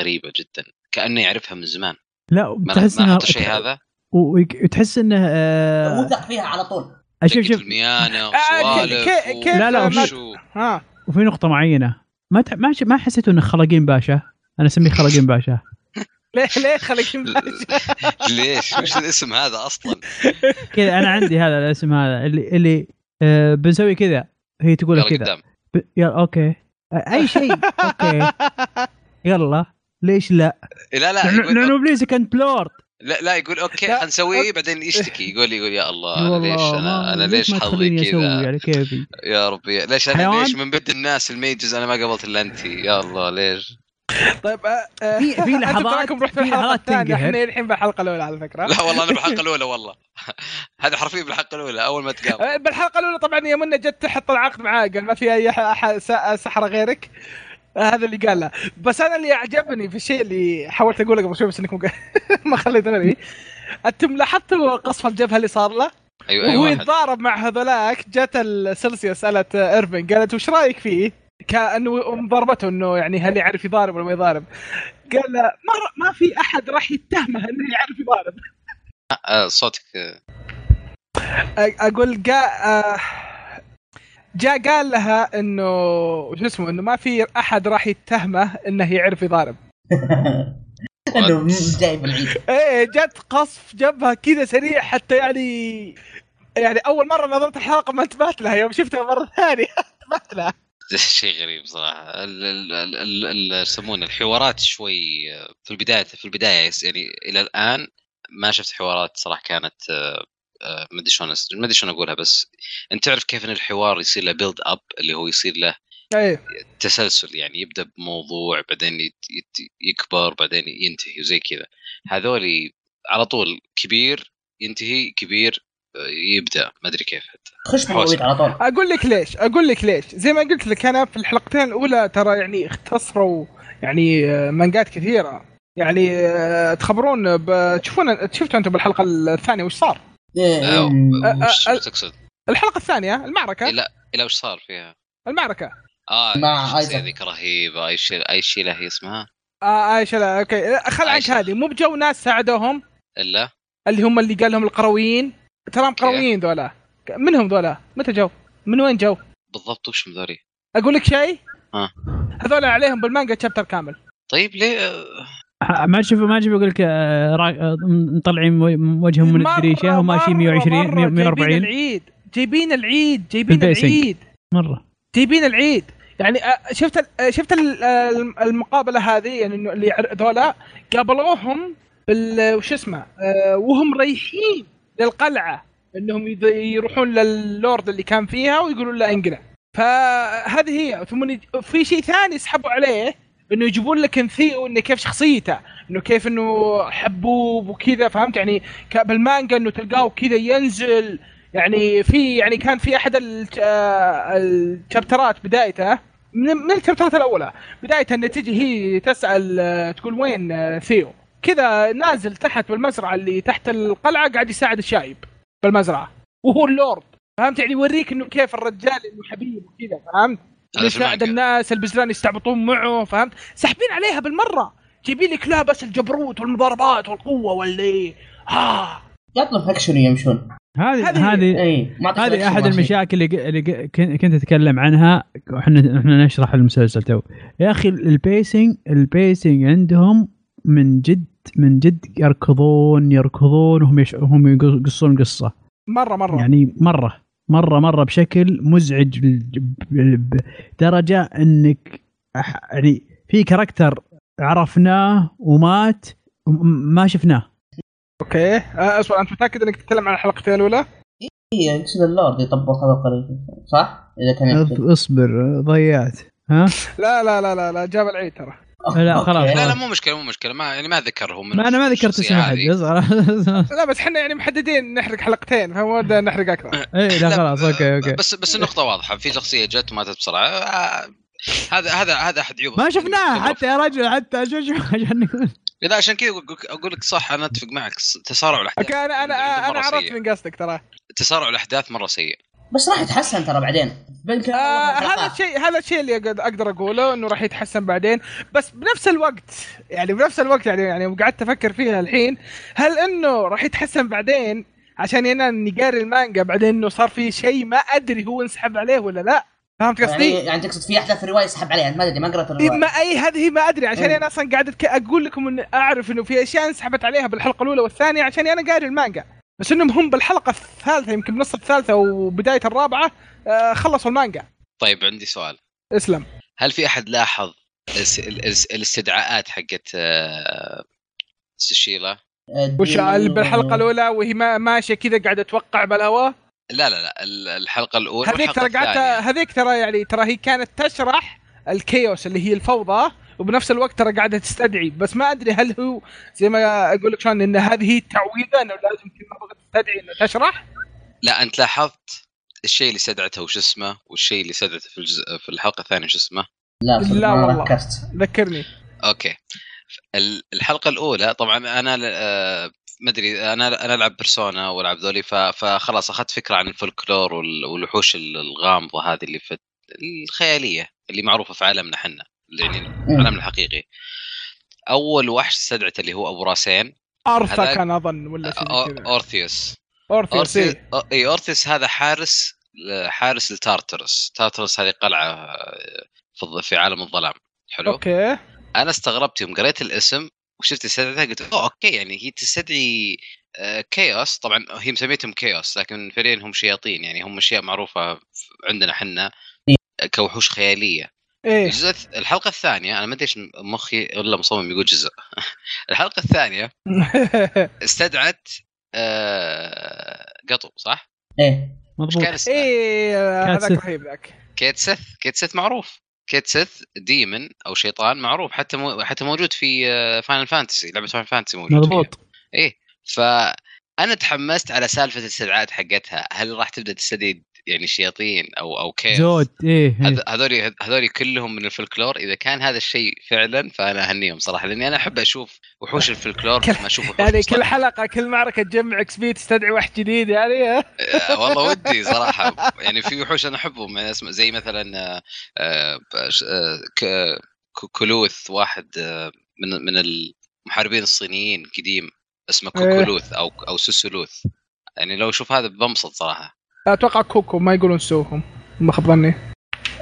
غريبه جدا كانه يعرفها من زمان
لا
ما
تحس
ما
انها
حط الشيء هذا
و- ويك- وتحس انه آه،
وثق فيها على طول
اشوف
دقة
شوف
الميانه
آه، ك-
وسوالف
ك-
و-
كيف
لا، لا، ما-
وشو.
ها
وفي نقطه معينه ما تح... ما ش... ما حسيتوا انه خلاقين باشا انا اسميه خلاقين باشا
ليه ليه خليك
ليش وش الاسم هذا اصلا
كذا انا عندي هذا الاسم هذا اللي اللي آه بنسوي كذا هي تقول
يلا
كذا
قدام
ب... يلا اوكي آه، اي شيء اوكي يلا ليش لا؟
لا لا
لأنه-
يقول
لانه ابليس كان بلورد
لا لا يقول اوكي
لا.
خلينا نسويه بعدين يشتكي يقول يقول يا الله
والله
انا آه، ليش
ما-
انا انا ليش
ما
حظي
تخليني
كذا
اسوي على كيفي
يا ربي ليش انا
حيوان؟
ليش من بد الناس الميجز انا ما قبلت الا انت يا الله ليش
طيب آه، آه،
في- في
أنتم
لحظات-
تراكم رحتوا
في
الحلقه
لحظات
الثانيه
تنقهر.
احنا الحين بالحلقه الاولى على فكره
لا والله انا بالحلقه الاولى والله هذا حرفيا بالحلقه الاولى اول ما تقام
آه، بالحلقه الاولى طبعا يوم انه جت تحط العقد معاه قال ما في اي أح- أح- س- سحره غيرك آه، هذا اللي قاله بس انا اللي عجبني في الشيء اللي حاولت اقوله قبل شوي بس انكم ما خليتوني انتم لاحظتوا قصف الجبهه اللي صار له؟
ايوه ايوه
وهو
واحد
يتضارب مع هذولاك جت السلسية سالت آه، ايرفن قالت وش رايك فيه؟ كانه أم ضربته انه يعني هل يعرف يضارب ولا ما يضارب؟ قال لا، ما ر- ما في احد راح يتهمه انه يعرف يضارب
آه، صوتك آه،
أ- اقول جاء آه، جاء قال لها انه شو اسمه انه ما في احد راح يتهمه انه يعرف يضارب
انه
إيه،
م- جاي بالعيد
ايه جت قصف جبهه كذا سريع حتى يعني يعني اول مره نظرت الحلقه ما انتبهت لها يوم شفتها مره ثانيه انتبهت لها
شيء غريب صراحه ال- ال- ال- ال- ال- يسمونه الحوارات شوي آه، في البدايه في البدايه يس- يعني الى الان ما شفت حوارات صراحه كانت آه، آه، ما ادري شلون أس- ما ادري شلون اقولها بس انت تعرف كيف ان الحوار يصير له بيلد اب اللي هو يصير له
اي
تسلسل يعني يبدا بموضوع بعدين يت- يت- يكبر بعدين ينتهي وزي كذا هذول على طول كبير ينتهي كبير آه، يبدا ما ادري كيف
إيه.
حتى
خش بالمواضيع على طول
اقول لك ليش اقول لك ليش زي ما قلت لك انا في الحلقتين الاولى ترى يعني اختصروا يعني آه، مانجات كثيره يعني آه، تخبرون ب- تشوفون شفتوا انتم بالحلقه الثانيه وش صار
إيه،
آه،
إيه.
وش
أ-
وش تقصد؟
الحلقه الثانيه المعركه
لا. الى وش صار فيها؟
المعركه
اه
مع
الشخصية
آيزاك.
ذيك رهيبه اي شيء اي شيء له هي اسمها
آه ايش لا اوكي آه، خل عنك
عايشة.
هذه مو بجو ناس ساعدوهم
الا
اللي هم اللي قال لهم القرويين تراهم قرويين ذولا منهم ذولا متى جو من وين جو
بالضبط وش مداري
اقول لك شيء
ها.
هذول عليهم بالمانجا تشابتر كامل
طيب ليه آه،
ما تشوف ما تشوف يقول لك آه، را- آه، مطلعين وي- وجههم من
مرة-
الدريشه وماشيين
مرة-
120
مرة جايبين
140
العيد جايبين العيد جايبين
البيسنج.
العيد
مره
جايبين العيد يعني آه، شفت ال- آه، شفت ال- آه، المقابله هذه يعني انه اللي يعر- ذولا قابلوهم بال وش اسمه آه، وهم رايحين للقلعه انهم يد- يروحون للورد اللي كان فيها ويقولون له انقلع فهذه هي ثم يج- في شيء ثاني سحبوا عليه انه يجيبون لك انثيو انه كيف شخصيته انه كيف انه حبوب وكذا فهمت يعني ك- بالمانجا انه تلقاه كذا ينزل يعني في يعني كان في احد الج- آه، الشابترات بدايته من من الشابترات الاولى بدايه ان تجي هي تسال آه، تقول وين آه، ثيو كذا نازل تحت بالمزرعه اللي تحت القلعه قاعد يساعد الشايب بالمزرعه وهو اللورد فهمت يعني يوريك انه كيف الرجال انه حبيب وكذا فهمت
هذا في
يساعد
المانجا
الناس البزلان يستعبطون معه فهمت ساحبين عليها بالمره جايبين لك لا بس الجبروت والمضاربات والقوه واللي آه. ها
يطلب اكشن ويمشون
هذه-
هذه هذه
اي إيه، ما أعتقد
هذه
أكشن
احد
ما في.
المشاكل اللي ق- اللي ق- كن- كنت اتكلم عنها واحنا احنا نشرح المسلسل تو يا اخي البيسنج البيسنج عندهم من جد من جد يركضون يركضون وهم يش... هم يقصون قصه
مره مره
يعني مره مره مره بشكل مزعج بال- بال- بدرجه انك أح- يعني في كاركتر عرفناه ومات وم- ما شفناه
اوكي آه، اصبر انت متاكد انك تتكلم عن الحلقتين الاولى؟
اي إيه، يقصد اللورد يطبق هذا القريب صح؟ اذا كان يقصد.
اصبر ضيعت ها
لا لا لا لا لا جاب العيد ترى
لا، خلاص،
لا
أوكي.
لا
خلاص.
مو مشكله مو مشكله ما يعني ما ذكره من
ما انا ما ذكرت اسم
الشخصية
احد
هذه.
اصبر
لا بس احنا يعني محددين نحرق حلقتين فما ودنا نحرق اكثر
اي إيه، لا خلاص اوكي اوكي
بس بس النقطه واضحه في شخصيه جت وماتت بسرعه آه، هذا هذا هذا احد عيوب
ما شفناها حتى يا رجل حتى شو شو عشان نقول
لا عشان كذا أقول- أقول- اقول لك صح انا اتفق معك تسارع الاحداث
اوكي انا انا
عندهم
انا
مرة
آه، عرفت
سيء.
من قصدك ترى
تسارع الاحداث مره سيء
بس راح يتحسن ترى بعدين يمكن
آه
أول
هذا
حلقة.
الشيء هذا الشيء اللي أقد- اقدر اقوله انه راح يتحسن بعدين بس بنفس الوقت يعني بنفس الوقت يعني يعني يوم قعدت افكر فيها الحين هل انه راح يتحسن بعدين عشان انا نقاري المانجا بعدين انه صار في شيء ما ادري هو انسحب عليه ولا لا فهمت قصدي؟
يعني يعني تقصد في احداث في الروايه يسحب عليها أنت ما ادري ما قرأت
إيه،
الروايه
ما اي هذه ما ادري عشان
مم.
انا اصلا قاعد أتك- اقول لكم ان اعرف انه في اشياء انسحبت عليها بالحلقه الاولى والثانيه عشان انا قاري المانجا بس انهم هم بالحلقه الثالثه يمكن نص الثالثه وبدايه الرابعه آه، خلصوا المانجا
طيب عندي سؤال
اسلم
هل في احد لاحظ الس- ال- الس- الاستدعاءات حقت آه، سوشيلا؟
آه،
وش
دي-
قال بالحلقه الاولى وهي ما- ماشيه كذا قاعده توقع بالهواء
لا لا لا ال- الحلقه الاولى
هذيك
والحلقه
ترى قعدت
الثانيه
هذيك ترى يعني ترى هي كانت تشرح الكيوس اللي هي الفوضى وبنفس الوقت ترى قاعده تستدعي بس ما ادري هل هو زي ما اقول لك شلون ان هذه هي التعويذه انه لازم كل ما بغت تستدعي انه تشرح
لا انت لاحظت الشيء اللي استدعته وش اسمه والشيء اللي استدعته في الجزء في الحلقه الثانيه وش اسمه؟
لا صدق
لا
ما
والله.
ركزت
ذكرني
اوكي ال- الحلقه الاولى طبعا انا ل- آه، ما ادري انا انا العب بيرسونا والعب ذولي ف- فخلاص اخذت فكره عن الفولكلور وال- والوحوش ال- الغامضه هذه اللي في الخياليه اللي معروفه في عالمنا احنا يعني
إيه.
عالمنا الحقيقي اول وحش استدعته اللي هو ابو راسين
ارثا
هذا-
كان اظن ولا شيء
أو-
كذا
اورثيوس
اورثيوس
اورثيوس
إيه.
أو- اي اورثيوس هذا حارس حارس التارترس تارترس هذه قلعه آه، في الظ- في عالم الظلام حلو
اوكي
انا استغربت يوم قريت الاسم وشفت استدعتها قلت أوه اوكي يعني هي تستدعي كيوس طبعا هي مسميتهم كيوس لكن فعليا هم شياطين يعني هم اشياء معروفه عندنا احنا كوحوش خياليه
ايه
الجزء الث- الحلقه الثانيه انا ما ادري ايش مخي ولا مصمم يقول جزء الحلقه الثانيه استدعت آه، قطو صح؟
ايه
ايش
مضبوط
كان اسمه؟
ايه
كانت
هذاك
ست.
رهيب ذاك
كيتسث كيتسث معروف كيتسث ديمن او شيطان معروف حتى مو... حتى موجود في آه، فاينل فانتسي لعبه فاينل فانتسي موجود فيها.
مضبوط
ايه فانا تحمست على سالفه الاستدعاءات حقتها هل راح تبدا تستدعي يعني شياطين او او كيف
زود ايه إيه.
هذ- هذول هذول كلهم من الفلكلور اذا كان هذا الشيء فعلا فانا اهنيهم صراحه لاني انا احب اشوف وحوش الفلكلور
كل-
ما اشوف وحوش
يعني كل
مصطنعة.
حلقه كل معركه تجمع اكس بي تستدعي واحد جديد يعني ها؟
آه، والله ودي صراحه يعني في وحوش انا احبهم يعني اسم- زي مثلا آه، آه، ش- آه، ك- ك- كلوث واحد آه، من من المحاربين الصينيين قديم اسمه
إيه.
كوكولوث او او سوسولوث يعني لو اشوف هذا بنبسط صراحه
اتوقع كوكو ما يقولون سوهم ما خاب ظني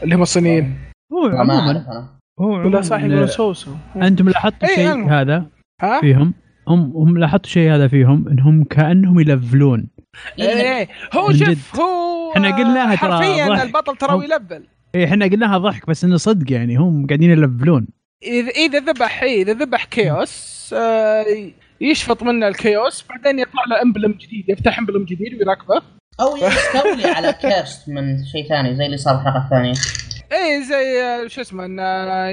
اللي هم الصينيين
هو
آه، ما
عموما
اعرف انا
هو
لا صح يقولون
عموما
سوسو
انتم لاحظتوا
إيه،
شيء
أنا-
هذا
ها؟
فيهم هم هم لاحظتوا شيء هذا فيهم انهم كانهم يلفلون
إيه.
ايه هو
من
شوف هو
إحنا قلناها ترى
حرفيا
ضحك.
البطل ترى
هو-
يلبل
إيه احنا قلناها ضحك بس انه صدق يعني هم قاعدين يلفلون
اذا اذا ذبح إيه، اذا ذبح كيوس آه، يشفط منه الكيوس بعدين يطلع له امبلم جديد يفتح امبلم جديد ويركبه
او يستولي على كيرست من شيء ثاني زي اللي صار الحلقه الثانيه
اي زي آه، شو اسمه انه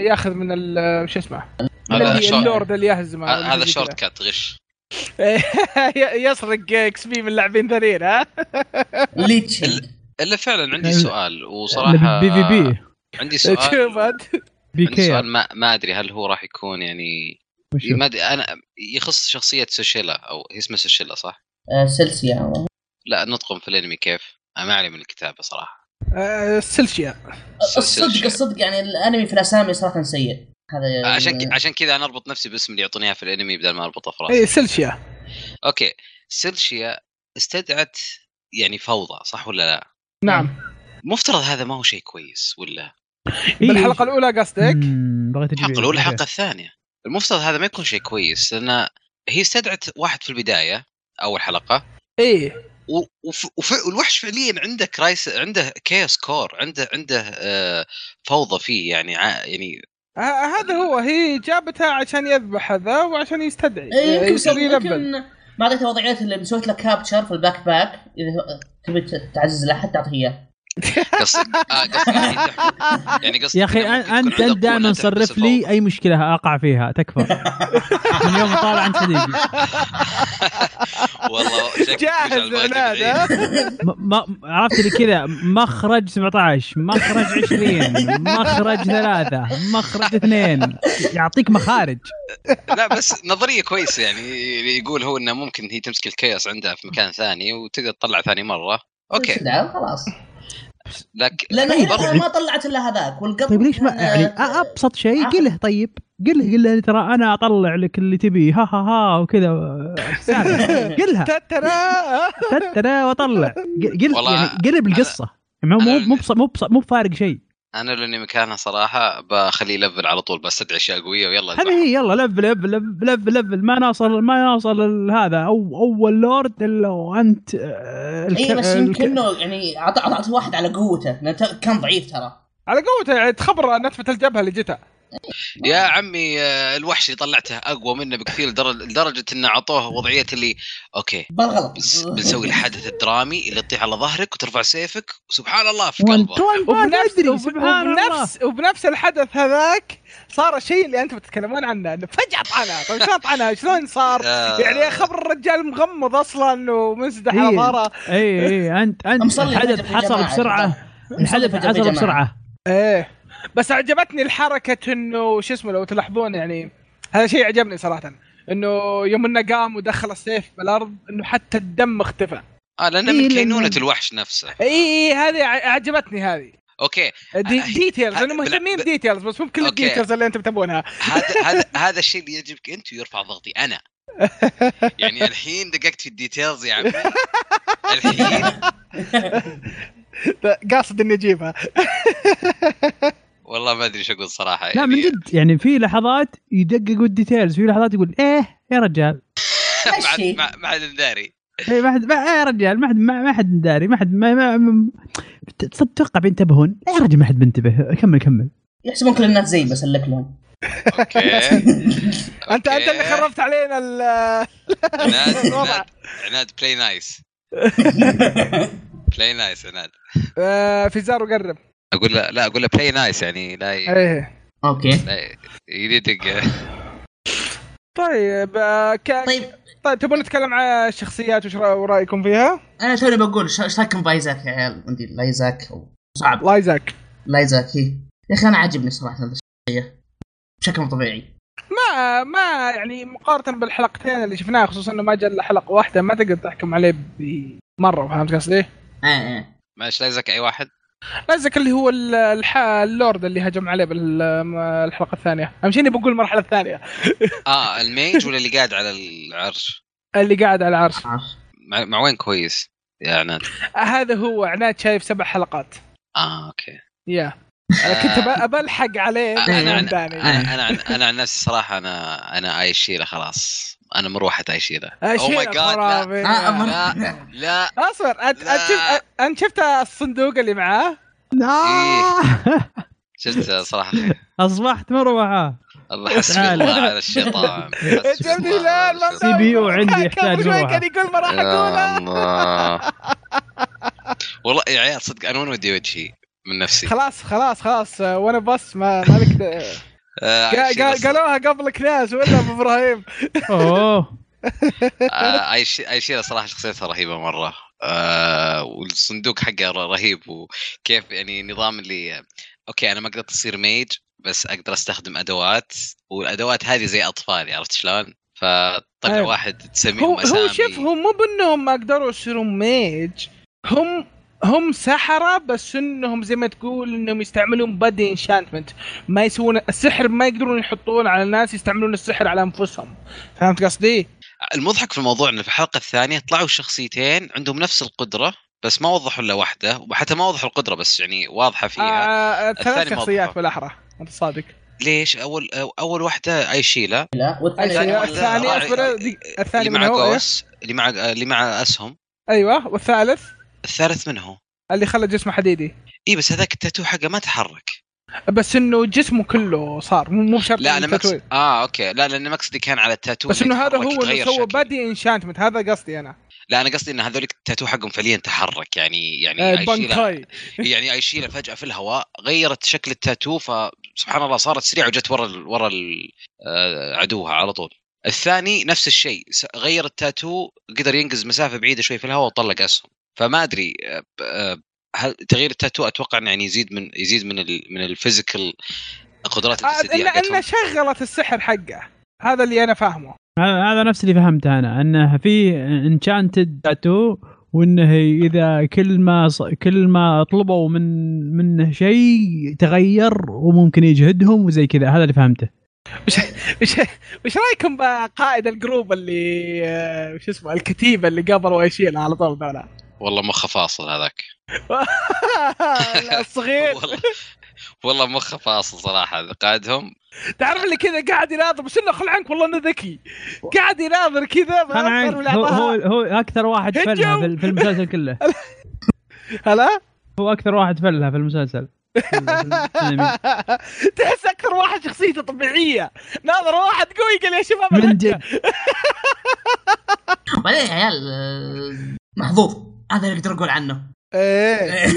ياخذ من ال- آه، شو اسمه من
هذا
اللي-
شورت
اللورد اللي يهزمه
ه- آه، هذا
زي
شورت
كذا.
كات غش
يسرق اكس بي من لاعبين ثانيين ها
ليتشنج
الا فعلا عندي
ال-
سؤال وصراحه
بي في بي
عندي
يعني شوف
سؤال
انت
بي
عندي
كي
سؤال ما ما ادري هل هو راح يكون يعني
وش هو؟
ما ادري انا يخص شخصيه سوشيلا او هي اسمها سوشيلا صح؟
آه، سلسيا
لا نطقم في الانمي كيف؟ انا ما علي من الكتابه صراحه
آه، السلشيا
الصدق الصدق يعني الانمي في الاسامي صراحه سيء هذا
عشان
آه.
ك- عشان كذا انا اربط نفسي باسم اللي يعطوني اياه في الانمي بدل ما اربطه في
إيه.
راسي
اي سلشيا
اوكي سيلشيا استدعت يعني فوضى صح ولا لا؟
نعم
مفترض هذا ما هو شيء كويس ولا؟
إيه.
بالحلقه الاولى قصدك
مم، بغيت أجيب
الحلقه الاولى
إيه.
الحلقه الثانيه المفترض هذا ما يكون شيء كويس لان هي استدعت واحد في البدايه اول حلقه
اي
و- وف... وف... والوحش فعليا عنده كرايس عنده كيوس كور عنده عنده آه، فوضى فيه يعني ع... يعني
ه- آه، هذا هو هي جابتها عشان يذبح هذا وعشان يستدعي
إيه، يمكن
يصير
يمكن
يلبل
ما اعطيته وضعيات اللي مسويت له كابتشر في الباك باك اذا تبي تعزز احد تعطيه اياه
قص... آه قصدي يعني قصدي
يا اخي
إنه ممكن
أن-
يكون
انت
عنده
انت دائما
قوة تلبس
صرف لي اي مشكله اقع فيها تكفى من يوم طالع عن صديقي
الفوضى. والله شكلك
جاهز
رجع البيت
عناد،
بعيد.
ها؟
م- ما عرفت اللي كذا مخرج 17 مخرج 20 مخرج ثلاثة مخرج اثنين يعطيك مخارج
لا بس نظريه كويسه يعني يقول هو انه ممكن هي تمسك الكيوس عندها في مكان ثاني وتقدر تطلع ثاني مره اوكي
لا خلاص
لكن
لان هي
برضو-
الأولى ما طلعت الا هذاك والقبل
طيب ليش ما
كان-
يعني ابسط شيء قله طيب قله قله ترى انا اطلع لك اللي تبيه ها ها ها وكذا سالفة. قلها
تترى
ترى واطلع قل
والله
يعني قلب
أنا-
القصه مو مو
أنا-
مو بص- مو بص- مو بفارق شيء
انا لو اني مكانها صراحه بخليه يلفل على طول بستدعي اشياء قويه ويلا
هذه هي يلا لفل لفل لفل لفل لفل ما نوصل ما نوصل ال- هذا او اول لورد الا وانت آه، الك-
اي إيه، بس
الك-
يمكن انه يعني عط- عطت واحد على قوته لأنه ت- كان ضعيف ترى
على قوته يعني تخبر نتفه الجبهه اللي جتها
يا عمي آه، الوحش اللي طلعته اقوى منه بكثير لدر- لدرجه انه اعطوه وضعيه اللي اوكي
بالغلط
بنس- بنسوي الحدث الدرامي اللي تطيح على ظهرك وترفع سيفك وسبحان الله في
وانت
قلبه
وانت ما
وبنفس
تدري سبحان الله
وبنفس وبنفس الحدث هذاك صار الشيء اللي انتم تتكلمون عنه انه فجاه طعنها طيب شلون طعنها شلون صار
آه.
يعني خبر الرجال مغمض اصلا ومنسدح على
إيه.
ظهره
اي اي انت انت
مصلي
الحدث
الفجر في
حصل
جماعة.
بسرعه
مصلي
الحدث
الفجر في جماعة.
حصل بسرعه
ايه بس عجبتني الحركه انه شو اسمه لو تلاحظون يعني هذا شيء عجبني صراحه انه يوم انه قام ودخل السيف بالارض انه حتى الدم اختفى
اه لانه
إيه،
من
لأنه-
كينونه الوحش نفسه
اي اي هذه ع- عجبتني هذه
اوكي
دي
آه،
ديتيلز
آه،
انه مهتمين
بلا-
بديتيلز بس مو بكل
أوكي.
الديتيلز اللي انتم تبونها
هذا هذا هذا الشيء اللي يجبك انت ويرفع ضغطي انا يعني الحين دققت في الديتيلز يا عمي الحين
قاصد اني اجيبها
والله ما ادري ايش اقول صراحه
لا من
يعني
جد يعني في لحظات يدققوا الديتيلز في لحظات يقول ايه يا "إيه، رجال
مشي.
ما ما حد داري
اي ما حد ما إيه، يا رجال ما حد ما ما حد داري ما حد ما, ما, ما تصد- تتوقع بينتبهون لا يا رجل ما حد بينتبه كمل كمل
يحسبون كل الناس زي بس لك لهم
اوكي
انت انت اللي
أوكي.
خربت علينا ال-
عناد
الوضع
عناد عناد بلاي نايس بلاي نايس عناد
آه، فيزار وقرب
اقول له لا اقول له بلاي نايس يعني لا ي-
ايه
اوكي
لا يدق
طيب آه، ك-
طيب
طيب تبون نتكلم عن الشخصيات وش رأ- ورايكم فيها؟
انا توني بقول شو- ايش رايكم بايزاك يا عيال عندي لايزاك صعب
لايزاك
لايزاك هي يا اخي انا عاجبني صراحه هذا الشخصيه بشكل مو طبيعي
ما ما يعني مقارنه بالحلقتين اللي شفناها خصوصا انه ما جاء الا حلقه واحده ما تقدر تحكم عليه بمره فهمت قصدي؟
آه آه.
ماشي لايزك اي واحد
لايزاك اللي هو ال- الح... اللورد اللي هجم عليه بالحلقه الثانيه، اهم شيء إني بقول المرحله الثانيه
اه الميج ولا اللي قاعد على العرش
اللي قاعد على العرش
عارف
مع, مع وين كويس يا عناد
هذا هو عناد شايف سبع حلقات
اه اوكي
يا انا كنت أب- بلحق عليه
آه، أنا عن-
ثاني
انا انا عن, أنا عن نفسي صراحه انا انا ايشيله خلاص انا مروحه ايشيله
شيء
Oh my God، لا.
خرافي.
آه، أمر.
لا لا
اصبر أنت-
لا.
انت شفت انت شفت الصندوق اللي معاه؟
آه!
شفت صراحه خير.
اصبحت مروعه
الله حسبي
تعال.
الله على الشيطان
انت يا ابن الهلال ما
سي بي يو
مسوي.
عندي
كان-
يحتاج
قبل شوي
روحه.
كان يقول ما راح
آه.
اقولها
الله والله يا عيال صدق انا وين ودي وجهي من نفسي
خلاص خلاص خلاص آه، وانا بس ما مالك
آه، أيشيل أصلاً.
قالوها قبلك ناس ولا ابو ابراهيم
اوه
آه، أيش- ايشيلا صراحه شخصيتها رهيبه مره آه والصندوق حقه ر- رهيب وكيف يعني نظام اللي اوكي انا ما قدرت اصير ميج بس اقدر استخدم ادوات والادوات هذه زي اطفالي عرفت شلون؟ فطلع
أيوة.
واحد تسميهم
هو هو
أسامي.
شوف هم مو بانهم ما قدروا يصيروا ميج هم هم سحرة بس انهم زي ما تقول انهم يستعملون بادي انشانتمنت ما يسوون السحر ما يقدرون يحطون على الناس يستعملون السحر على انفسهم فهمت قصدي؟
المضحك في الموضوع انه في الحلقه الثانيه طلعوا شخصيتين عندهم نفس القدره بس ما وضحوا الا واحده وحتى ما وضحوا القدره بس يعني واضحه فيها
آه ثلاث
الثاني
شخصيات
موظف.
بالاحرى انت صادق
ليش اول اول واحده ايشيلا
آه.
لا والثاني
أيوة.
الثاني
ولا
الثاني
راعي.
اصبر دقيقة، الثاني
اللي
من
مع
هو إيه؟
غوس اللي مع اللي مع اسهم
ايوه والثالث
الثالث من هو؟
اللي خلى جسمه حديدي
اي إيه، بس هذاك التاتو حقه ما تحرك
بس انه جسمه كله صار مو مو بشرط
لا انا
التتويج.
مقصد اه اوكي لا لان مقصدي كان على التاتو
يعني إيه؟ بس انه هذا
يتحرك
هو اللي
يتغير
سوى
شكله.
بادي انشانتمنت هذا قصدي انا
لا انا قصدي ان هذولك التاتو حقهم فعليا تحرك يعني يعني
آه،
ايشيلا
بانكاي
يعني ايشيلا فجاه في الهواء غيرت شكل التاتو فسبحان الله صارت سريعه وجت ورا ال... ورا ال... آه، عدوها على طول الثاني نفس الشيء س- غير التاتو قدر ينقز مسافه بعيده شوي في الهواء وطلق اسهم فما ادري آه، ب- آه، هل تغيير التاتو اتوقع انه يعني يزيد من يزيد من ال... من الفيزيكال قدرات
آه،
الجسديه
يعني
الا
حقتهم
انه شغلت السحر حقه هذا اللي انا فاهمه
هذا هذا نفس اللي فهمته انا انه في انشانتد تاتو وانه اذا كل ما ص- كل ما طلبوا من منه شيء تغير وممكن يجهدهم وزي كذا هذا اللي فهمته
وش وش رايكم بقائد الجروب اللي آه، وش اسمه الكتيبه اللي قبلوا ايشيل على طول ذولا
والله مخه فاصل هذاك
الصغير
والله والله مخه فاصل صراحه قائدهم
تعرف اللي كذا قاعد يناظر بس انه خل عنك والله انه ذكي قاعد يناظر كذا ما
انا
أكثر
عارف
من
هو هو,
أعضاء.
هو اكثر واحد
هجوم.
فلها في- في المسلسل كله
هلا
هو اكثر واحد فلها في المسلسل يعني
تحس اكثر واحد شخصيته طبيعيه ناظر واحد قوي قال يا شباب
من
الحجة.
جد
بعدين يا عيال آه، محظوظ هذا اللي اقدر اقول عنه
ايه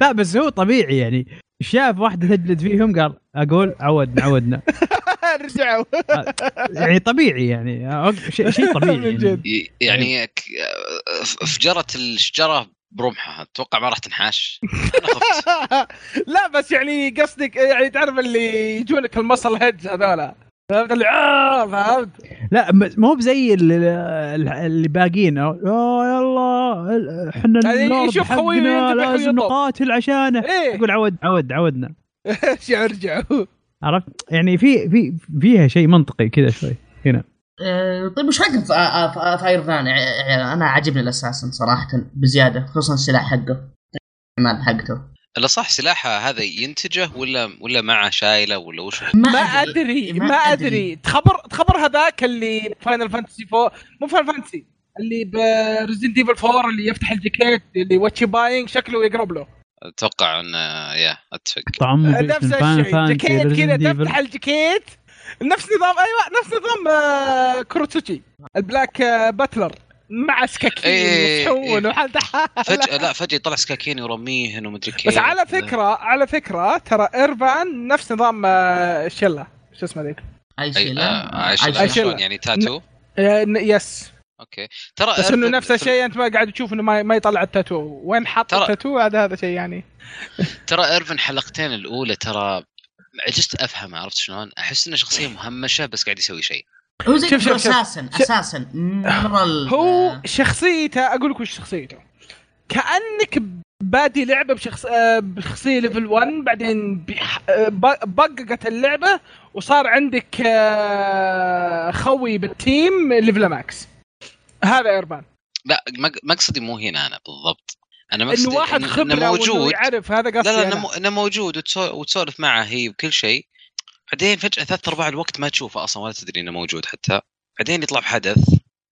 لا بس هو طبيعي يعني شاف واحده تجلد فيهم قال اقول عودنا عودنا
رجعوا
يعني طبيعي يعني أوك- شيء شيء طبيعي
من
يعني.
جد
ي-
إيه.
يعني ك- فجرت الشجره برمحها اتوقع ما راح تنحاش أنا خفت.
لا بس يعني قصدك يعني تعرف اللي يجونك المصل هيدز هذولا فهمت اللي آه، فهمت
لا م- مو بزي ال- ال- اللي باقيين أو- يا يلا احنا
يعني
اللورد
يشوف خويه
حقنا
وينذبح
لازم
ويطب.
نقاتل عشانه
ايه
يقول عود عود عودنا
رجعوا رجعوا
عرفت يعني في في فيها شيء منطقي كذا شوي
آه، طيب وش رايكم في آه، آه، في ايرون مان انا عاجبني الاساسن صراحه بزياده خصوصا السلاح حقه الاعمال حقته
الا صح سلاحها هذا ينتجه ولا ولا معه شايله ولا وش
ما ادري ما ادري تخبر تخبر هذاك اللي فاينل فانتسي 4 مو فاينل فانتسي اللي بريزنت ايفل 4 اللي يفتح الجاكيت اللي واتشي باينج شكله يقرب له
اتوقع ان يا اتفق
طعم
نفس الشيء جاكيت كذا تفتح الجاكيت نفس نظام ايوه نفس نظام آه، كروتسوتشي البلاك آه، باتلر مع سكاكين
إيه،
وصحون
إيه.
وحالته
فجاه لا فجاه يطلع سكاكين يرميهن ومدري كيف
بس على فكره على فكره ترى ايرفان نفس نظام آه، الشله شو اسمه ذيك
اي
ايشيلا
آه، عشلة.
عشلة.
شلون يعني تاتو
آه، ن- يس
اوكي ترى
بس انه
أرفد-
نفس الشيء انت ما قاعد تشوف انه ما ما يطلع التاتو وين حط
ترى-
التاتو هذا هذا شيء يعني
ترى ايرفن حلقتين الاولى ترى عجزت افهمه عرفت شلون؟ احس انه شخصيه مهمشه بس قاعد يسوي شيء
هو زي
شوف- شوف-
كذا
شوف.
اساسا اساسا مره
آه.
ال-
هو شخصيته اقول لك وش شخصيته كانك بادي لعبه بشخص آه، بشخصيه ليفل 1 بعدين بيح- آه، ب- بققت اللعبه وصار عندك آه، خوي بالتيم ليفل ماكس هذا ايربان
لا مق- مقصدي مو هنا انا بالضبط انا مقصدي
انه واحد خبره
انه
وانه
موجود
يعرف يعني. هذا قصدي
لا لا
أنا.
انه مو- انه موجود وتسو- وتسولف معه هي وكل شيء بعدين فجاه ثلاث ارباع الوقت ما تشوفه اصلا ولا تدري انه موجود حتى بعدين يطلع بحدث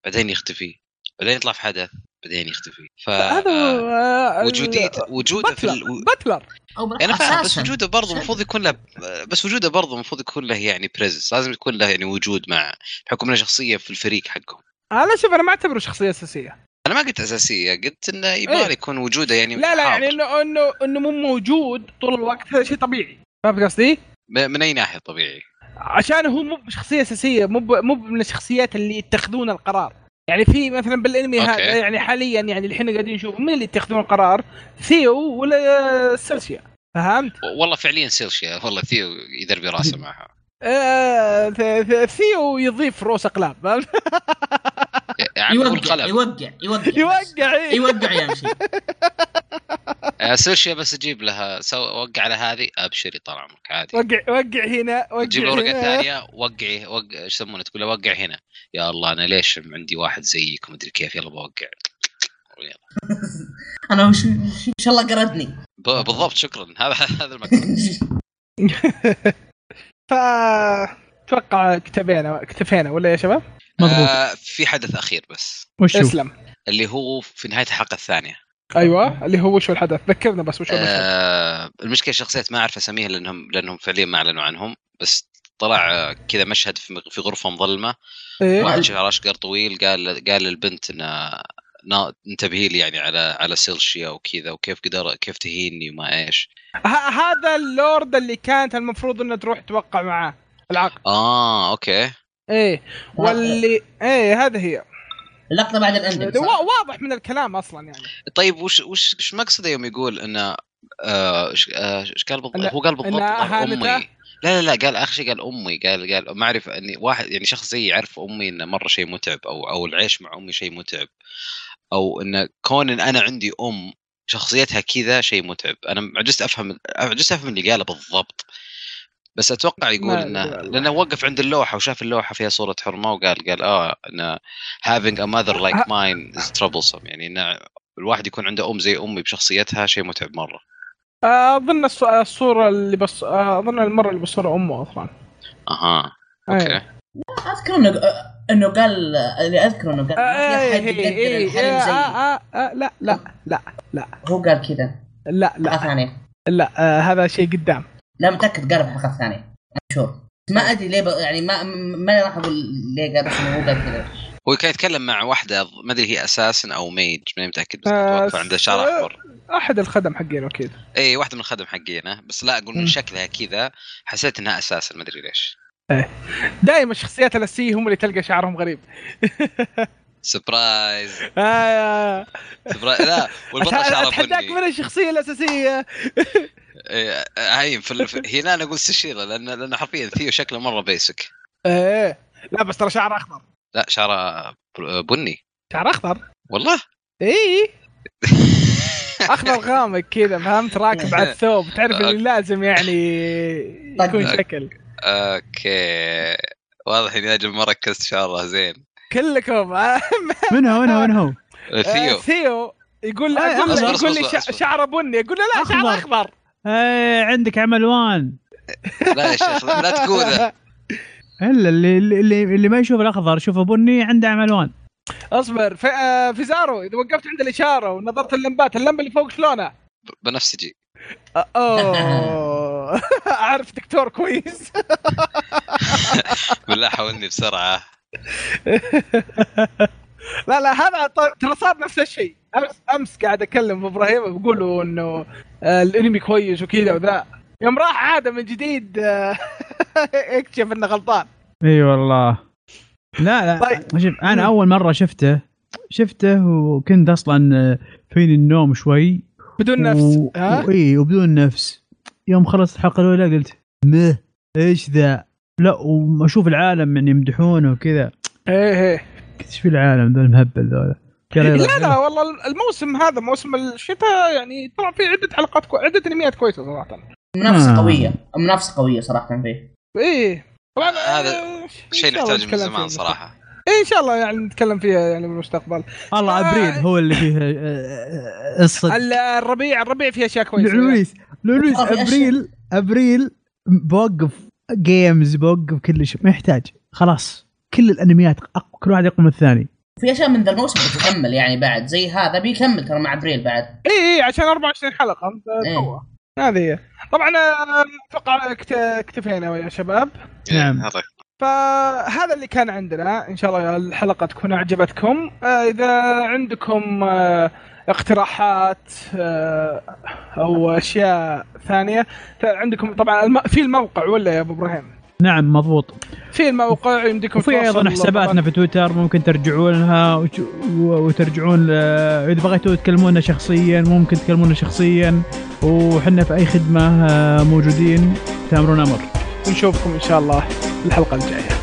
بعدين يختفي بعدين يطلع بحدث بعدين يختفي ف
هذا هو، آه،
وجوديته وجوده في
باتلر
ال... و-
باتلر
او بالعكس
يعني
انا فاهم بس
أساساً.
وجوده برضه المفروض يكون له بس وجوده برضه المفروض يكون له يعني بريزنس لازم يكون له يعني وجود مع بحكم انه شخصيه في الفريق حقهم
انا شوف انا ما اعتبره شخصيه اساسيه
انا ما قلت اساسيه قلت انه
إيه.
يبغى يكون وجوده يعني
لا لا
حاضر.
يعني انه انه انه مو موجود طول الوقت هذا شيء طبيعي فهمت قصدي؟
م- من اي ناحيه طبيعي
عشان هو مو بشخصيه اساسيه مو ب- مو من الشخصيات اللي يتخذون القرار يعني في مثلا بالانمي
أوكي.
هذا يعني حاليا يعني الحين قاعدين نشوف مين اللي يتخذون القرار؟ ثيو ولا سيلسيا فهمت؟
والله فعليا سيلشيا والله ثيو يدربي راسه معها
آه ث- ث- ثيو يضيف روس اقلام فهمت؟
يا عمي هو
يوقع
القلم
يوقع يوقع بس.
يوقع إيه.
أيوة.
يوقع يمشي
آه، سيلشيا بس اجيب لها سو وقع على هذه ابشري طال عمرك عادي
وقع وقع هنا
تجيب
وقع
له ورقه
هنا
ثانيه وقعي وقع ايش يسمونه تقول له وقع هنا يا الله انا ليش عندي واحد زيك ومدري كيف يلا بوقع
انا وش ان شاء الله قردني
ب- بالضبط شكرا هذا هذا المكان
ف اتوقع اكتفينا اكتفينا ولا يا شباب؟
مضبوط
آه في حدث اخير بس
وش هو؟
اسلم
اللي هو في نهايه الحلقه الثانيه
ايوه اللي هو شو الحدث ذكرنا بس وش هو الحدث
آه المشكله الشخصيات ما اعرف اساميها لانهم لانهم فعليا ما اعلنوا عنهم بس طلع آه، كذا مشهد في في غرفه مظلمه
إيه؟
واحد شعر اشقر طويل قال قال للبنت ان نا- انتبهي لي يعني على على سيلشيا وكذا وكيف قدر كيف تهيني وما ايش
ه- هذا اللورد اللي كانت المفروض انه تروح توقع معاه العقد
اه اوكي
ايه واللي ايه هذه هي
اللقطه بعد الاندنج
وا- واضح من الكلام اصلا يعني
طيب وش وش وش مقصده يوم يقول انه آه، ش- آه، ايش قال بالضبط؟
إنه-
هو قال بالضبط
إنها
قال
أهانته؟
امي لا لا لا قال اخر شيء قال امي قال قال ما اعرف اني واحد يعني شخص زي يعرف امي انه مره شيء متعب او او العيش مع امي شيء متعب او انه كون ان انا عندي ام شخصيتها كذا شيء متعب انا عجزت افهم عجزت افهم اللي قاله بالضبط بس اتوقع يقول
ما
انه
أدري والله.
لانه وقف عند اللوحه وشاف اللوحه فيها صوره حرمه وقال قال اه انه having a mother like mine is troublesome يعني انه الواحد يكون عنده ام زي امي بشخصيتها شيء متعب مره
آه، اظن الص- الصوره اللي بص آه، اظن المره اللي بالصوره امه اصلا
اها
ايه
اوكي
اذكر انه انه قال اللي اذكر انه قال ما في
ايه
احد
إيه،
يقدر
إيه،
الحلم
آه،
زي
آه، آه، لا لا لا
هو قال كذا
لا
حلقه
لا
ثانيه
لا آه، هذا شيء قدام
لا متاكد قال في الحلقه الثانيه I'm sure ما ادري ليه ب... يعني ما ما راح اقول ليه قال بس إنه هو قال كذا
هو كان يتكلم مع واحده ما ادري هي اساسا او ميج ماني متاكد بس
آه،
اتوقع عندها شعر
آه.
احمر
احد الخدم حقينه اكيد
اي واحده من الخدم حقينا بس لا اقول
مم.
من شكلها كذا حسيت انها اساسا ما ادري ليش
دائما الشخصيات الاساسيه هم اللي تلقى شعرهم غريب
سبرايز
آه،
سبرايز لا والبطل
أتح-
شعره
اتحداك
بني
من الشخصيه الاساسيه
إيه، هاي في ال- في- هنا انا اقول سشيلا لان لان حرفيا ثيو شكله مره بيسك
ايه لا بس ترى شعر اخضر
لا شعره ب- بني
شعر اخضر
والله
اي اخضر غامق كذا فهمت راكب على الثوب تعرف اللي لازم يعني يكون
طقك.
شكل
اوكي واضح اني اجل ما ركزت شعره زين
كلكم آه،
من هو من هو من هو؟
ثيو
ثيو يقول
آه،
أقول له-
أصبر،
يقول
أصبر،
لي
أصبر.
شع- شعره بني اقول له لا شعره
أخضر.
اخضر
ايه عندك عملوان
لا يا شيخ لا لا تقوله
الا اللي اللي اللي ما يشوف الاخضر يشوفه بني عنده عملوان
اصبر في, آه، في زارو اذا وقفت عند الاشاره ونظرت اللمبات اللمبه اللي فوق شلونها؟
بنفسجي
أ- اوه اعرف دكتور كويس
بالله حاولني بسرعه
لا لا هذا ط- ترى صار نفس الشيء امس امس قاعد اكلم ابراهيم بقول له انه آه، الانمي كويس وكذا وذا يوم راح عاده من جديد آه، اكتشف انه غلطان
اي والله لا لا
طيب.
شوف انا اول مره شفته شفته وكنت اصلا فيني النوم شوي
بدون نفس ها
اي وبدون نفس يوم خلصت الحلقه الاولى قلت مه ايش ذا لا واشوف العالم يعني يمدحونه وكذا
ايه ايه
قلت ايش في العالم ذول المهبل ذولا قال يلا-
لا لا والله الموسم هذا موسم الشتاء يعني طلع فيه عده حلقات كو... عده انميات كويسه صراحه
آه.
منافسه قويه منافسه قويه صراحه فيه
ايه طبعا
هذا
آه، إن
شيء
شاء الله
نحتاجه من
نتكلم فيه.
زمان صراحه
ايه ان شاء الله يعني نتكلم فيها يعني بالمستقبل
الله
آه.
ابريل هو اللي فيه آه، آه، آه، الصدق
ال- الربيع الربيع فيه اشياء كويسه
لولويس لولويس
آه، في أشياء.
ابريل ابريل بوقف جيمز بوقف كل شيء ما يحتاج خلاص كل الانميات أق- كل واحد يقوم الثاني
في اشياء من ذا الموسم بتكمل يعني بعد زي هذا بيكمل ترى مع ابريل بعد
اي اي إيه، عشان 24 حلقه أنت
إيه.
توا. هذه هي طبعا آه، اتوقع اكت- اكتفينا يا شباب
نعم.
هذا
فهذا اللي كان عندنا ان شاء الله الحلقه تكون اعجبتكم آه، اذا عندكم آه، اقتراحات آه، او اشياء ثانيه عندكم طبعا الم- في الموقع ولا يا ابو ابراهيم
نعم مضبوط
في الموقع يمديكم
وفي ايضا
توصلوا
حساباتنا
طبعاً.
في تويتر ممكن ترجعون لها وت- و- وترجعون ل- اذا بغيتوا تكلمونا شخصيا ممكن تكلمونا شخصيا وحنا في اي خدمه آه، موجودين تامرون امر
ونشوفكم ان شاء الله الحلقه الجايه